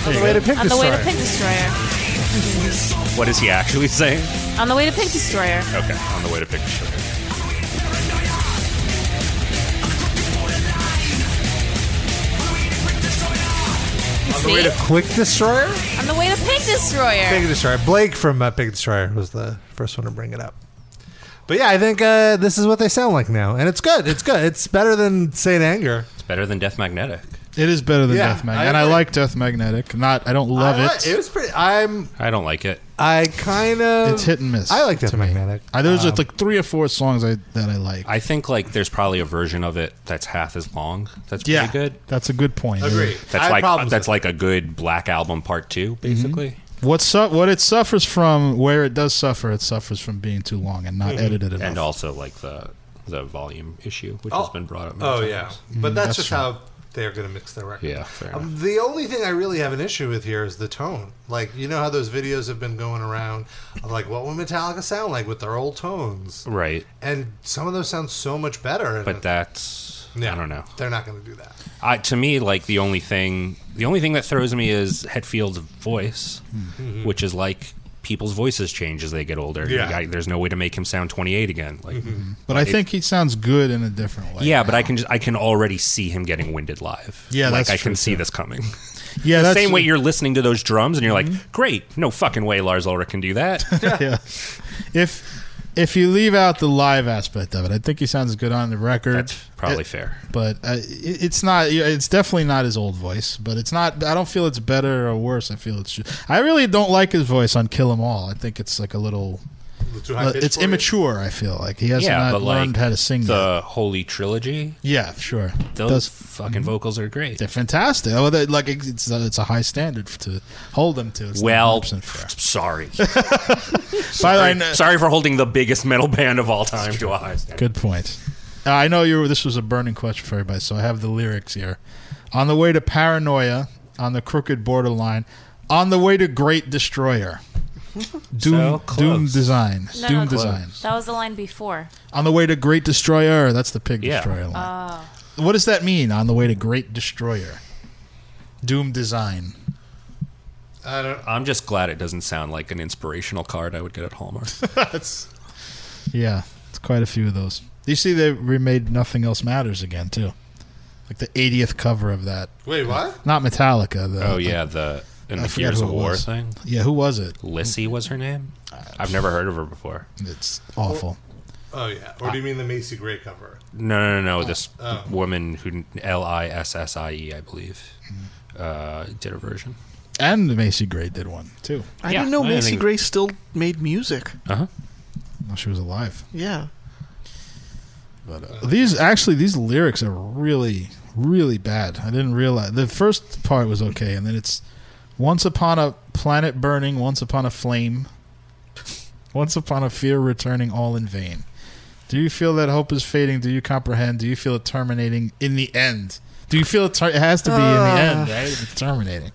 Speaker 3: On
Speaker 7: you
Speaker 3: the way
Speaker 7: go.
Speaker 3: to Pink
Speaker 7: On the way to
Speaker 3: Destroyer.
Speaker 7: Pig What is he actually saying?
Speaker 3: On the way to Pink Destroyer.
Speaker 7: Okay, on the way to pick sugar.
Speaker 2: On the way to Quick Destroyer?
Speaker 3: On the way to Pig Destroyer.
Speaker 2: Pig Destroyer. Blake from uh, Pig Destroyer was the first one to bring it up. But yeah, I think uh, this is what they sound like now. And it's good. It's good. It's better than St. Anger.
Speaker 7: It's better than Death Magnetic.
Speaker 6: It is better than
Speaker 2: Yeah,
Speaker 6: Death Magnetic,
Speaker 2: I
Speaker 6: and I
Speaker 2: agree.
Speaker 6: like Death Magnetic. Not, I don't love
Speaker 2: I li-
Speaker 6: it.
Speaker 2: It was pretty. I'm.
Speaker 7: I don't like it.
Speaker 2: I kind of.
Speaker 6: It's hit and miss.
Speaker 2: I like Death
Speaker 6: to me.
Speaker 2: Magnetic.
Speaker 6: I, there's
Speaker 7: Um,
Speaker 6: just like three or four songs I, that I like.
Speaker 7: I think like there's probably a version of it that's half as long. That's pretty
Speaker 6: Yeah.
Speaker 7: good.
Speaker 6: That's a good point.
Speaker 7: That's like that's like a good Black album part two, basically.
Speaker 6: Mm-hmm. What su- what it suffers from, where it does suffer, it suffers from being too long and
Speaker 2: Hmm. Mm-hmm.
Speaker 6: not edited enough.
Speaker 7: and also like the the volume issue, which has been brought up. many
Speaker 2: Oh
Speaker 7: times.
Speaker 2: yeah,
Speaker 6: Mm,
Speaker 2: but that's,
Speaker 6: that's
Speaker 2: just
Speaker 6: true.
Speaker 2: how they're going to mix their record.
Speaker 7: Yeah, fair
Speaker 2: Um, the only thing I really have an issue with here is the tone. Like you know how those videos have been going around, of like what would Metallica sound like with their old tones,
Speaker 7: right.
Speaker 2: and some of those sound so much better. and
Speaker 7: But that's I don't know.
Speaker 2: they're not going to do that.
Speaker 7: I, to me, like the only thing, the only thing that throws me is Hetfield's voice,
Speaker 2: Mhm.
Speaker 7: which is like people's voices change as they get older.
Speaker 6: Yeah.
Speaker 7: Like, I- there's no way to make him sound 28 again. Like,
Speaker 2: Mm-hmm.
Speaker 6: mm-hmm. but I
Speaker 7: it-
Speaker 6: think he sounds good in a different way.
Speaker 7: yeah, but I can just, I can already see him getting winded live.
Speaker 6: Yeah,
Speaker 7: like
Speaker 6: that's
Speaker 7: I
Speaker 6: true,
Speaker 7: can see this coming.
Speaker 6: Yeah,
Speaker 7: the
Speaker 6: that's- Mm-hmm.
Speaker 7: same way you're listening to those drums and you're like, great, no fucking way Lars Ulrich can do that.
Speaker 6: yeah. If if you leave out the live aspect of it, I think he sounds good on the record. That's
Speaker 7: probably fair.
Speaker 6: But uh, it, it's not. It's definitely not his old voice. But it's not. I don't feel it's better or worse. I feel it's. Just, I really don't like his voice on "Kill 'Em All." I think it's like a little.
Speaker 2: too
Speaker 7: high
Speaker 6: uh,
Speaker 7: pitched
Speaker 6: it's
Speaker 7: for you?
Speaker 6: immature. I feel like he has not learned how to sing.
Speaker 7: the Holy Trilogy.
Speaker 6: Yeah, mm-hmm. sure.
Speaker 7: Those
Speaker 6: Those-
Speaker 7: fucking vocals are great.
Speaker 6: They're fantastic. Oh, they're, like it's a, it's a high standard to hold them to. It's not
Speaker 7: well,
Speaker 6: 100%
Speaker 7: sorry.
Speaker 6: By the way,
Speaker 7: sorry, sorry for holding the biggest metal band of all time to a high standard.
Speaker 6: Good point. Uh, I know you. were- This was a burning question for everybody, so I have the lyrics here. On the way to paranoia, on the crooked borderline, on the way to great destroyer, doom, doom design,
Speaker 3: No,
Speaker 6: doom
Speaker 3: no,
Speaker 6: design.
Speaker 3: That was the line before.
Speaker 6: On the way to great destroyer, that's the pig
Speaker 3: Yeah.
Speaker 6: destroyer line.
Speaker 3: Oh.
Speaker 6: What does that mean? On the way to great destroyer, doom design.
Speaker 2: I don't.
Speaker 7: I'm just glad it doesn't sound like an inspirational card I would get at Hallmark.
Speaker 6: That's Yeah, it's quite a few of those. You see, they remade "Nothing Else Matters" again too, like the 80th cover of that.
Speaker 2: Wait, what?
Speaker 6: Not Metallica. The,
Speaker 7: oh yeah, the in
Speaker 6: I
Speaker 7: the
Speaker 6: forget
Speaker 7: Gears
Speaker 6: who
Speaker 7: of
Speaker 6: it
Speaker 7: War
Speaker 6: was.
Speaker 7: thing.
Speaker 6: Yeah, who was it? Uh,
Speaker 7: Lissy was her name. I've never heard of her before.
Speaker 6: It's awful.
Speaker 2: Oh yeah, or do you mean the Macy Gray cover?
Speaker 7: No, no, no. no, This
Speaker 2: Oh.
Speaker 7: woman who L I S S I E, I believe,
Speaker 6: Mm-hmm.
Speaker 7: uh, did a version.
Speaker 6: And Macy Gray did one too.
Speaker 4: I
Speaker 7: Yeah,
Speaker 4: didn't know
Speaker 7: I didn't
Speaker 4: Macy
Speaker 7: think-
Speaker 4: Gray still made music.
Speaker 7: Uh huh.
Speaker 6: Well, she was alive.
Speaker 4: Yeah.
Speaker 6: But uh, these actually, these lyrics are really, really bad. I didn't realize the first part was okay, and then it's once upon a planet burning, once upon a flame, once upon a fear returning, all in vain. Do you feel that hope is fading? Do you comprehend? Do you feel it terminating in the end? Do you feel it, ter- it has to be in
Speaker 4: Ah.
Speaker 6: the end, right? It's terminating.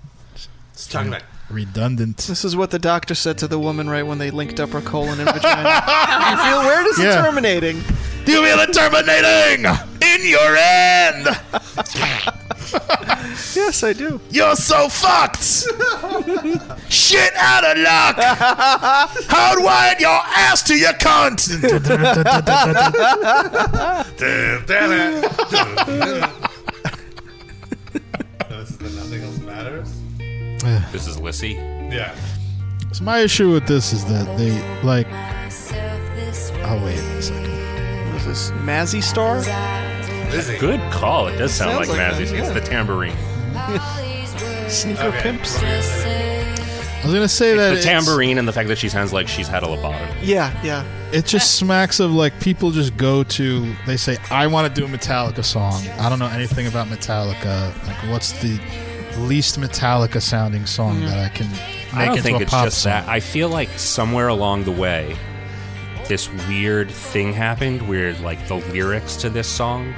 Speaker 6: It's
Speaker 2: talking about
Speaker 6: redundant.
Speaker 4: This is what the doctor said to the woman right when they linked up her colon and vagina. you feel where does
Speaker 6: Yeah.
Speaker 4: it terminating?
Speaker 6: Do you feel it terminating in your end?
Speaker 4: yes, I do.
Speaker 8: You're so fucked. Shit out of luck. Hardwired your ass to your cunt.
Speaker 2: this is the Nothing Else Matters.
Speaker 7: This is Lissy.
Speaker 2: Yeah.
Speaker 6: So my issue with this is that they like. Oh wait a second.
Speaker 4: Is this Mazzy Star?
Speaker 7: Good call. It does sound
Speaker 4: Sounds
Speaker 7: like
Speaker 4: like
Speaker 7: Mazzy.
Speaker 4: that,
Speaker 7: It's
Speaker 4: yeah.
Speaker 7: the tambourine.
Speaker 4: Sneaker
Speaker 2: Okay.
Speaker 4: pimps.
Speaker 6: I was gonna say that
Speaker 7: The
Speaker 6: it's-
Speaker 7: tambourine and the fact that she sounds like she's had a lobotomy.
Speaker 4: Yeah, yeah.
Speaker 6: It just smacks of like people just go to. They say, "I want to do a Metallica song." I don't know anything about Metallica. Like, what's the least Metallica sounding song that I can make
Speaker 7: I don't
Speaker 6: into
Speaker 7: think
Speaker 6: a
Speaker 7: it's
Speaker 6: pop
Speaker 7: just
Speaker 6: song?
Speaker 7: that. I feel like somewhere along the way, this weird thing happened where like the lyrics to this song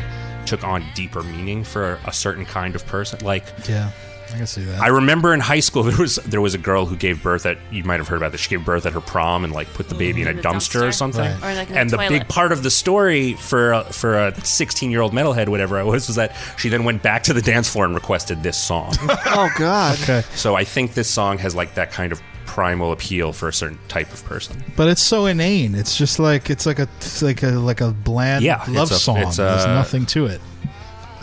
Speaker 7: took on deeper meaning for a certain kind of person. Like
Speaker 6: Yeah, I can see that.
Speaker 7: I remember in high school there was there was a girl who gave birth at you might have heard about this. She gave birth at her prom and like put the baby in a
Speaker 6: In a
Speaker 7: dumpster, or
Speaker 6: dumpster.
Speaker 7: something.
Speaker 6: Right.
Speaker 3: Mm, Or, like, in a
Speaker 7: and the
Speaker 3: toilet.
Speaker 7: big part of the story for a, for a 16 year old metalhead, whatever I was, was that she then went back to the dance floor and requested this song.
Speaker 4: oh God.
Speaker 6: Okay.
Speaker 7: So I think this song has like that kind of primal appeal for a certain type of person.
Speaker 6: But it's so inane. It's just like it's like a it's like a like a bland
Speaker 7: Yeah,
Speaker 6: love
Speaker 7: it's a-
Speaker 6: song.
Speaker 7: it's a-
Speaker 6: There's nothing to it.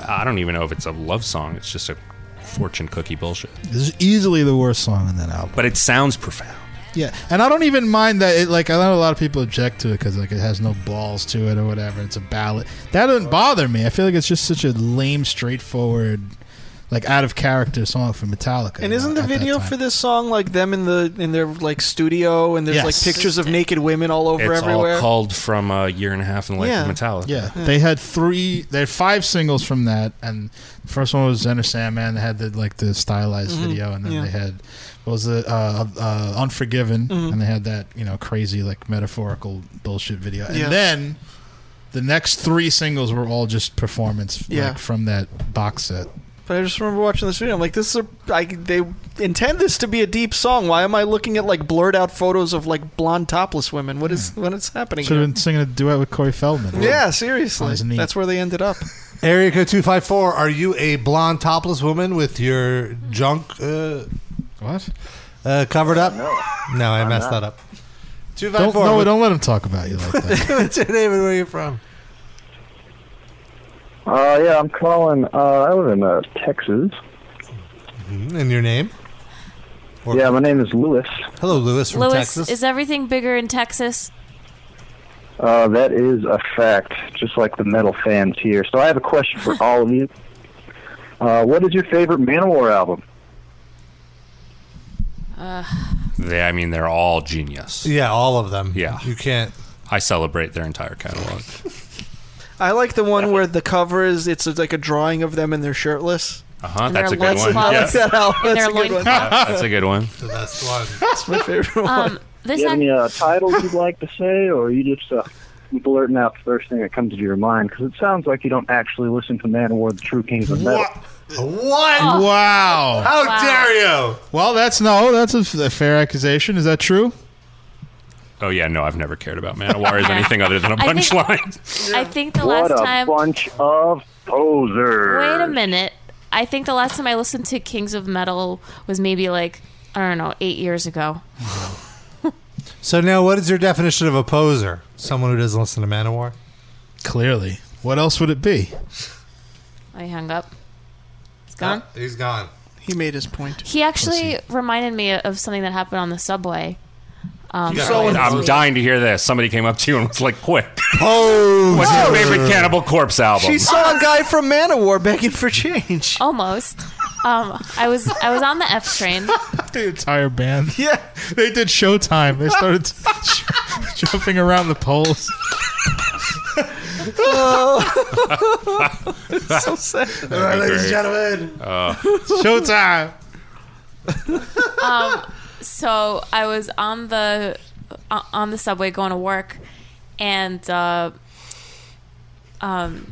Speaker 7: I don't even know if it's a love song. It's just a fortune cookie bullshit.
Speaker 6: This is easily the worst song on that album.
Speaker 7: But it sounds profound.
Speaker 6: Yeah, and I don't even mind that. It like I know a lot of people object to it because like it has no balls to it or whatever. It's a ballad that doesn't bother me. I feel like it's just such a lame, straightforward, like out of character song for Metallica.
Speaker 4: And isn't the video for this song like them in the in their like studio and there's
Speaker 6: Yes.
Speaker 4: like pictures of naked women all over
Speaker 7: it's
Speaker 4: everywhere?
Speaker 7: all called from a year and a half in the life
Speaker 4: Yeah.
Speaker 7: of Metallica.
Speaker 6: Yeah. they had three, they had five singles from that, and the first one was Enter Sandman. They had the like the stylized
Speaker 4: Mhm.
Speaker 6: video, and then
Speaker 4: Yeah.
Speaker 6: they had what was the uh, uh, Unforgiven,
Speaker 4: Mhm.
Speaker 6: and they had that you know crazy like metaphorical bullshit video, and
Speaker 4: Yeah.
Speaker 6: then the next three singles were all just performance
Speaker 4: Yeah.
Speaker 6: like, from that box set.
Speaker 4: But I just remember watching this video. I'm like, this is a. I, they intend this to be a deep song. Why am I looking at like blurred out photos of like blonde topless women? What is when it's happening?
Speaker 6: Should have
Speaker 4: Here?
Speaker 6: been singing a duet with Corey Feldman.
Speaker 4: Yeah,
Speaker 6: On
Speaker 4: seriously.
Speaker 6: his knee.
Speaker 4: That's where they ended up.
Speaker 2: Area code 254, are you a blonde topless woman with your junk uh,
Speaker 6: what?
Speaker 2: Uh, covered up?
Speaker 6: No.
Speaker 2: No, I
Speaker 6: I'm
Speaker 2: messed
Speaker 6: not.
Speaker 2: that up.
Speaker 6: Don't,
Speaker 2: 254.
Speaker 6: no, don't let him talk about you like that.
Speaker 2: What's your name and where are you from?
Speaker 15: Uh, yeah, I'm calling. Uh, I live in uh, Texas.
Speaker 2: Mm-hmm. And your name?
Speaker 15: yeah, my name is Lewis.
Speaker 2: Hello, Lewis
Speaker 3: Lewis, is everything bigger in Texas?
Speaker 15: uh, that is a fact, just like the metal fans here. So I have a question for all of you. Uh, what is your favorite Manowar album?
Speaker 3: Uh,
Speaker 7: They, I mean, they're all genius.
Speaker 2: Yeah, all of them.
Speaker 7: Yeah,
Speaker 2: you can't.
Speaker 7: I celebrate their entire catalog.
Speaker 4: I like the one where the cover is it's like a drawing of them and they're shirtless.
Speaker 7: Uh huh. That's a good one.
Speaker 4: I
Speaker 7: Yeah.
Speaker 4: like that album.
Speaker 3: In their
Speaker 4: That's a good one.
Speaker 7: Yeah, that's a good one.
Speaker 2: The best one.
Speaker 4: That's my favorite one.
Speaker 3: Um,
Speaker 15: Do you have any uh, titles you'd like to say, or are you just uh, blurting out the first thing that comes to your mind? Because it sounds like you don't actually listen to Manowar, the true kings of metal.
Speaker 2: What?
Speaker 3: oh.
Speaker 6: Wow.
Speaker 2: How
Speaker 6: Wow.
Speaker 2: dare you?
Speaker 6: Well, that's no, that's a, a fair accusation. Is that true?
Speaker 7: Oh yeah, no, I've never cared about Manowar as
Speaker 3: Yeah.
Speaker 7: anything other than a
Speaker 3: I think-
Speaker 7: punchline.
Speaker 3: I think the
Speaker 15: what
Speaker 3: last
Speaker 15: a
Speaker 3: time.
Speaker 15: bunch of posers!
Speaker 3: Wait a minute. I think the last time I listened to Kings of Metal was maybe like I don't know, eight years ago.
Speaker 2: So now, what is your definition of a poser? Someone who doesn't listen to Manowar?
Speaker 6: Clearly. What else would it be?
Speaker 3: I hung up. He's gone.
Speaker 2: he's gone.
Speaker 4: He made his point.
Speaker 3: He actually reminded me of something that happened on the subway. Um,
Speaker 7: I'm dying to hear this. Somebody came up to you and was like, "Quick,
Speaker 2: pose.
Speaker 7: What's your favorite Cannibal Corpse album?"
Speaker 4: She saw a guy from Manowar begging for change.
Speaker 3: Almost. Oh Um, I was I was on the F train.
Speaker 6: The entire band.
Speaker 4: Yeah.
Speaker 6: They did Showtime. They started jumping around the poles.
Speaker 4: Oh. so sad.
Speaker 6: All right, ladies and
Speaker 2: gentlemen.
Speaker 6: Showtime.
Speaker 3: um, so I was on the uh, on the subway going to work, and uh, um,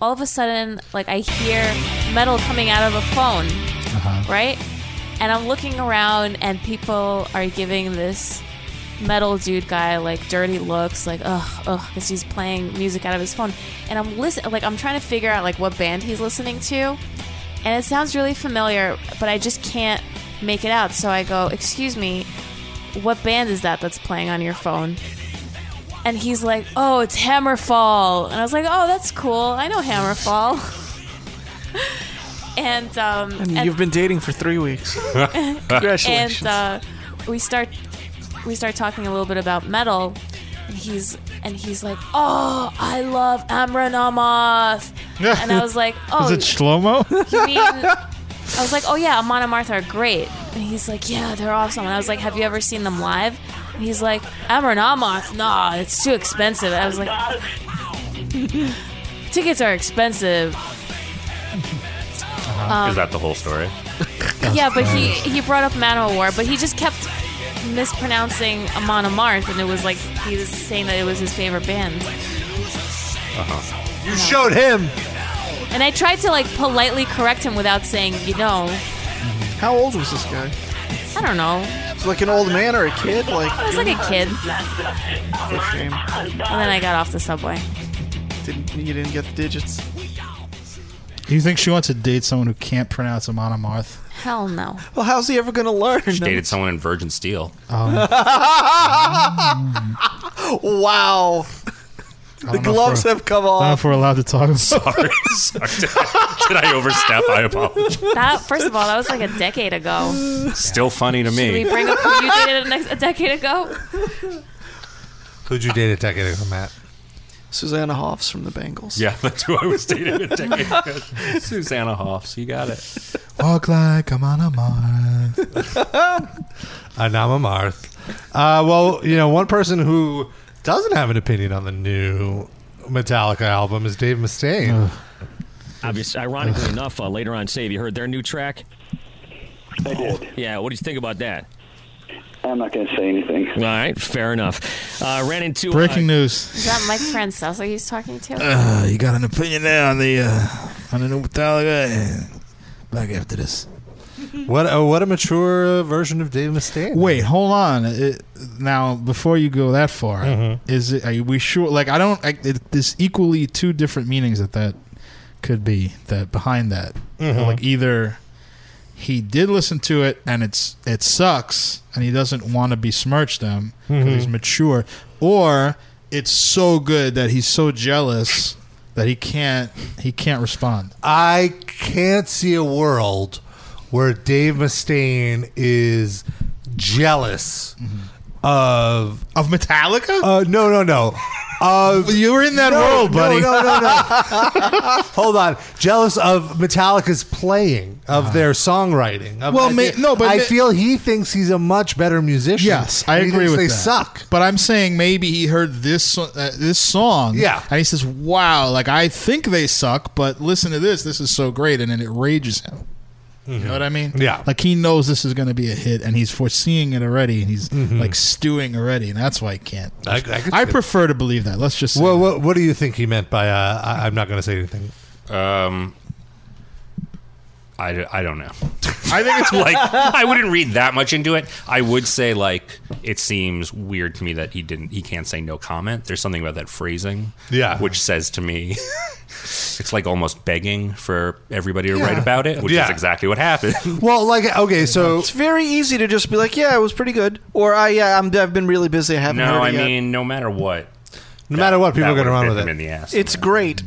Speaker 3: all of a sudden, like I hear metal coming out of a phone, right? And I'm looking around, and people are giving this metal dude guy like dirty looks, like ugh, ugh, because he's playing music out of his phone. And I'm listen, like I'm trying to figure out like what band he's listening to, and it sounds really familiar, but I just can't make it out. So I go, "Excuse me, what band is that that's playing on your phone?" And he's like, "Oh, it's Hammerfall." And I was like, "Oh, that's cool. I know Hammerfall." and um,
Speaker 4: And you've been dating for three weeks. Congratulations.
Speaker 3: and uh, we start we start talking a little bit about metal, and he's and he's like, "Oh, I love Amra Namath," and I was like, "Oh,
Speaker 6: Is it Shlomo?
Speaker 3: you mean?" I was like, "Oh yeah, Amon and Martha are great," and he's like, "Yeah, they're awesome." And I was like, "Have you ever seen them live?" And he's like, "Amra Namath, nah, it's too expensive." And I was like, "Tickets are expensive." Um,
Speaker 7: Uh-huh. Is that the whole story?
Speaker 3: Yeah, but he he brought up Manowar, but he just kept mispronouncing Amon Amarth, and it was like he was saying that it was his favorite band.
Speaker 7: Uh-huh.
Speaker 2: You showed him.
Speaker 3: And I tried to like politely correct him without saying, you know,
Speaker 4: How old was this guy?
Speaker 3: uh, I don't know.
Speaker 4: It's like an old man or a kid? Like
Speaker 3: I was like a kid,
Speaker 4: That's a shame.
Speaker 3: and then I got off the subway.
Speaker 4: Didn't you didn't get the digits?
Speaker 6: Do you think she wants to date someone who can't pronounce Amon Amarth?
Speaker 3: Hell no.
Speaker 4: Well, how's he ever gonna learn?
Speaker 7: She dated someone in Virgin Oh, Steel.
Speaker 6: Um,
Speaker 2: I
Speaker 4: wow. The
Speaker 2: don't know if
Speaker 4: gloves
Speaker 2: we're-
Speaker 4: have come
Speaker 6: I don't know
Speaker 4: off.
Speaker 6: if we're allowed to talk.
Speaker 7: Oh, Sorry. Sorry. Did I, did I overstep? I apologize.
Speaker 3: That first of all, that was like a decade ago.
Speaker 7: Still funny to
Speaker 3: Should we
Speaker 7: me.
Speaker 3: bring up who you dated a, next, a decade ago?
Speaker 2: Who'd you date a decade ago, Matt?
Speaker 4: Susanna Hoffs from the Bengals.
Speaker 7: Yeah, that's who I was dating a decade ago. Susanna Hoffs, you got it.
Speaker 2: Walk like I'm on a Marth. and I'm a Marth. Uh, well, you know, one person who doesn't have an opinion on the new Metallica album is Dave Mustaine.
Speaker 16: Obviously, ironically enough, uh, later on, Save, you heard their new track. I did. Yeah, what do you think about that?
Speaker 17: I'm not going to say anything.
Speaker 16: All right, fair enough. Uh, ran into
Speaker 6: Breaking news.
Speaker 3: Is that Mike Francesa he's talking to?
Speaker 6: Uh, you got an opinion there on the uh, on the new Metallica? Eh, Back after this.
Speaker 2: What a, what a mature uh, version of Dave Mustaine.
Speaker 6: Wait, hold on. It, now, before you go that far,
Speaker 2: Mm-hmm.
Speaker 6: is it? Are we sure? Like, I don't. I, it, there's equally two different meanings that that could be that behind that.
Speaker 2: Mhm.
Speaker 6: Like either he did listen to it and it's it sucks and he doesn't want to besmirch them because
Speaker 2: Mhm.
Speaker 6: he's mature, or it's so good that he's so jealous that he can't he can't respond.
Speaker 2: I can't see a world where Dave Mustaine is jealous of
Speaker 6: Mm-hmm. of Metallica.
Speaker 2: Uh, no, no, no. Of
Speaker 6: you were in that world, buddy.
Speaker 2: No, no, no. Hold on. Jealous of Metallica's playing, of their songwriting. Of,
Speaker 6: Uh-huh. Well,
Speaker 2: I
Speaker 6: ma-
Speaker 2: think-
Speaker 6: no, but
Speaker 2: I
Speaker 6: ma-
Speaker 2: feel he thinks he's a much better musician.
Speaker 6: Yes, I
Speaker 2: He
Speaker 6: agree
Speaker 2: thinks
Speaker 6: with
Speaker 2: they
Speaker 6: that.
Speaker 2: suck.
Speaker 6: But I'm saying maybe he heard this so- uh, this song,
Speaker 2: Yeah.
Speaker 6: and he says, "Wow, like I think they suck, but listen to this. This is so great," and then it rages him. You know what I mean?
Speaker 2: Yeah.
Speaker 6: Like he knows this is going to be a hit, and he's foreseeing it already, and he's like stewing already, and that's why he can't.
Speaker 2: Mm-hmm. I- I could see
Speaker 6: I
Speaker 2: it.
Speaker 6: prefer to believe that. Let's just. Say
Speaker 2: Well, what, what do you think he meant by uh, I, I'm not going to say anything?
Speaker 7: Um, I, d- I don't know.
Speaker 6: I think it's
Speaker 7: like I wouldn't read that much into it. I would say like it seems weird to me that he didn't he can't say no comment. There's something about that phrasing,
Speaker 2: Yeah.
Speaker 7: which says to me it's like almost begging for everybody to
Speaker 2: Yeah.
Speaker 7: write about it, which
Speaker 2: Yeah.
Speaker 7: is exactly what happened.
Speaker 2: Well, like okay, so
Speaker 4: It's very easy to just be like, "Yeah, it was pretty good," or "I yeah, I'm, I've been really busy. I haven't
Speaker 7: no,
Speaker 4: heard
Speaker 7: I
Speaker 4: it yet."
Speaker 7: mean no matter what,
Speaker 2: no matter what, people are going to run with
Speaker 7: him
Speaker 2: it.
Speaker 7: in the ass.
Speaker 4: it's great.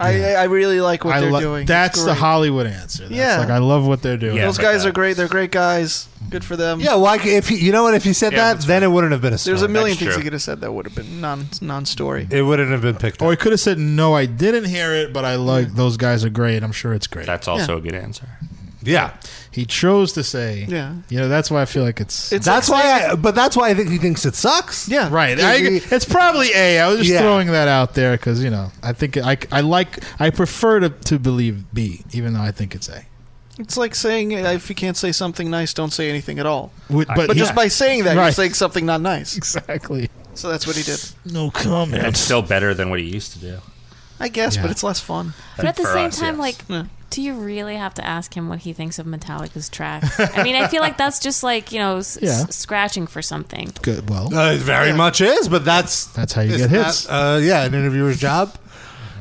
Speaker 4: I I I really like what
Speaker 6: I
Speaker 4: they're
Speaker 6: lo-
Speaker 4: doing. It's
Speaker 6: That's the
Speaker 4: great.
Speaker 6: Hollywood answer. That's
Speaker 4: Yeah.
Speaker 6: Like I love what they're doing.
Speaker 4: Those guys are great. They're great guys. Good for them.
Speaker 2: Yeah, well, I, c- if he, you know what, if he said
Speaker 4: Yeah,
Speaker 2: that, then it wouldn't have been a story.
Speaker 4: There's a million things he could have said that would have been non non story.
Speaker 2: It wouldn't have been picked.
Speaker 6: Or he could have said, "No, I didn't hear it, but I like those guys are great. I'm sure it's great."
Speaker 7: That's also a good answer.
Speaker 2: Yeah.
Speaker 6: He chose to say.
Speaker 4: Yeah.
Speaker 6: You know, that's why I feel like it's.
Speaker 2: that's why, I, but that's why I think he thinks it sucks.
Speaker 4: Yeah,
Speaker 6: right. I, it's probably A. I was just throwing that out there because you know I think I, I like I prefer to, to believe B, even though I think it's A.
Speaker 4: It's like saying uh, if you can't say something nice, don't say anything at all.
Speaker 6: Would-
Speaker 4: but
Speaker 6: but-
Speaker 4: just
Speaker 6: yeah.
Speaker 4: by saying that, you're
Speaker 6: Right.
Speaker 4: saying something not nice.
Speaker 6: Exactly.
Speaker 4: So that's what he did.
Speaker 6: No
Speaker 7: And it's still better than what he used to do.
Speaker 4: I guess,
Speaker 7: Yeah.
Speaker 4: but it's less fun.
Speaker 3: But at the
Speaker 7: For
Speaker 3: same
Speaker 7: us,
Speaker 3: time,
Speaker 7: yes.
Speaker 3: like, do you really have to ask him what he thinks of Metallica's track? I mean, I feel like that's just like you know, s- s-
Speaker 2: Yeah.
Speaker 3: scratching for something.
Speaker 6: Good. Well,
Speaker 2: Uh, it very much is, but that's
Speaker 6: that's how you
Speaker 2: it's
Speaker 6: get
Speaker 2: not,
Speaker 6: hits.
Speaker 2: uh, yeah, an interviewer's job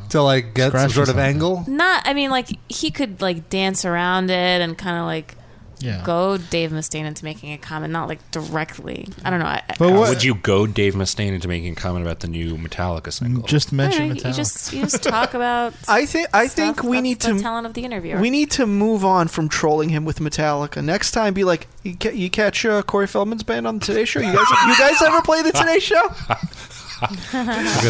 Speaker 2: to like get
Speaker 6: Scratch
Speaker 2: some
Speaker 6: or
Speaker 2: sort of
Speaker 6: something.
Speaker 2: angle.
Speaker 3: Not, I mean, like he could like dance around it and kind of like
Speaker 6: Yeah.
Speaker 3: go Dave Mustaine into making a comment, not like directly. I don't know. I,
Speaker 7: But
Speaker 3: I-
Speaker 7: would you go Dave Mustaine into making a comment about the new Metallica single?
Speaker 6: Mm, Just
Speaker 3: I don't know, you just you just talk about.
Speaker 4: I think I think we
Speaker 3: that's
Speaker 4: need
Speaker 3: the
Speaker 4: to
Speaker 3: talent of the interviewer.
Speaker 4: We need to move on from trolling him with Metallica. Next time, be like, you, ca- you catch uh, Corey Feldman's band on the Today Show. You guys, you guys ever play the Today Show?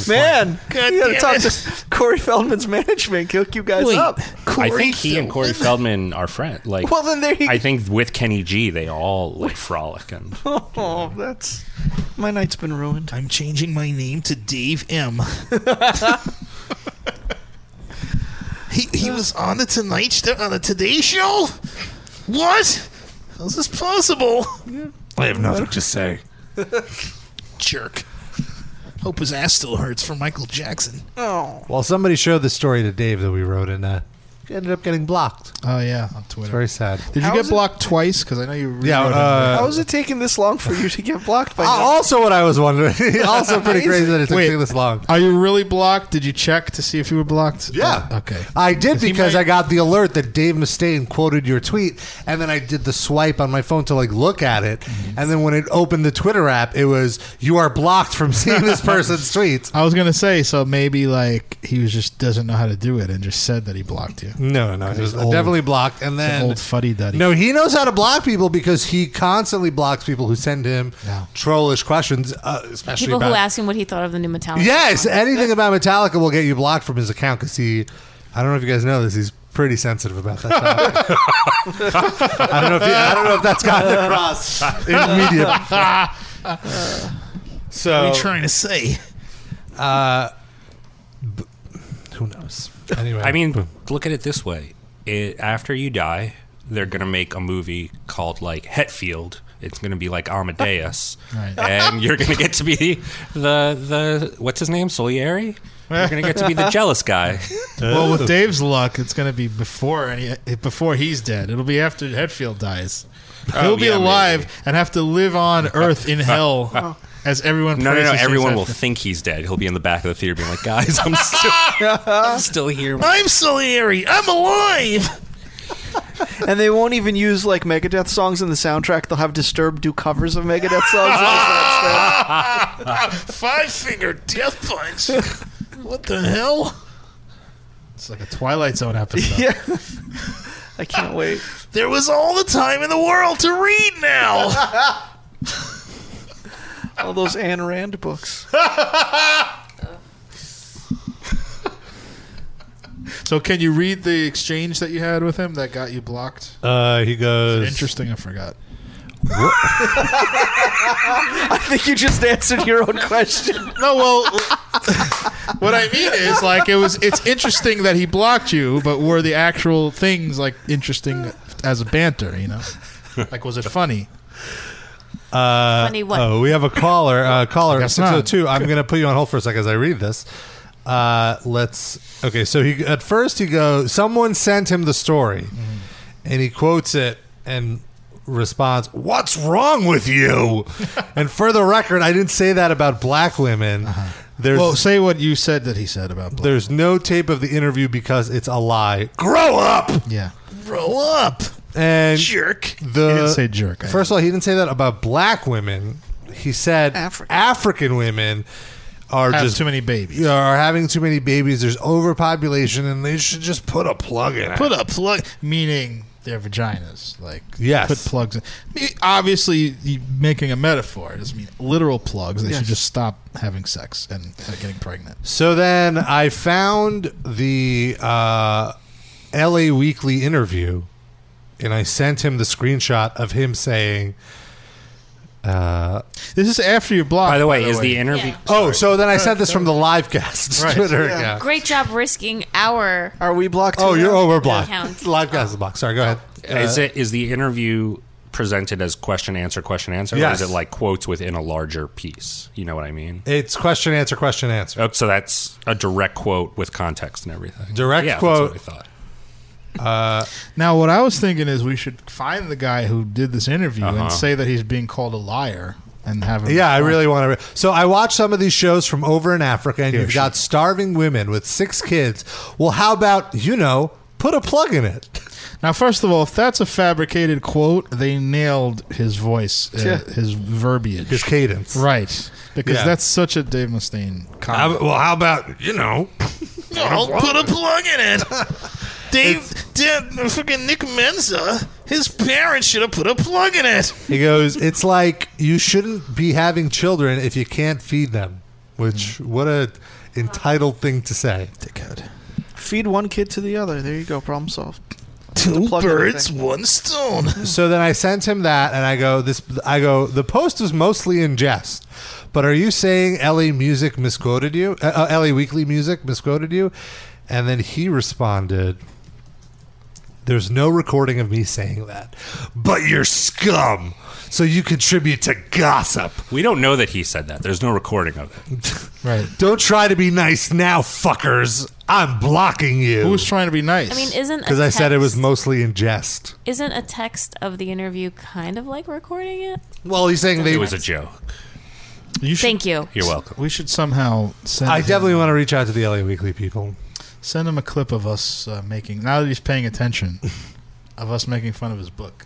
Speaker 4: Man, you gotta
Speaker 8: damn
Speaker 4: talk
Speaker 8: it.
Speaker 4: to Corey Feldman's management. He'll hook you guys up.
Speaker 7: I think he and Corey Feldman are friends. Like,
Speaker 4: Well, then there you-
Speaker 7: I think with Kenny G, they all like frolic and
Speaker 4: Oh, that's my night's been ruined.
Speaker 6: I'm changing my name to Dave M.
Speaker 8: He, he was on the Tonight Show, on the Today Show. What? How is this possible?
Speaker 2: I have nothing to say.
Speaker 8: Jerk. Hope his ass still hurts from Michael Jackson.
Speaker 4: Oh.
Speaker 2: Well, somebody showed the story to Dave that we wrote in uh, ended up getting blocked.
Speaker 6: Oh yeah, on Twitter.
Speaker 2: very sad.
Speaker 6: Did you
Speaker 4: How
Speaker 6: get
Speaker 4: is it-
Speaker 6: blocked twice? Because I know you.
Speaker 2: Yeah,
Speaker 6: rewrote it.
Speaker 2: uh,
Speaker 4: How is it taking this long for you to get blocked by?
Speaker 2: Ah, also, what I was wondering. also, pretty crazy that it took
Speaker 6: Wait,
Speaker 2: me this long.
Speaker 6: Are you really blocked? Did you check to see if you were blocked?
Speaker 2: Yeah.
Speaker 8: Ah,
Speaker 6: Oh, okay.
Speaker 2: I did because I got the alert that Dave Mustaine quoted your tweet, and then I did the swipe on my phone to like look at it, and then when it opened the Twitter app, it was you are blocked from seeing this person's tweets.
Speaker 6: I was gonna say so maybe like he was just doesn't know how to do it and just said that he blocked you.
Speaker 2: No, no, no, it was definitely blocked. And then
Speaker 6: old fuddy duddy.
Speaker 2: No, he knows how to block people because he constantly blocks people who send him trollish questions, uh, especially
Speaker 3: People
Speaker 2: about
Speaker 3: who ask him what he thought of the new Metallica.
Speaker 2: Yes, anything about Metallica will get you blocked from his account because he. I don't know if you guys know this. He's pretty sensitive about that. Topic. I don't know. If you, I don't know if that's gotten across in media. So
Speaker 8: What are you trying to say?
Speaker 2: Uh, b- who knows? Anyway,
Speaker 7: I mean, look at it this way: it, after you die, they're gonna make a movie called like Hetfield. It's gonna be like Amadeus,
Speaker 6: Right.
Speaker 7: and you're gonna get to be the the what's his name Solieri. You're gonna get to be the jealous guy.
Speaker 6: Well,
Speaker 2: Oh.
Speaker 6: with Dave's luck, it's gonna be before any before he's dead. It'll be after Hetfield dies.
Speaker 7: Oh,
Speaker 6: He'll be
Speaker 7: yeah,
Speaker 6: alive and have to live on Earth in hell as everyone.
Speaker 7: No, no, no!
Speaker 6: praises his
Speaker 7: Everyone will
Speaker 6: effort.
Speaker 7: think he's dead. He'll be in the back of the theater, being like, "Guys, I'm still, I'm still here."
Speaker 8: I'm Salieri. I'm alive.
Speaker 4: and they won't even use like Megadeth songs in the soundtrack. They'll have Disturbed do covers of Megadeth songs.
Speaker 8: Five finger death punch. What the hell?
Speaker 6: It's like a Twilight Zone episode.
Speaker 4: yeah. I can't wait.
Speaker 8: There was all the time in the world to read now.
Speaker 4: All those Ayn Rand books.
Speaker 6: So, can you read the exchange that you had with him that got you blocked?
Speaker 2: uh, he goes.
Speaker 6: Interesting. I forgot.
Speaker 4: I think you just answered your own question.
Speaker 6: No, well, what I mean is like it was. It's interesting that he blocked you, but were the actual things like interesting as a banter? You know, like was it funny?
Speaker 2: Uh,
Speaker 6: Funny what?
Speaker 2: Oh, we have a caller. Uh, caller
Speaker 6: guess not.
Speaker 2: 602. I'm going to put you on hold for a second as I read this. Uh, let's. Okay, so he at first he goes, someone sent him the story,
Speaker 6: Mm-hmm.
Speaker 2: and he quotes it and responds, "What's wrong with you?" and for the record, I didn't say that about black women. There's
Speaker 6: Uh-huh. well, say what you said that he said about.
Speaker 2: there's no tape of the interview because it's a lie. Grow up.
Speaker 6: Yeah.
Speaker 8: Grow up.
Speaker 2: And
Speaker 8: Jerk.
Speaker 2: The,
Speaker 6: He didn't say jerk, I
Speaker 2: First of all, he didn't say that about black women. He said African women are
Speaker 6: Have
Speaker 2: just
Speaker 6: too many babies.
Speaker 2: Are having too many babies. There's overpopulation, and they should just put a plug in. it.
Speaker 6: Put a plug, meaning their vaginas. Like,
Speaker 2: Yes.
Speaker 6: put plugs in. Me- Obviously, you- making a metaphor it doesn't mean literal plugs. They
Speaker 2: Yes.
Speaker 6: should just stop having sex and uh, getting pregnant.
Speaker 2: So then I found the uh, LA Weekly interview and I sent him the screenshot of him saying. Uh,
Speaker 6: this is after your blog.
Speaker 7: By the way, is the interview?
Speaker 2: Oh, so then I sent this from the live cast
Speaker 7: Right.
Speaker 2: Twitter
Speaker 7: Yeah.
Speaker 2: account.
Speaker 3: Great job risking our.
Speaker 4: Are we blocked?
Speaker 2: Oh, you're oh, we're blocked.
Speaker 3: Account.
Speaker 2: Live cast is blocked. Sorry, go ahead.
Speaker 7: is
Speaker 2: Uh,
Speaker 7: it is the interview presented as question answer question answer?
Speaker 2: Yes.
Speaker 7: Or is it like quotes within a larger piece? You know what I mean?
Speaker 2: It's question answer question answer.
Speaker 7: Oh, so that's a direct quote with context and everything.
Speaker 2: Direct
Speaker 7: Yeah, that's
Speaker 2: quote.
Speaker 7: what I thought.
Speaker 2: Uh,
Speaker 6: Now, what I was thinking is we should find the guy who did this interview
Speaker 2: Uh-huh.
Speaker 6: and say that he's being called a liar and have him.
Speaker 2: Yeah, I really want to. So I watched some of these shows from over in Africa, and you've got starving women with six kids. Well, how about you know, put a plug in it?
Speaker 6: Now, first of all, if that's a fabricated quote, they nailed his voice, uh,
Speaker 2: Yeah.
Speaker 6: his verbiage, his
Speaker 2: cadence,
Speaker 6: right? Because
Speaker 2: Yeah.
Speaker 6: that's such a Dave Mustaine. Comment.
Speaker 2: well, how about you know?
Speaker 8: I'll put a plug in it. Dave, Dave, fucking Nick Menza, his parents should have put a plug in it.
Speaker 2: He goes, it's like you shouldn't be having children if you can't feed them.
Speaker 7: Mm.
Speaker 2: Which what a entitled thing to say, dickhead.
Speaker 4: Feed one kid to the other. There you go. Problem solved.
Speaker 8: Two
Speaker 4: plug in the
Speaker 8: birds,
Speaker 4: thing.
Speaker 8: one stone.
Speaker 2: So then I sent him that, and I go, "This." I go, "The post was mostly in jest, but are you saying LA Music misquoted you? Uh, uh, LA Weekly Music misquoted you?" And then he responded, There's no recording of me saying that. But you're scum. So you contribute to gossip.
Speaker 7: We don't know that he said that. There's no recording of it.
Speaker 2: Right. Don't try to be nice now, fuckers. I'm blocking you.
Speaker 6: Who's trying to be nice?
Speaker 3: I mean, isn't a
Speaker 2: Because I said it was
Speaker 3: text-
Speaker 2: mostly in jest.
Speaker 3: Isn't a text of the interview kind of like recording it?
Speaker 2: Well, he's saying they.
Speaker 7: It was a joke.
Speaker 3: Thank you.
Speaker 7: You're welcome.
Speaker 6: We should somehow send.
Speaker 2: I
Speaker 6: him-
Speaker 2: definitely want to reach out to the LA Weekly people.
Speaker 6: send him a clip of us uh, making. Now that he's paying attention, of us making fun of his book.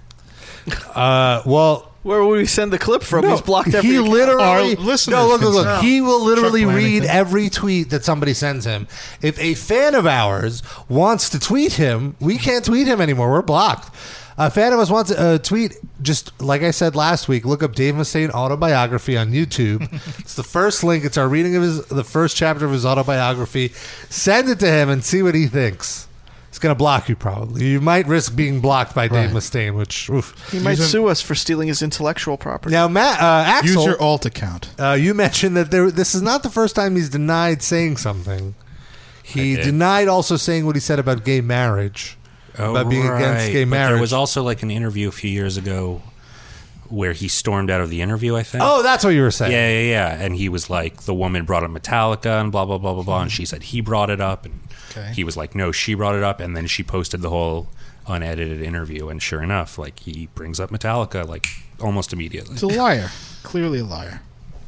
Speaker 2: Uh, well, Oh,
Speaker 4: where would we send the clip from?
Speaker 2: No,
Speaker 4: he's blocked every.
Speaker 2: He literally.
Speaker 4: Our listeners
Speaker 2: no, look,
Speaker 4: can
Speaker 2: look, look.
Speaker 4: send-
Speaker 2: He will literally
Speaker 4: Chuck
Speaker 2: read
Speaker 4: Palahniuk.
Speaker 2: every tweet that somebody sends him. If a fan of ours wants to tweet him, we can't tweet him anymore. We're blocked. A fan of us wants a tweet. Just like I said last week, look up Dave Mustaine autobiography on YouTube. it's the first link. It's our reading of his the first chapter of his autobiography. Send it to him and see what he thinks. He's gonna block you probably. You might risk being blocked by Dave Mustaine, which oof.
Speaker 4: He might sue us for stealing his intellectual property.
Speaker 2: Now, Matt, uh, Axel,
Speaker 4: Use your
Speaker 6: alt account.
Speaker 2: Uh, you mentioned that there. This is not the first time he's denied saying something. He
Speaker 7: did.
Speaker 2: denied also saying what he said about gay marriage,
Speaker 6: Oh,
Speaker 2: about being against
Speaker 7: Oh, Right,
Speaker 2: gay
Speaker 7: but
Speaker 2: marriage.
Speaker 7: There was also like an interview a few years ago where he stormed out of the interview. I think.
Speaker 2: Oh, that's what you were saying.
Speaker 7: Yeah, yeah, yeah. And he was like, the woman brought up Metallica and blah blah blah blah
Speaker 2: Hmm.
Speaker 7: blah, and she said he brought it up, and
Speaker 6: Okay.
Speaker 7: he was like, no, she brought it up, and then she posted the whole unedited interview, and sure enough, like he brings up Metallica like almost immediately.
Speaker 6: He's a liar. Clearly a liar.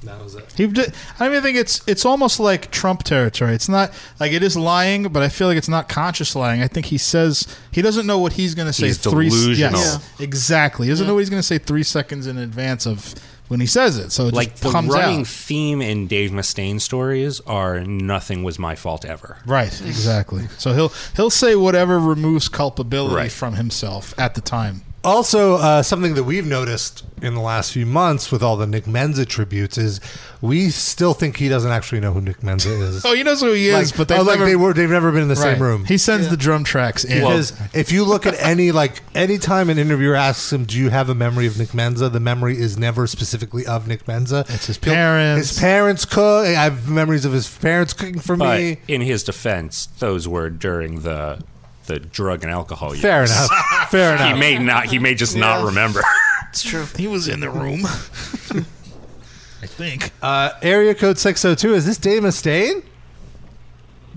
Speaker 2: That was it.
Speaker 6: He did, I mean, I think it's it's almost like Trump territory. It's not like it is lying, but I feel like it's not conscious lying. I think he says he doesn't know what he's going to say.
Speaker 7: He's
Speaker 6: three,
Speaker 7: delusional.
Speaker 6: Yes, exactly. He doesn't
Speaker 7: Yeah.
Speaker 6: know what he's going to say three seconds in advance of when he says it. So it
Speaker 7: like
Speaker 6: just
Speaker 7: the
Speaker 6: comes
Speaker 7: running
Speaker 6: out.
Speaker 7: theme in Dave Mustaine stories are nothing was my fault ever.
Speaker 6: Right, exactly. So he'll he'll say whatever removes culpability from himself at the time.
Speaker 2: Also, uh, something that we've noticed in the last few months with all the Nick Menza tributes is we still think he doesn't actually know who Nick Menza is.
Speaker 6: Oh, he knows who he is,
Speaker 2: Like-
Speaker 6: but they've
Speaker 2: oh, like
Speaker 6: never-
Speaker 2: they were, they've never been in the
Speaker 6: Right.
Speaker 2: same room.
Speaker 6: He sends the drum tracks in.
Speaker 2: Because if you look at any like any time an interviewer asks him, "Do you have a memory of Nick Menza?" The memory is never specifically of Nick Menza. It's his
Speaker 6: parents.
Speaker 2: His parents cook. I have memories of his parents cooking for
Speaker 7: But
Speaker 2: me.
Speaker 7: in his defense, those were during the the drug and alcohol years.
Speaker 2: Fair enough. Fair
Speaker 7: He
Speaker 2: enough.
Speaker 7: may not. He may just not remember.
Speaker 4: It's true. He was in the room.
Speaker 6: I think.
Speaker 2: Uh, area code six zero two. Is this Dave Mustaine?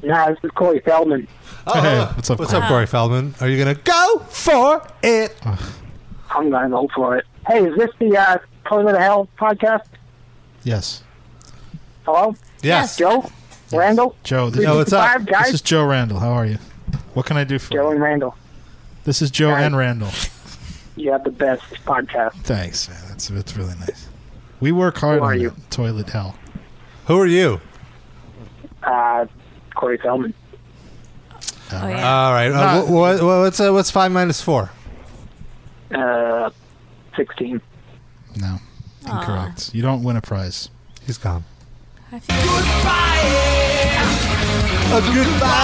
Speaker 18: Nah, this is Corey Feldman.
Speaker 2: Oh,
Speaker 6: Hey, what's up,
Speaker 2: What's
Speaker 6: Corey?
Speaker 2: up, Corey Feldman? Are you gonna go for it?
Speaker 18: I'm going to go for it. Hey, is this the uh, Toilet of Hell podcast?
Speaker 6: Yes,
Speaker 18: Hello?
Speaker 6: Yes.
Speaker 18: Joe? Randall?
Speaker 6: Joe. This,
Speaker 18: Yo, what's up? guys?
Speaker 6: This is Joe Randall. How are you? What can I do for
Speaker 18: Joe
Speaker 6: you?
Speaker 18: and Randall.
Speaker 6: This is Joe and Randall.
Speaker 18: You have the best podcast.
Speaker 6: Thanks, man. That's that's really nice. We work hard on you? toilet hell.
Speaker 2: Who are you?
Speaker 18: Uh, Corey Feldman.
Speaker 6: Oh,
Speaker 2: All right. Uh, wh- wh- wh- what's uh, what's five minus four?
Speaker 18: Uh, 16.
Speaker 6: No, incorrect. You don't win a prize.
Speaker 2: He's gone.
Speaker 8: A goodbye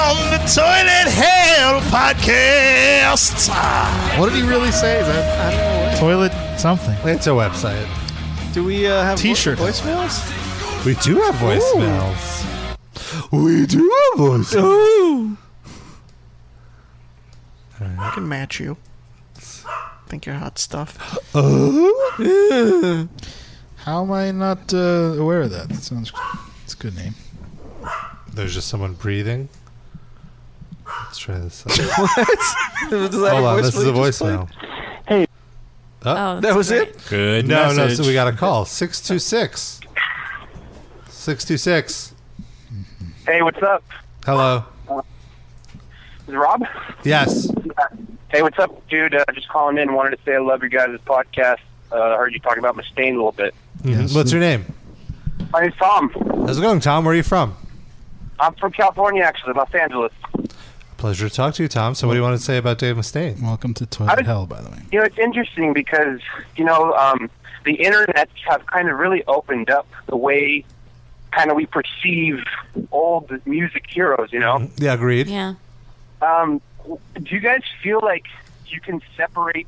Speaker 8: on the Toilet Hell podcast.
Speaker 6: What did he really say? Is that
Speaker 4: I don't know.
Speaker 6: toilet something?
Speaker 2: It's a website.
Speaker 4: Do we uh, have
Speaker 6: T-shirt.
Speaker 4: vo- voicemails?
Speaker 2: We do have voicemails. We do have voicemails.
Speaker 4: Ooh. I can match you. Think you're hot stuff.
Speaker 6: Oh. How am I not uh, aware of that? That sounds. It's a good name.
Speaker 2: There's just someone breathing. Let's try this. Out.
Speaker 4: Hold
Speaker 2: Hold on, this is a voicemail.
Speaker 18: Hey.
Speaker 2: Oh,
Speaker 4: that was it.
Speaker 7: Good.
Speaker 2: no, no.
Speaker 7: message.
Speaker 2: So we got a call. Six two six. Six two six.
Speaker 18: Hey, what's up?
Speaker 2: Hello.
Speaker 18: Is it Rob?
Speaker 2: Yes.
Speaker 18: Uh, Hey, what's up, dude? Uh, just calling in. Wanted to say I love your guys' podcast. Uh, I heard you talking about Mustaine a little bit.
Speaker 2: Mhm. What's your name?
Speaker 18: My name's Tom.
Speaker 2: How's it going, Tom? Where are you from?
Speaker 18: I'm from California, actually, Los Angeles.
Speaker 2: Pleasure to talk to you, Tom. So, what do you want to say about Dave Mustaine?
Speaker 6: Welcome to
Speaker 18: I
Speaker 6: Toilet
Speaker 18: was-
Speaker 6: Hell, by the way.
Speaker 18: You know, it's interesting because you know um, the internet have kind of really opened up the way kind of we perceive old music heroes. You know,
Speaker 2: Yeah, agreed.
Speaker 3: Yeah.
Speaker 18: um, do you guys feel like you can separate,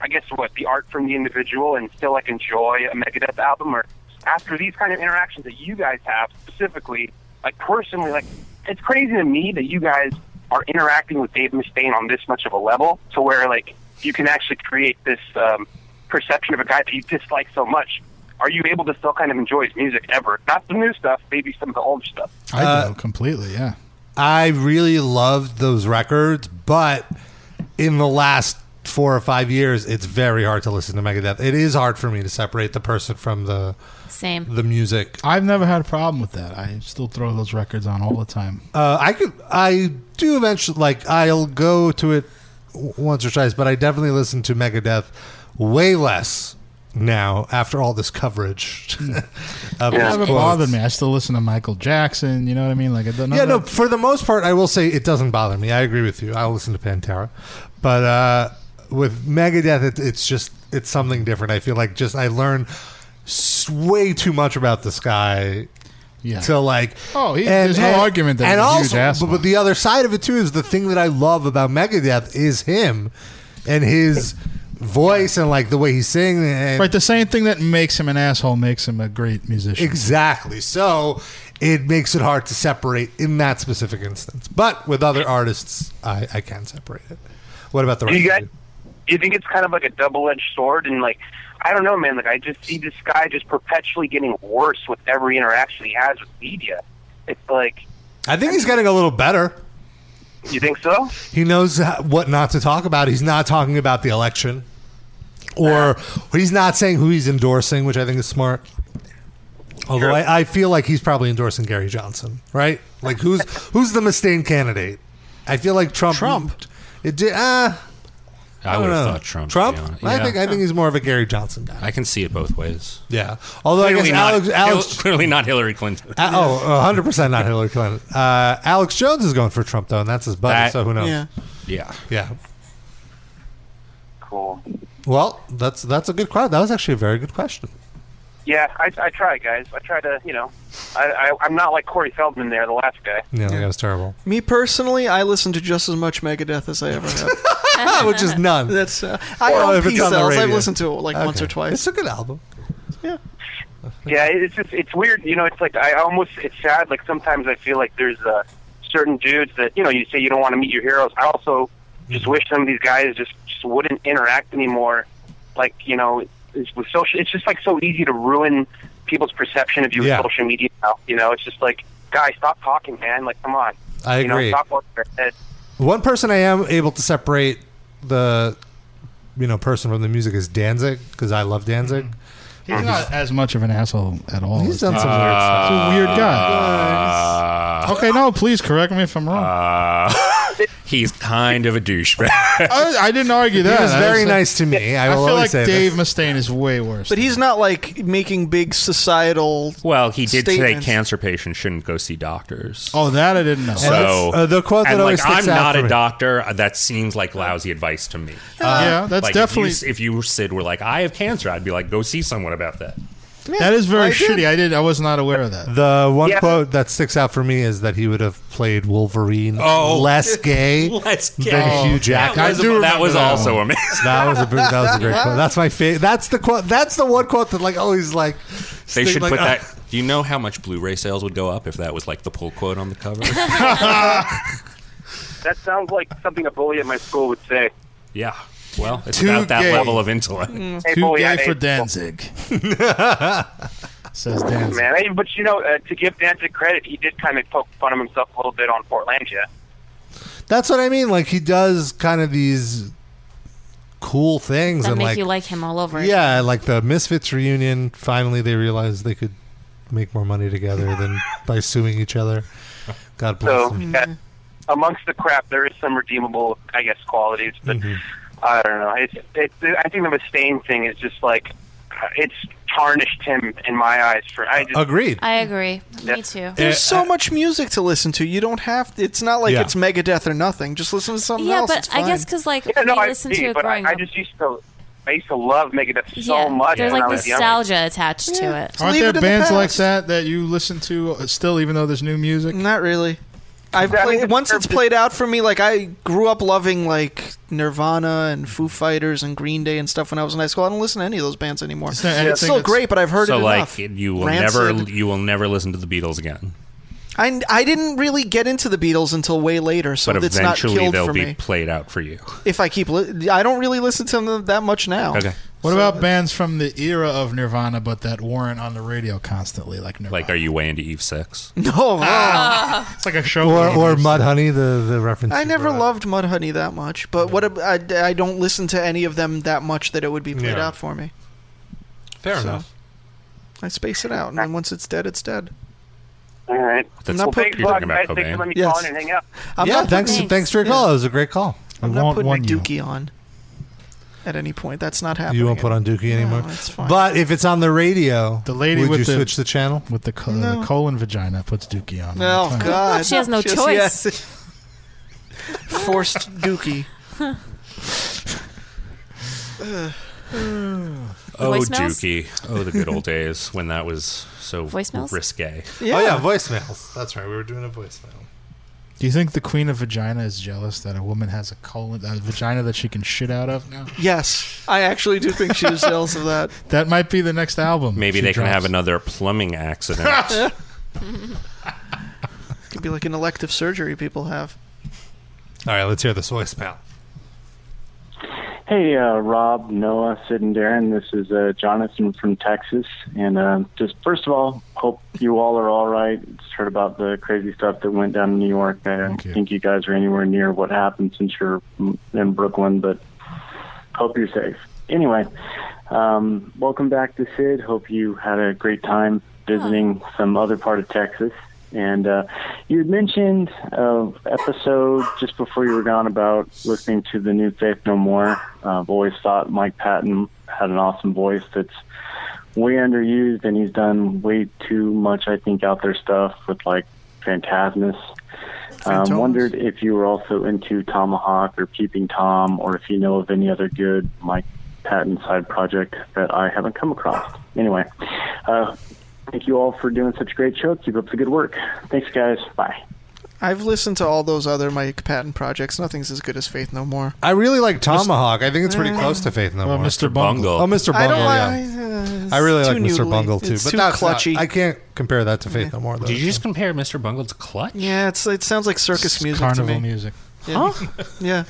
Speaker 18: I guess, what the art from the individual and still like enjoy a Megadeth album? Or after these kind of interactions that you guys have specifically, like personally, like it's crazy to me that you guys are interacting with Dave Mustaine on this much of a level, to where like you can actually create this um, perception of a guy that you dislike so much. Are you able to still kind of enjoy his music ever? Not the new stuff, maybe some of the older stuff.
Speaker 6: I do completely. Yeah.
Speaker 2: Uh, I really loved those records, but in the last four or five years, it's very hard to listen to Megadeth. It is hard for me to separate the person from the
Speaker 3: Same.
Speaker 2: the music.
Speaker 6: I've never had a problem with that. I still throw those records on all the time.
Speaker 2: Uh, I could, I do eventually. Like I'll go to it w- once or twice, but I definitely listen to Megadeth way less now after all this coverage. of
Speaker 6: it
Speaker 2: his
Speaker 6: never
Speaker 2: quotes.
Speaker 6: bothered me. I still listen to Michael Jackson. You know what I mean? Like, I don't know.
Speaker 2: yeah, no. For the most part, I will say it doesn't bother me. I agree with you. I'll listen to Pantera, but uh, with Megadeth, it, it's just it's something different. I feel like just I learn s- way too much about this guy.
Speaker 6: Yeah.
Speaker 2: To like,
Speaker 6: Oh, he- there's no argument that
Speaker 2: and
Speaker 6: he's a huge
Speaker 2: also,
Speaker 6: asshole.
Speaker 2: but, but the other side of it too is the thing that I love about Megadeth is him and his voice and like the way he sings. And,
Speaker 6: Right, the same thing that makes him an asshole makes him a great musician.
Speaker 2: Exactly. So it makes it hard to separate in that specific instance. But with other artists, I, I can separate it. What about the
Speaker 18: Do
Speaker 2: rest?
Speaker 18: you guys? Do you think it's kind of like a double-edged sword? And like, I don't know, man. Like, I just see this guy just perpetually getting worse with every interaction he has with media. It's like,
Speaker 2: I think he's getting a little better.
Speaker 18: you think so?
Speaker 2: He knows h- what not to talk about. He's not talking about the election, or he's not saying who he's endorsing, which I think is smart. Although I, I feel like he's probably endorsing Gary Johnson, right? Like who's who's the Mustaine candidate? I feel like Trump. Trump. It did. Uh,
Speaker 7: I
Speaker 2: don't
Speaker 7: would have
Speaker 2: know.
Speaker 7: thought Trump, to
Speaker 2: Trump.
Speaker 7: be honest.
Speaker 2: I
Speaker 7: Yeah.
Speaker 2: think I think he's more of a Gary Johnson guy.
Speaker 7: I can see it both ways.
Speaker 2: Yeah. Although I guess
Speaker 7: not,
Speaker 2: Alex- Alex-
Speaker 7: Hil- clearly not Hillary Clinton.
Speaker 2: Uh, oh, 100 percent not Hillary Clinton. Uh, Alex Jones is going for Trump though, and that's his buddy.
Speaker 7: That-
Speaker 2: so who knows?
Speaker 7: yeah. Yeah.
Speaker 2: yeah.
Speaker 18: Cool.
Speaker 2: Well, that's that's a good question. That was actually a very good question.
Speaker 18: Yeah, I, I try, guys. I try to, you know, I, I, I'm not like Corey Feldman there, the last guy.
Speaker 2: Yeah, that was terrible.
Speaker 4: Me personally, I listen to just as much Megadeth as I ever have,
Speaker 2: which is none.
Speaker 4: That's uh, I
Speaker 2: Or
Speaker 4: own
Speaker 2: if it's
Speaker 4: P
Speaker 2: on the
Speaker 4: cells. I've
Speaker 2: radio.
Speaker 4: listened to it like once
Speaker 2: Okay.
Speaker 4: or twice.
Speaker 2: It's a good album.
Speaker 18: Yeah, it's just it's weird, you know. It's like I almost it's sad. Like sometimes I feel like there's uh, certain dudes that you know you say you don't want to meet your heroes. I also just
Speaker 2: Mm-hmm.
Speaker 18: wish some of these guys just just wouldn't interact anymore. Like you know, it's, with social, it's just like so easy to ruin people's perception of you
Speaker 2: Yeah.
Speaker 18: with social media. Now, you know, it's just like guys, stop talking, man. Like come on,
Speaker 2: I
Speaker 18: You know,
Speaker 2: agree.
Speaker 18: stop over your head.
Speaker 2: One person I am able to separate the you know person from the music is Danzig because I love Danzig.
Speaker 6: Mm-hmm. He's not as much of an asshole at all.
Speaker 2: He's done some weird
Speaker 6: He's a
Speaker 2: stuff.
Speaker 6: weird guy. okay, no, please correct me if I'm
Speaker 2: oh.
Speaker 6: wrong.
Speaker 7: Uh, he's kind of a douchebag.
Speaker 6: I, I didn't argue
Speaker 7: He
Speaker 6: that.
Speaker 7: was
Speaker 6: I
Speaker 7: very
Speaker 6: said-
Speaker 7: nice to me. I will
Speaker 6: feel
Speaker 7: always
Speaker 6: like
Speaker 7: say
Speaker 6: Dave Mustaine is way worse.
Speaker 4: But he's not like making big societal.
Speaker 7: Well, he did
Speaker 4: statements.
Speaker 7: say cancer patients shouldn't go see doctors.
Speaker 6: Oh, that I didn't know.
Speaker 7: So
Speaker 2: Uh, the quote that
Speaker 7: and,
Speaker 2: always
Speaker 7: like, I'm
Speaker 2: sticks out
Speaker 7: not
Speaker 2: for
Speaker 7: a
Speaker 2: me.
Speaker 7: doctor. uh, That seems like lousy advice to me.
Speaker 6: Yeah, that's
Speaker 7: like,
Speaker 6: definitely-
Speaker 7: If you, if you Sid were like, I have cancer, I'd be like, go see someone about that.
Speaker 6: that is very shitty. I did. I was not aware of that.
Speaker 2: The one
Speaker 6: Yeah.
Speaker 2: quote that sticks out for me is that he would have played Wolverine
Speaker 6: Oh.
Speaker 2: less gay
Speaker 7: Less gay.
Speaker 2: than
Speaker 7: Oh,
Speaker 2: Hugh
Speaker 7: that
Speaker 2: Jackman.
Speaker 7: was- that was also
Speaker 2: one.
Speaker 7: amazing.
Speaker 2: That was a big- that was a great quote. That's my favorite. That's the quote. That's the one quote that like always like.
Speaker 7: They
Speaker 2: stick-
Speaker 7: should
Speaker 2: like,
Speaker 7: put
Speaker 2: uh,
Speaker 7: that. Do you know how much Blu-ray sales would go up if that was like the pull quote on the cover?
Speaker 18: That sounds like something a bully at my school would say.
Speaker 7: yeah. Well, it's
Speaker 18: Too
Speaker 7: about that
Speaker 18: gay.
Speaker 7: level of intellect.
Speaker 18: Mm. Hey, Too bully, gay I- for
Speaker 6: Danzig. Says
Speaker 18: Man, I, but you know, uh, to give Danzig credit, he did kind of poke fun of himself a little bit on Portlandia.
Speaker 2: That's what I mean. Like he does kind of these cool things
Speaker 3: That
Speaker 2: and
Speaker 3: make
Speaker 2: like
Speaker 3: you like him all over.
Speaker 2: yeah, like the Misfits reunion. Finally, they realized they could make more money together than by suing each other. God bless
Speaker 18: So,
Speaker 2: them.
Speaker 18: yeah, amongst the crap, there is some redeemable, I guess, qualities. But I don't know. It's, it's, I think the Mustaine thing is just like uh, it's tarnished him in my eyes. For I just
Speaker 4: I agree.
Speaker 18: Yeah.
Speaker 4: Me
Speaker 18: too.
Speaker 4: There's
Speaker 18: Uh,
Speaker 4: so much music to listen to. You don't have. It's not like
Speaker 18: Yeah.
Speaker 4: it's Megadeth or nothing. Just listen to something
Speaker 3: Yeah,
Speaker 4: else.
Speaker 3: but
Speaker 4: it's
Speaker 3: I
Speaker 4: fine.
Speaker 3: guess because like
Speaker 18: Yeah, no,
Speaker 3: we
Speaker 18: I
Speaker 3: listened
Speaker 18: see,
Speaker 3: to it
Speaker 18: but I,
Speaker 3: growing
Speaker 18: I
Speaker 3: up.
Speaker 18: just used to. I used to love Megadeth so
Speaker 3: yeah,
Speaker 18: much
Speaker 3: there's
Speaker 18: when I
Speaker 3: like
Speaker 18: was young.
Speaker 3: nostalgia attached to it.
Speaker 6: Aren't there bands like that that you listen to uh, still, even though there's new music?
Speaker 4: Not really. I've played, once it's played out for me, like I grew up loving like Nirvana and Foo Fighters and Green Day and stuff when I was in high school. I don't listen to any of those bands anymore.
Speaker 6: there
Speaker 4: it's
Speaker 6: anything
Speaker 4: still
Speaker 6: that's-
Speaker 4: great, but I've heard
Speaker 7: so
Speaker 4: it
Speaker 7: like
Speaker 4: enough.
Speaker 7: you will
Speaker 4: Rancid.
Speaker 7: never you will never listen to the Beatles again.
Speaker 4: I, I didn't really get into the Beatles until way later, so
Speaker 7: but
Speaker 4: it's not
Speaker 7: eventually
Speaker 4: killed
Speaker 7: they'll
Speaker 4: for
Speaker 7: be
Speaker 4: me.
Speaker 7: played out for you.
Speaker 4: If I keep, li- I don't really listen to them that much now.
Speaker 7: Okay.
Speaker 6: What about bands from the era of Nirvana, but that weren't on the radio constantly, like Nirvana?
Speaker 7: Like, are you way into Eve Six?
Speaker 4: No,
Speaker 7: Ah.
Speaker 6: it's like a show.
Speaker 2: Or, or Mudhoney, the, the reference.
Speaker 4: I never loved Mudhoney that much, but what ab- I, I don't listen to any of them that much that it would be played
Speaker 2: Yeah.
Speaker 4: out for me.
Speaker 2: Fair
Speaker 4: enough. I space it out, and then once it's dead, it's dead.
Speaker 18: All right.
Speaker 4: I'm not
Speaker 18: well,
Speaker 4: put-
Speaker 18: thanks,
Speaker 4: You're
Speaker 18: Bob.
Speaker 4: talking about
Speaker 18: Guys, thanks for
Speaker 4: Cobain.
Speaker 18: letting me
Speaker 4: Yes.
Speaker 18: call in and hang up.
Speaker 4: I'm
Speaker 2: yeah,
Speaker 4: not-
Speaker 2: thanks,
Speaker 4: Thanks.
Speaker 2: thanks. for your call.
Speaker 4: Yeah.
Speaker 2: It was a great call.
Speaker 4: I'm not putting a Dookie on at any point. That's not happening.
Speaker 2: You won't put on Dookie anymore.
Speaker 4: that's fine.
Speaker 2: But if it's on the radio, the
Speaker 6: lady
Speaker 2: would
Speaker 6: with
Speaker 2: you
Speaker 6: the-
Speaker 2: switch the channel?
Speaker 6: With the, co-
Speaker 4: No.
Speaker 6: the colon vagina puts Dookie on.
Speaker 4: Oh
Speaker 6: That's fine.
Speaker 4: God!
Speaker 3: She has no
Speaker 4: Just-
Speaker 3: choice.
Speaker 4: yes. Forced Dookie. Ugh.
Speaker 7: Oh,
Speaker 3: Voicemails?
Speaker 7: Dookie. Oh, the good old days when that was so
Speaker 3: Voicemails?
Speaker 7: risque.
Speaker 2: Oh yeah, voicemails. That's right. We were doing a voicemail.
Speaker 6: Do you think the queen of vagina is jealous that a woman has a colon, a vagina that she can shit out of now?
Speaker 4: Yes, I actually do think she was jealous of that.
Speaker 6: That might be the next album.
Speaker 7: Maybe
Speaker 6: she
Speaker 7: they can
Speaker 6: drops.
Speaker 7: have another plumbing accident.
Speaker 4: Could be like an elective surgery people have.
Speaker 2: All right, let's hear this voicemail.
Speaker 17: Hey, uh, Rob, Noah, Sid, and Darren. This is uh, Jonathan from Texas. And uh, just first of all, hope you all are all right. Just heard about the crazy stuff that went down in New York. I don't think you guys are anywhere near what happened since you're in Brooklyn, but hope you're safe. Anyway, um, welcome back to Sid. Hope you had a great time visiting some other part of Texas. And uh, you had mentioned uh, episode just before you were gone about listening to the new Faith No More. Uh, I've always thought Mike Patton had an awesome voice that's way underused, and he's done way too much, I think, out there stuff with like Phantasmus. Um, wondered if you were also into Tomahawk or Peeping Tom, or if you know of any other good Mike Patton side project that I haven't come across. Anyway, uh, thank you all for doing such a great show. Keep up the good work. Thanks, guys. Bye.
Speaker 4: I've listened to all those other Mike Patton projects. Nothing's as good as Faith No More.
Speaker 2: I really like Tomahawk. I think it's pretty close to Faith No
Speaker 6: Well,
Speaker 2: More.
Speaker 6: Mr. Bungle.
Speaker 2: Oh, Mr.
Speaker 4: I uh,
Speaker 2: Bungle.
Speaker 4: don't
Speaker 2: yeah.
Speaker 4: like-
Speaker 2: I really
Speaker 4: it's
Speaker 2: like
Speaker 4: too
Speaker 2: Mr.
Speaker 4: noodly.
Speaker 2: Bungle too,
Speaker 4: It's
Speaker 2: but
Speaker 4: too
Speaker 2: that's not-
Speaker 4: clutchy.
Speaker 2: I can't compare that to Faith No More. Though.
Speaker 7: Did you just compare Mr. Bungle to Clutch?
Speaker 4: Yeah, it's it sounds like circus music
Speaker 6: carnival
Speaker 4: to me.
Speaker 6: music.
Speaker 4: Yeah. Yeah.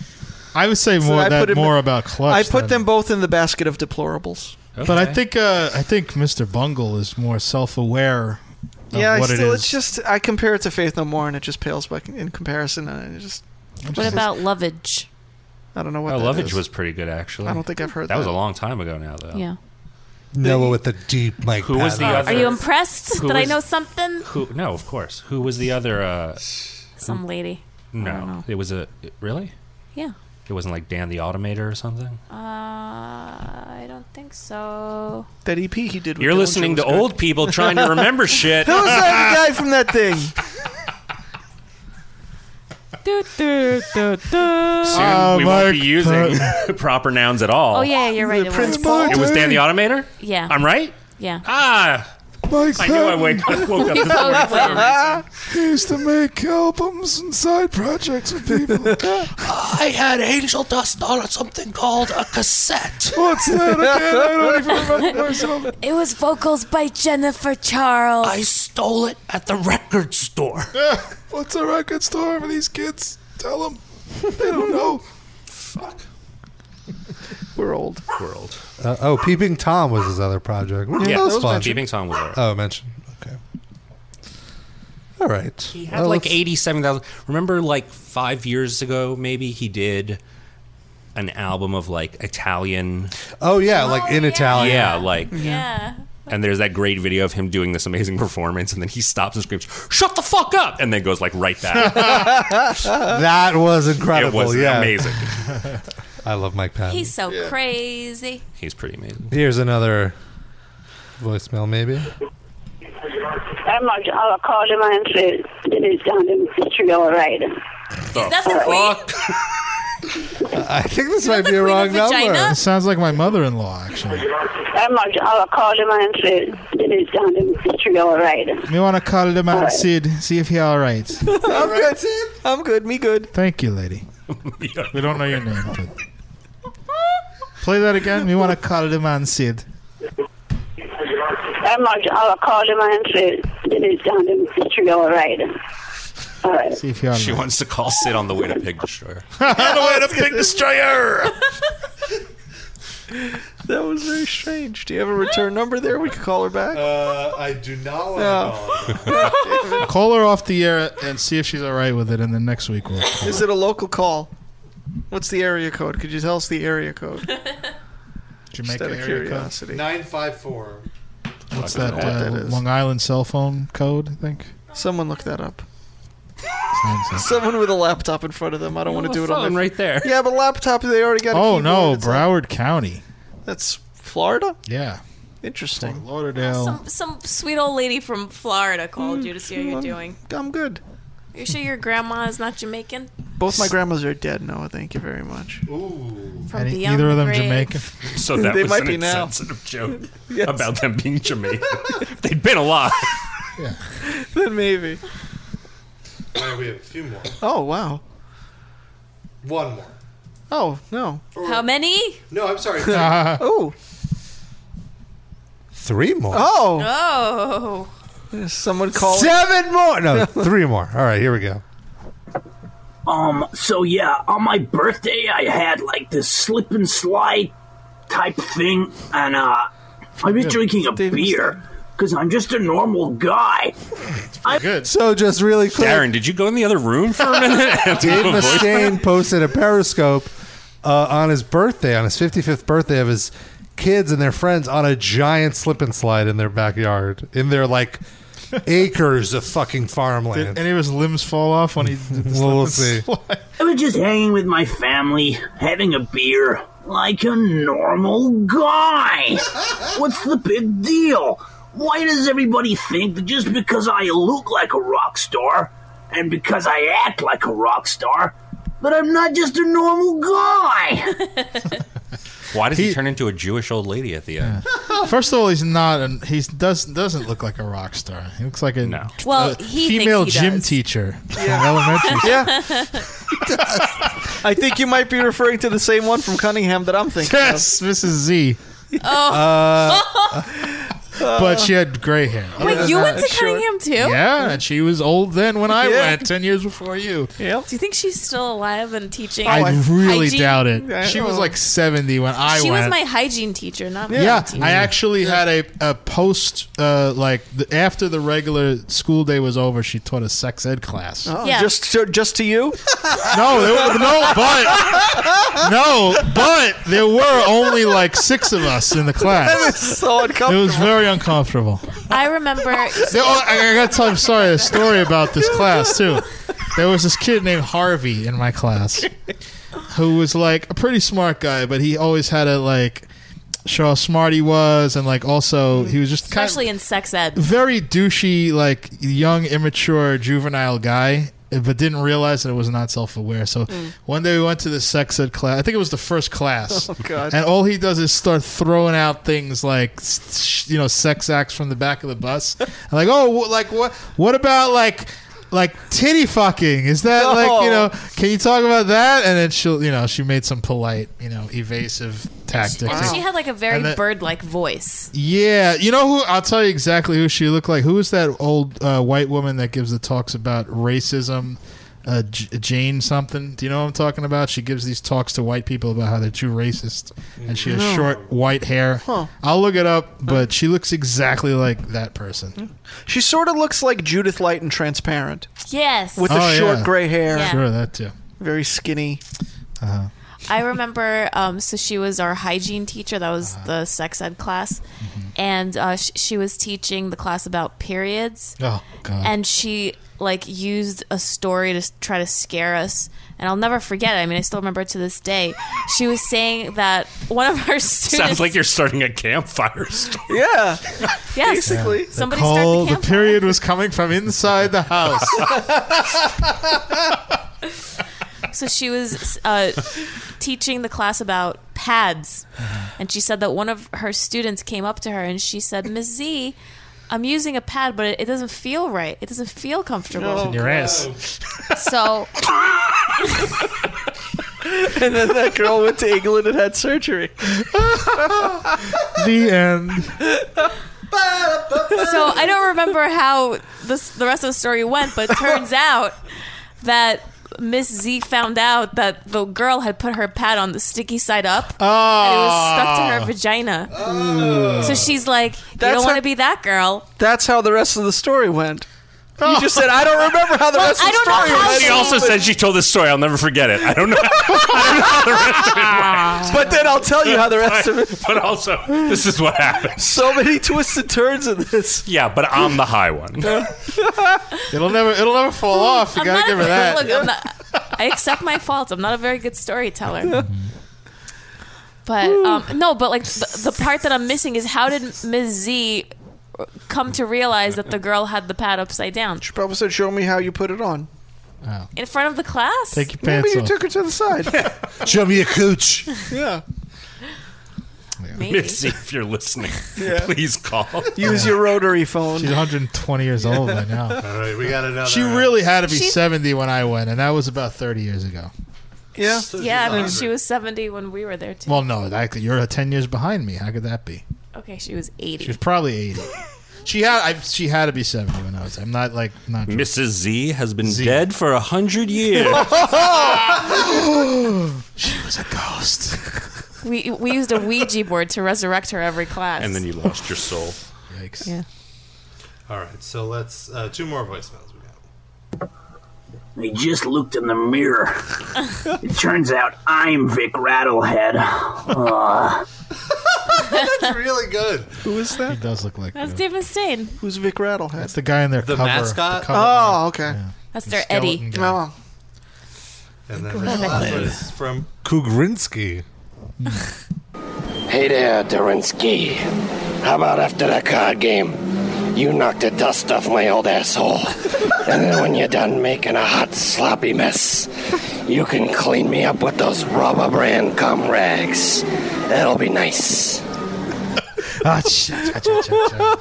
Speaker 6: I would say
Speaker 4: So
Speaker 6: more
Speaker 4: I put
Speaker 6: that
Speaker 4: him-
Speaker 6: more about Clutch.
Speaker 4: I put
Speaker 6: than-
Speaker 4: them both in the basket of deplorables.
Speaker 6: But I think uh, I think Mr. Bungle is more self-aware of
Speaker 4: yeah, I
Speaker 6: what
Speaker 4: still,
Speaker 6: it
Speaker 4: it's
Speaker 6: is.
Speaker 4: just I compare it to Faith No More, and it just pales by in comparison. And it just
Speaker 3: What about Lovage?
Speaker 4: I don't know what
Speaker 7: Oh,
Speaker 4: that
Speaker 7: Lovage
Speaker 4: is.
Speaker 7: was pretty good, actually.
Speaker 4: I don't think I've heard
Speaker 7: that. was a
Speaker 4: that.
Speaker 7: long time ago now, though.
Speaker 3: Yeah.
Speaker 2: Noah with the deep Mike.
Speaker 7: Who was the
Speaker 2: Patton.
Speaker 7: other?
Speaker 3: Are you impressed
Speaker 7: Who
Speaker 3: that I
Speaker 7: was-
Speaker 3: know something?
Speaker 7: Who? No, of course. Who was the other? Uh,
Speaker 3: Some lady.
Speaker 7: no, it was a really.
Speaker 3: Yeah.
Speaker 7: It wasn't like Dan the Automator or something.
Speaker 3: Uh, I don't think so.
Speaker 4: That EP he did. With
Speaker 7: You're
Speaker 4: Dillinger
Speaker 7: listening
Speaker 4: was
Speaker 7: to
Speaker 4: good.
Speaker 7: old people trying to remember shit.
Speaker 4: Who was that other guy from that thing?
Speaker 3: Du- du- du- du.
Speaker 7: Soon
Speaker 2: Ah,
Speaker 6: Ah,
Speaker 7: we won't be using proper nouns at all.
Speaker 3: Oh yeah, you're right. It was.
Speaker 7: It was Dan the Automator.
Speaker 3: Yeah.
Speaker 7: I'm right.
Speaker 3: Yeah.
Speaker 7: Ah, I knew I wake, woke up this morning. for a reason.
Speaker 6: he used to make albums and side projects with people.
Speaker 19: I had angel dust on something called a cassette.
Speaker 6: What's that again? I don't even remember myself.
Speaker 3: It was vocals by Jennifer Charles.
Speaker 19: I stole it at the record store.
Speaker 6: What's a record store for these kids? Tell them. They don't know.
Speaker 4: We're old.
Speaker 7: World.
Speaker 2: Uh, oh, Peeping Tom was his other project. Which
Speaker 7: Yeah,
Speaker 2: that was,
Speaker 7: that was
Speaker 2: fun.
Speaker 7: mentioned. Peeping Tom was alright.
Speaker 2: Oh, mentioned. Okay. All right.
Speaker 7: He had
Speaker 2: Well,
Speaker 7: like
Speaker 2: let's-
Speaker 7: eighty-seven thousand. Remember, like five years ago, maybe he did an album of like Italian.
Speaker 2: Oh yeah, like in Italian.
Speaker 7: Yeah, like
Speaker 3: yeah.
Speaker 7: And there's that great video of him doing this amazing performance, and then he stops and screams, "Shut the fuck up!" and then goes like right back.
Speaker 2: that was incredible.
Speaker 7: It was
Speaker 2: yeah.
Speaker 7: amazing.
Speaker 2: I love Mike Patton.
Speaker 3: He's so crazy.
Speaker 7: He's pretty amazing.
Speaker 2: Here's another voicemail, maybe.
Speaker 20: I'm not, I'll call him and say that he's done him that you're all right.
Speaker 3: that the fuck?
Speaker 2: I think this might be a wrong number.
Speaker 6: It sounds like my mother-in-law, actually.
Speaker 20: I'm not, I'll call him and say that he's done him that you're all right.
Speaker 6: We want to call the man Sid, see if he all right.
Speaker 4: I'm good. I'm good. Me good.
Speaker 6: Thank you, lady. we don't know your name, but play that again. We want to call the man Sid.
Speaker 20: I'm not, I'll call him and say It is down in the tree, all right. All right.
Speaker 6: See if you
Speaker 7: She wants to call Sid on the way to Pig Destroyer.
Speaker 8: On the way to Pig Destroyer.
Speaker 4: That was very strange. Do you have a return number there? We could call her back.
Speaker 2: Uh, I do not want
Speaker 4: Oh.
Speaker 6: Call her off the air and see if she's all right with it, and then next week we'll.
Speaker 4: Is it a local call? What's the area code? Could you tell us the area code? Just out of curiosity.
Speaker 2: Nine five four.
Speaker 6: What's that?
Speaker 4: I don't know what
Speaker 6: Uh,
Speaker 4: that is.
Speaker 6: Long Island cell phone code, I think.
Speaker 4: Someone look that up. Someone with a laptop in front of them. I don't
Speaker 6: You
Speaker 4: want to
Speaker 6: have
Speaker 4: do
Speaker 6: a
Speaker 4: it on
Speaker 6: phone
Speaker 4: their
Speaker 6: right
Speaker 7: there.
Speaker 4: Yeah, but laptop they already got. A
Speaker 6: Oh
Speaker 4: keyboard.
Speaker 6: no,
Speaker 4: It's like-
Speaker 6: Broward County.
Speaker 4: that's Florida.
Speaker 6: Yeah,
Speaker 4: Interesting.
Speaker 6: Fort Lauderdale.
Speaker 3: Some sweet old lady from Florida called you to see how
Speaker 6: Mm,
Speaker 3: you're doing.
Speaker 4: I'm good.
Speaker 3: You sure your grandma is not Jamaican?
Speaker 4: Both my grandmas are dead, Noah. Thank you very much.
Speaker 2: Ooh.
Speaker 3: From Any- beyond either of the them grave. Jamaican?
Speaker 7: So that
Speaker 4: they
Speaker 7: was
Speaker 4: might
Speaker 7: an
Speaker 4: be now.
Speaker 7: insensitive joke about them being Jamaican. They'd been alive.
Speaker 4: then maybe.
Speaker 2: All right, we have a few more.
Speaker 4: Oh wow.
Speaker 2: One more.
Speaker 4: Oh no.
Speaker 3: How many?
Speaker 2: No, I'm sorry.
Speaker 4: oh.
Speaker 2: Three more.
Speaker 4: Oh.
Speaker 3: Oh.
Speaker 4: Someone called.
Speaker 2: Seven more. No, three more. All right, here we go.
Speaker 21: Um, so yeah, on my birthday, I had like this slip and slide type thing, and uh, I was
Speaker 2: Yeah,
Speaker 21: drinking a beer because I'm just a normal guy. I,
Speaker 6: good.
Speaker 2: So just really quick.
Speaker 7: Darren, did you go in the other room for a minute?
Speaker 2: Dave Mustaine posted a Periscope uh, on his birthday, on his 55th birthday of his kids and their friends on a giant slip and slide in their backyard, in their like acres of fucking farmland.
Speaker 6: Did any of his limbs fall off when he did the
Speaker 2: We'll
Speaker 6: slip and slide?
Speaker 21: I was just hanging with my family, having a beer, like a normal guy. What's the big deal? Why does everybody think that just because I look like a rock star and because I act like a rock star, that I'm not just a normal guy?
Speaker 7: Why does he, turn into a Jewish old lady at the end?
Speaker 6: First of all, he's not, and he does doesn't look like a rock star. He looks like a
Speaker 3: Well,
Speaker 6: a
Speaker 3: he thinks
Speaker 6: female
Speaker 3: he
Speaker 6: gym
Speaker 3: does.
Speaker 6: teacher from elementary. school.
Speaker 4: yeah. I think you might be referring to the same one from Cunningham that I'm thinking.
Speaker 6: Yes, Mrs. Z.
Speaker 4: Oh.
Speaker 6: Uh, but she had gray hair.
Speaker 3: Wait, you went to Cunningham too?
Speaker 6: Yeah, and she was old then when I
Speaker 3: Yeah.
Speaker 6: went, ten years before you.
Speaker 4: Yep.
Speaker 3: Do you think she's still alive and teaching?
Speaker 6: I really
Speaker 3: hygiene?
Speaker 6: doubt it. She was like seventy when I
Speaker 3: she
Speaker 6: went.
Speaker 3: was my hygiene teacher, not my
Speaker 6: Yeah,
Speaker 3: teacher.
Speaker 6: I actually had a, a post uh, like the, after the regular school day was over, she taught a sex ed class.
Speaker 4: Oh, Just to, just to you?
Speaker 6: No, there were, no, but no, but there were only like six of us in the class.
Speaker 4: That is so
Speaker 6: It was very uncomfortable.
Speaker 3: I remember.
Speaker 6: There- oh, I, I got to tell. I'm sorry. A story about this class too. There was this kid named Harvey in my class, who was like a pretty smart guy, but he always had to like show how smart he was, and like also he was just kind of
Speaker 3: especially in sex ed.
Speaker 6: very douchey, like young, immature, juvenile guy, but didn't realize that it was not self aware. So
Speaker 4: Mm.
Speaker 6: one day we went to the sex ed class. I think it was the first class.
Speaker 4: Oh, God.
Speaker 6: And all he does is start throwing out things like, s- sh- you know, sex acts from the back of the bus. And like, oh, wh- like what? What about like? Like titty fucking is that like you know? Can you talk about that? And then she'll you know she made some polite you know evasive tactics.
Speaker 3: And she had like a very
Speaker 6: And the-
Speaker 3: bird-like voice.
Speaker 6: yeah, you know who? I'll tell you exactly who she looked like. Who is that old uh, white woman that gives the talks about racism? Uh, J- Jane something. Do you know what I'm talking about? She gives these talks to white people about how they're too racist, and she has
Speaker 4: No.
Speaker 6: short white hair.
Speaker 4: Huh.
Speaker 6: I'll look it up, but she looks exactly like that person.
Speaker 4: Mm. She sort of looks like Judith Light and Transparent.
Speaker 3: Yes.
Speaker 4: With the
Speaker 6: Oh,
Speaker 4: short
Speaker 6: yeah.
Speaker 4: gray hair.
Speaker 3: Yeah.
Speaker 6: Sure, that too.
Speaker 4: Very skinny.
Speaker 3: I remember, um, so she was our hygiene teacher. That
Speaker 6: Uh-huh.
Speaker 3: was the sex ed class.
Speaker 6: Mm-hmm.
Speaker 3: And uh, sh- she was teaching the class about periods.
Speaker 6: Oh God.
Speaker 3: And she, like, used a story to s- try to scare us. And I'll never forget it. I mean, I still remember it to this day. She was saying that one of her students.
Speaker 7: Sounds like you're starting a campfire story.
Speaker 4: Yeah.
Speaker 3: yes.
Speaker 6: Yeah.
Speaker 3: Somebody
Speaker 6: the call,
Speaker 3: start the
Speaker 6: the period was coming from inside the house.
Speaker 3: So she was uh, teaching the class about pads, and she said that one of her students came up to her and she said, "Ms. Z, I'm using a pad, but it, it doesn't feel right. It doesn't feel comfortable." So
Speaker 4: and then that girl went to England and had surgery.
Speaker 6: the end.
Speaker 3: So I don't remember how this, the rest of the story went, but turns out that Miss Z found out that the girl had put her pad on the sticky side up, and it was stuck to her vagina. So she's like,
Speaker 4: Ah.
Speaker 3: "You
Speaker 4: Oh. That's
Speaker 3: don't
Speaker 4: how-
Speaker 3: want to be that girl."
Speaker 4: That's how the rest of the story went. You just said I don't remember how the
Speaker 3: Well,
Speaker 4: rest
Speaker 3: I
Speaker 4: of the
Speaker 3: don't know
Speaker 4: story
Speaker 3: how
Speaker 4: went.
Speaker 7: She also said she told this story. I'll never forget it. I don't know. I don't know how the rest of it went.
Speaker 4: But then I'll tell you how the rest of it.
Speaker 7: But also, this is what happened.
Speaker 4: So many twists and turns in this.
Speaker 7: Yeah, but
Speaker 6: "Oh,
Speaker 7: I'm the high one.
Speaker 6: it'll never it'll never fall off. You
Speaker 3: I'm
Speaker 6: gotta Oh, give
Speaker 3: not a-
Speaker 6: her that.
Speaker 3: Look, I'm not, I accept my faults. I'm not a very good storyteller. But um, no, but like the, the part that I'm missing is how did Ms. Z come to realize that the girl had the pad upside down
Speaker 4: She probably said, "Show me how you put it on."
Speaker 3: in front of the class?
Speaker 4: Take your Maybe pants you off. took her to the side.
Speaker 2: Show me a cooch.
Speaker 4: yeah.
Speaker 3: Maybe.
Speaker 7: Miss Z, if you're listening,
Speaker 4: Yeah.
Speaker 7: please call.
Speaker 4: Use your rotary phone.
Speaker 6: She's 120 years old right now.
Speaker 2: All right, we got another.
Speaker 6: She really had to be
Speaker 3: She-
Speaker 6: 70 when I went, and that was about 30 years ago.
Speaker 4: Yeah.
Speaker 3: yeah, I mean, she was 70 when we were there too.
Speaker 6: Well, no, that, you're 10 years behind me. How could that be?
Speaker 3: Okay, she was 80.
Speaker 6: She was probably 80. she had I, she had to be 70 when I was. I'm not like not.
Speaker 7: Mrs. Z has been dead for a hundred years.
Speaker 6: Ah! she was a ghost.
Speaker 3: we we used a Ouija board to resurrect her every class.
Speaker 7: and then you lost your soul.
Speaker 6: Yikes.
Speaker 3: Yeah.
Speaker 2: All right, so let's uh, two more voicemails.
Speaker 21: I just looked in the mirror. It turns out I'm Vic Rattlehead. Uh,
Speaker 2: That's really good.
Speaker 4: Who is that?
Speaker 6: He does look like
Speaker 3: That's David Stein.
Speaker 4: Who's Vic Rattlehead? That's
Speaker 6: the guy in their
Speaker 2: The
Speaker 6: cover.
Speaker 2: mascot?
Speaker 6: cover
Speaker 4: Oh, okay.
Speaker 3: That's their Eddie.
Speaker 2: skeleton
Speaker 4: Oh.
Speaker 2: And
Speaker 3: Go
Speaker 2: then this
Speaker 3: ahead.
Speaker 2: last one is from Kugrinsky.
Speaker 19: Hey there, Dorinsky. How about after that card game? You knock the dust off my old asshole. and then when you're done making a hot, sloppy mess, you can clean me up with those rubber brand cum rags. That'll be nice.
Speaker 6: Ah, sh- cha- cha- cha- cha.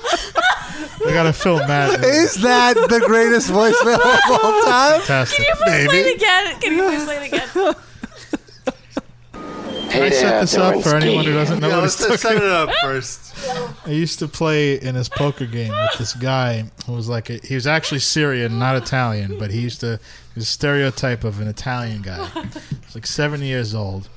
Speaker 6: I gotta film that.
Speaker 2: Is that the greatest voicemail of all time?
Speaker 6: Fantastic.
Speaker 3: Can you please play it again? Can you please play it again?
Speaker 6: Can I set this up for anyone who doesn't know
Speaker 2: Yeah,
Speaker 6: what
Speaker 2: let's
Speaker 6: it's
Speaker 2: set set it up first.
Speaker 6: I used to play in this poker game with this guy who was like a, he was actually Syrian, not Italian, but he used to he was a stereotype of an Italian guy. He was like seven years old,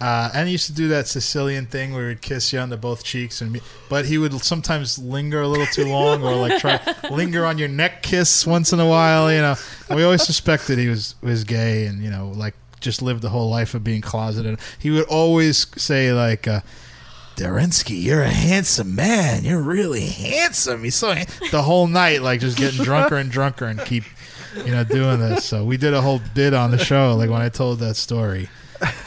Speaker 6: uh, and he used to do that Sicilian thing where he'd kiss you on the both cheeks, and me, but he would sometimes linger a little too long, or like try linger on your neck kiss once in a while. You know, and we always suspected he was was gay, and you know, like just lived the whole life of being closeted. He would always say like. Uh, Derinsky, you're a handsome man. You're really handsome. He's so han-" the whole night, like just getting drunker and drunker and keep, you know, doing this. So we did a whole bit on the show, like when I told that story.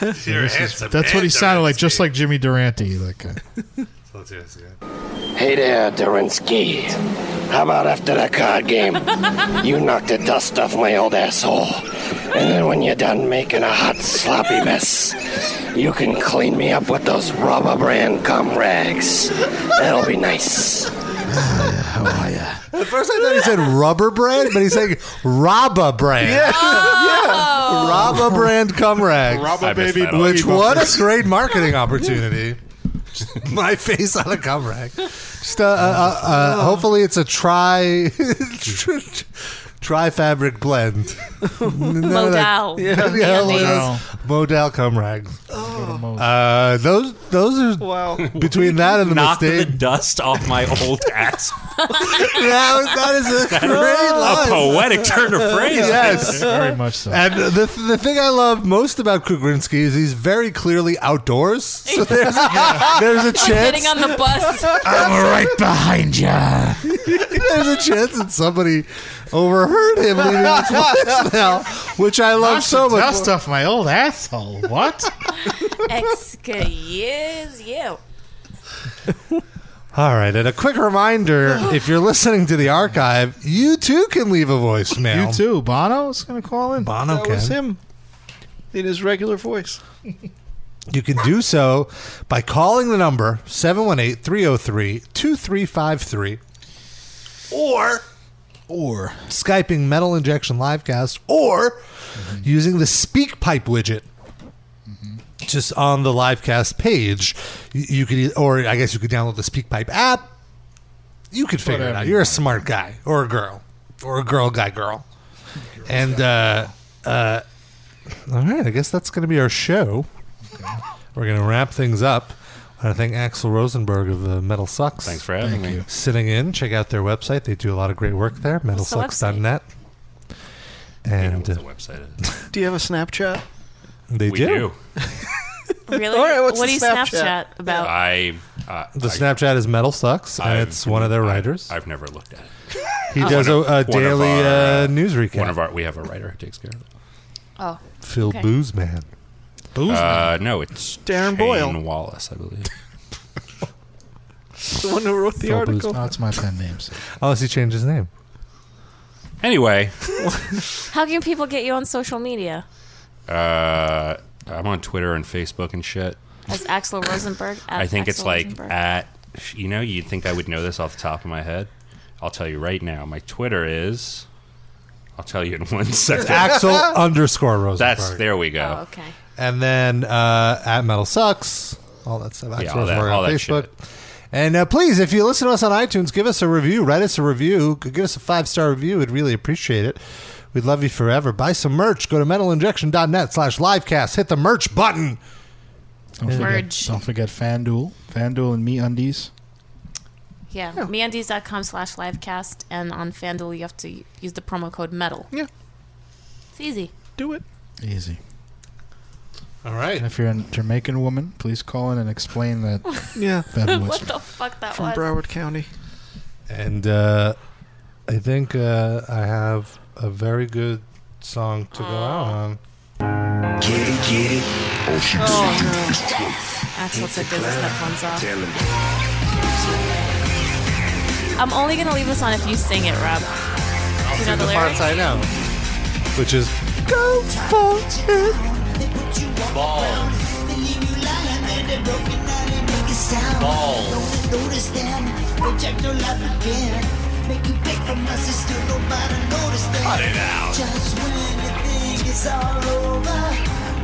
Speaker 6: So
Speaker 2: You're a
Speaker 6: this is-
Speaker 2: handsome
Speaker 6: that's
Speaker 2: man,
Speaker 6: what he sounded like,
Speaker 2: Derinsky.
Speaker 6: just like Jimmy Durante. Like, uh,
Speaker 2: So let's hear this again.
Speaker 19: Hey there, Dorinsky. How about after that card game? You knock the dust off my old asshole. And then when you're done making a hot, sloppy mess, you can clean me up with those rubber brand cum rags. That'll be nice.
Speaker 2: How are you? At first, I thought he said rubber brand, but he's saying Rabba brand.
Speaker 4: Yeah.
Speaker 2: Rabba brand cum rags.
Speaker 6: Rabba I missed baby that
Speaker 2: Which,
Speaker 6: boogie
Speaker 2: what a
Speaker 6: bumpers.
Speaker 2: great marketing opportunity. My face on a cum rag. Just, uh, uh, uh, uh, hopefully, it's a tri. Tri fabric blend.
Speaker 3: Modal.
Speaker 2: Yeah,
Speaker 3: Yeah,
Speaker 2: yeah,
Speaker 3: these.
Speaker 2: Modal. Modal cum rag. Uh, those, those are
Speaker 4: wow.
Speaker 2: between that and the
Speaker 7: Knock the
Speaker 2: mistake.
Speaker 7: dust off my old ass.
Speaker 2: that, that is a
Speaker 7: That
Speaker 2: great
Speaker 7: is a
Speaker 2: line.
Speaker 7: poetic turn of phrase.
Speaker 2: Yes,
Speaker 6: Very much so.
Speaker 2: And the, the thing I love most about Kugrinsky is he's very clearly outdoors. So there's a, there's a
Speaker 3: Or
Speaker 2: chance.
Speaker 3: getting on the bus.
Speaker 6: I'm right behind you.
Speaker 2: there's a chance that somebody overheard him leaving this voicemail, which I love so much.
Speaker 6: Dust off my old asshole. What?
Speaker 3: Excuse you.
Speaker 2: All right, and a quick reminder: if you're listening to the archive, you too can leave a voicemail.
Speaker 6: You too. Bono's gonna call in.
Speaker 2: Bono
Speaker 4: That was
Speaker 2: can.
Speaker 4: him in his regular voice.
Speaker 2: You can do so by calling the number 718 303 2353 or
Speaker 6: or
Speaker 2: Skyping Metal Injection Livecast or using the SpeakPipe widget. Just on the livecast page, Y- you could, e- or I guess you could download the SpeakPipe app. you could figure it
Speaker 6: Whatever.
Speaker 2: out. You're a smart guy or a girl or a girl guy girl. And uh, uh, all right, I guess that's going to be our show. We're going to wrap things up. I want to thank Axel Rosenberg of the Metal Sucks.
Speaker 7: Thanks for having Thank me. you.
Speaker 2: Sitting in, check out their website. They do a lot of great work there.
Speaker 4: What's the
Speaker 2: Metalsucks.net. And uh,
Speaker 4: Do you have a Snapchat?
Speaker 2: they
Speaker 7: We
Speaker 2: do.
Speaker 3: Really?
Speaker 4: All right, what's
Speaker 3: what
Speaker 4: the
Speaker 3: do you
Speaker 4: Snapchat?
Speaker 3: Snapchat about?
Speaker 7: I uh,
Speaker 2: The Snapchat is Metal Sucks, and it's one of their writers.
Speaker 7: I've never looked at it.
Speaker 2: He
Speaker 7: Oh.
Speaker 2: does a,
Speaker 7: One of- one
Speaker 2: a
Speaker 7: of
Speaker 2: daily
Speaker 7: our,
Speaker 2: uh, news recap.
Speaker 7: One of our, we have a writer who takes care of it.
Speaker 3: Oh.
Speaker 2: Phil
Speaker 3: okay.
Speaker 2: Boozman.
Speaker 7: Uh, no, it's
Speaker 4: Darren
Speaker 7: Shane
Speaker 4: Boyle.
Speaker 7: Wallace, I believe.
Speaker 4: The one who wrote the
Speaker 2: Phil
Speaker 4: article.
Speaker 2: Boozman.
Speaker 6: That's my pen names.
Speaker 2: Unless he changed his name.
Speaker 7: Anyway,
Speaker 3: How can people get you on social media?
Speaker 7: uh, I'm on Twitter and Facebook and shit.
Speaker 3: As Axel Rosenberg. at
Speaker 7: I think it's
Speaker 3: Axel
Speaker 7: like
Speaker 3: Rosenberg.
Speaker 7: at you know you'd think I would know this off the top of my head. I'll tell you right now. My Twitter is. I'll tell you in one second.
Speaker 2: Axel underscore Rosenberg.
Speaker 7: That's there we go.
Speaker 3: Oh, okay.
Speaker 2: And then uh, at Metal Sucks, all that stuff.
Speaker 7: Yeah,
Speaker 2: Axel
Speaker 7: all that-
Speaker 2: Rosenberg
Speaker 7: all
Speaker 2: on
Speaker 7: that
Speaker 2: Facebook. And uh, please, if you listen to us on iTunes, give us a review. Write us a review. Give us a five star review. We'd really appreciate it. We'd love you forever. Buy some merch. Go to metalinjection.net slash livecast. Hit the merch button.
Speaker 6: Don't forget,
Speaker 3: Merge.
Speaker 6: don't forget FanDuel. FanDuel and me undies.
Speaker 3: Yeah. Meandies.com slash livecast. And on FanDuel, you have to use the promo code METAL.
Speaker 4: Yeah.
Speaker 3: It's easy.
Speaker 4: Do it.
Speaker 6: Easy.
Speaker 2: All right.
Speaker 6: And if you're a Jamaican woman, please call in and explain that.
Speaker 4: Yeah.
Speaker 6: That
Speaker 4: What
Speaker 6: was
Speaker 4: the
Speaker 3: fuck that
Speaker 4: From
Speaker 3: was?
Speaker 4: Broward County.
Speaker 2: And uh, I think uh, I have a very good song to go out on.
Speaker 5: Get it, get it. Oh, she did
Speaker 3: Oh,
Speaker 5: it.
Speaker 3: no. Axel took his headphones off.
Speaker 5: Tell him.
Speaker 3: I'm only going to leave this on if you sing it, Rob. Do you know the, lyrics?
Speaker 2: I know. Which is
Speaker 13: Go for it.
Speaker 5: Balls.
Speaker 13: Don't notice them. Reject your life again. Make you beg for mercy, still nobody notice them.
Speaker 5: Cut it out.
Speaker 13: Just when you think it's all over,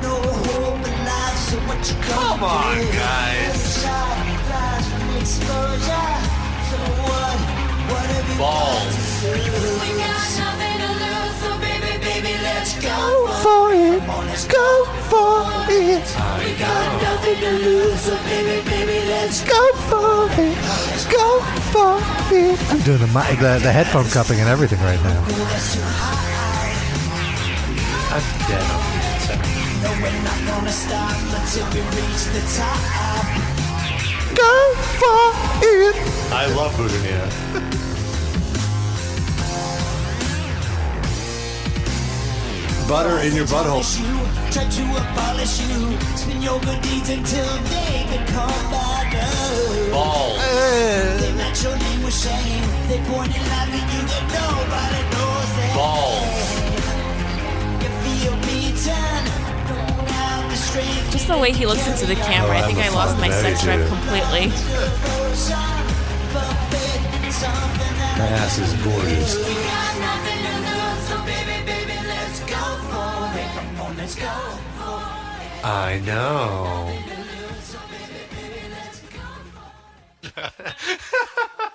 Speaker 13: no hope in life. So what you gonna
Speaker 5: Come on,
Speaker 13: do?
Speaker 5: guys.
Speaker 13: Take a shot, rise from exposure. So what? What have you got
Speaker 5: Balls.
Speaker 13: to lose? We got nothing to lose, so baby, baby, let's go
Speaker 5: for it.
Speaker 13: Come on, let's
Speaker 5: Go for it.
Speaker 13: We got nothing to lose, so baby, baby, let's go for it. Let's go for it.
Speaker 2: I'm doing the, mi- the the headphone cupping and everything right now.
Speaker 13: Oh, that's too high.
Speaker 2: I'm dead on
Speaker 13: No, we're not gonna stop until we reach the top.
Speaker 5: Go for it.
Speaker 2: I love Boutonniere. Butter in your butthole.
Speaker 13: You, try to abolish you. Spin your good deeds until they become bad.
Speaker 5: Balls.
Speaker 13: They match your name with shame. They point it out at you that nobody knows that. You feel beaten. Don't have the strength.
Speaker 3: Just the way he looks into the camera, I think I lost my sex drive completely.
Speaker 2: My ass is gorgeous.
Speaker 13: We got nothing to lose, so baby, baby, let's go for it. Come on, let's go for it.
Speaker 2: I know.
Speaker 13: So baby, baby, let's go for it.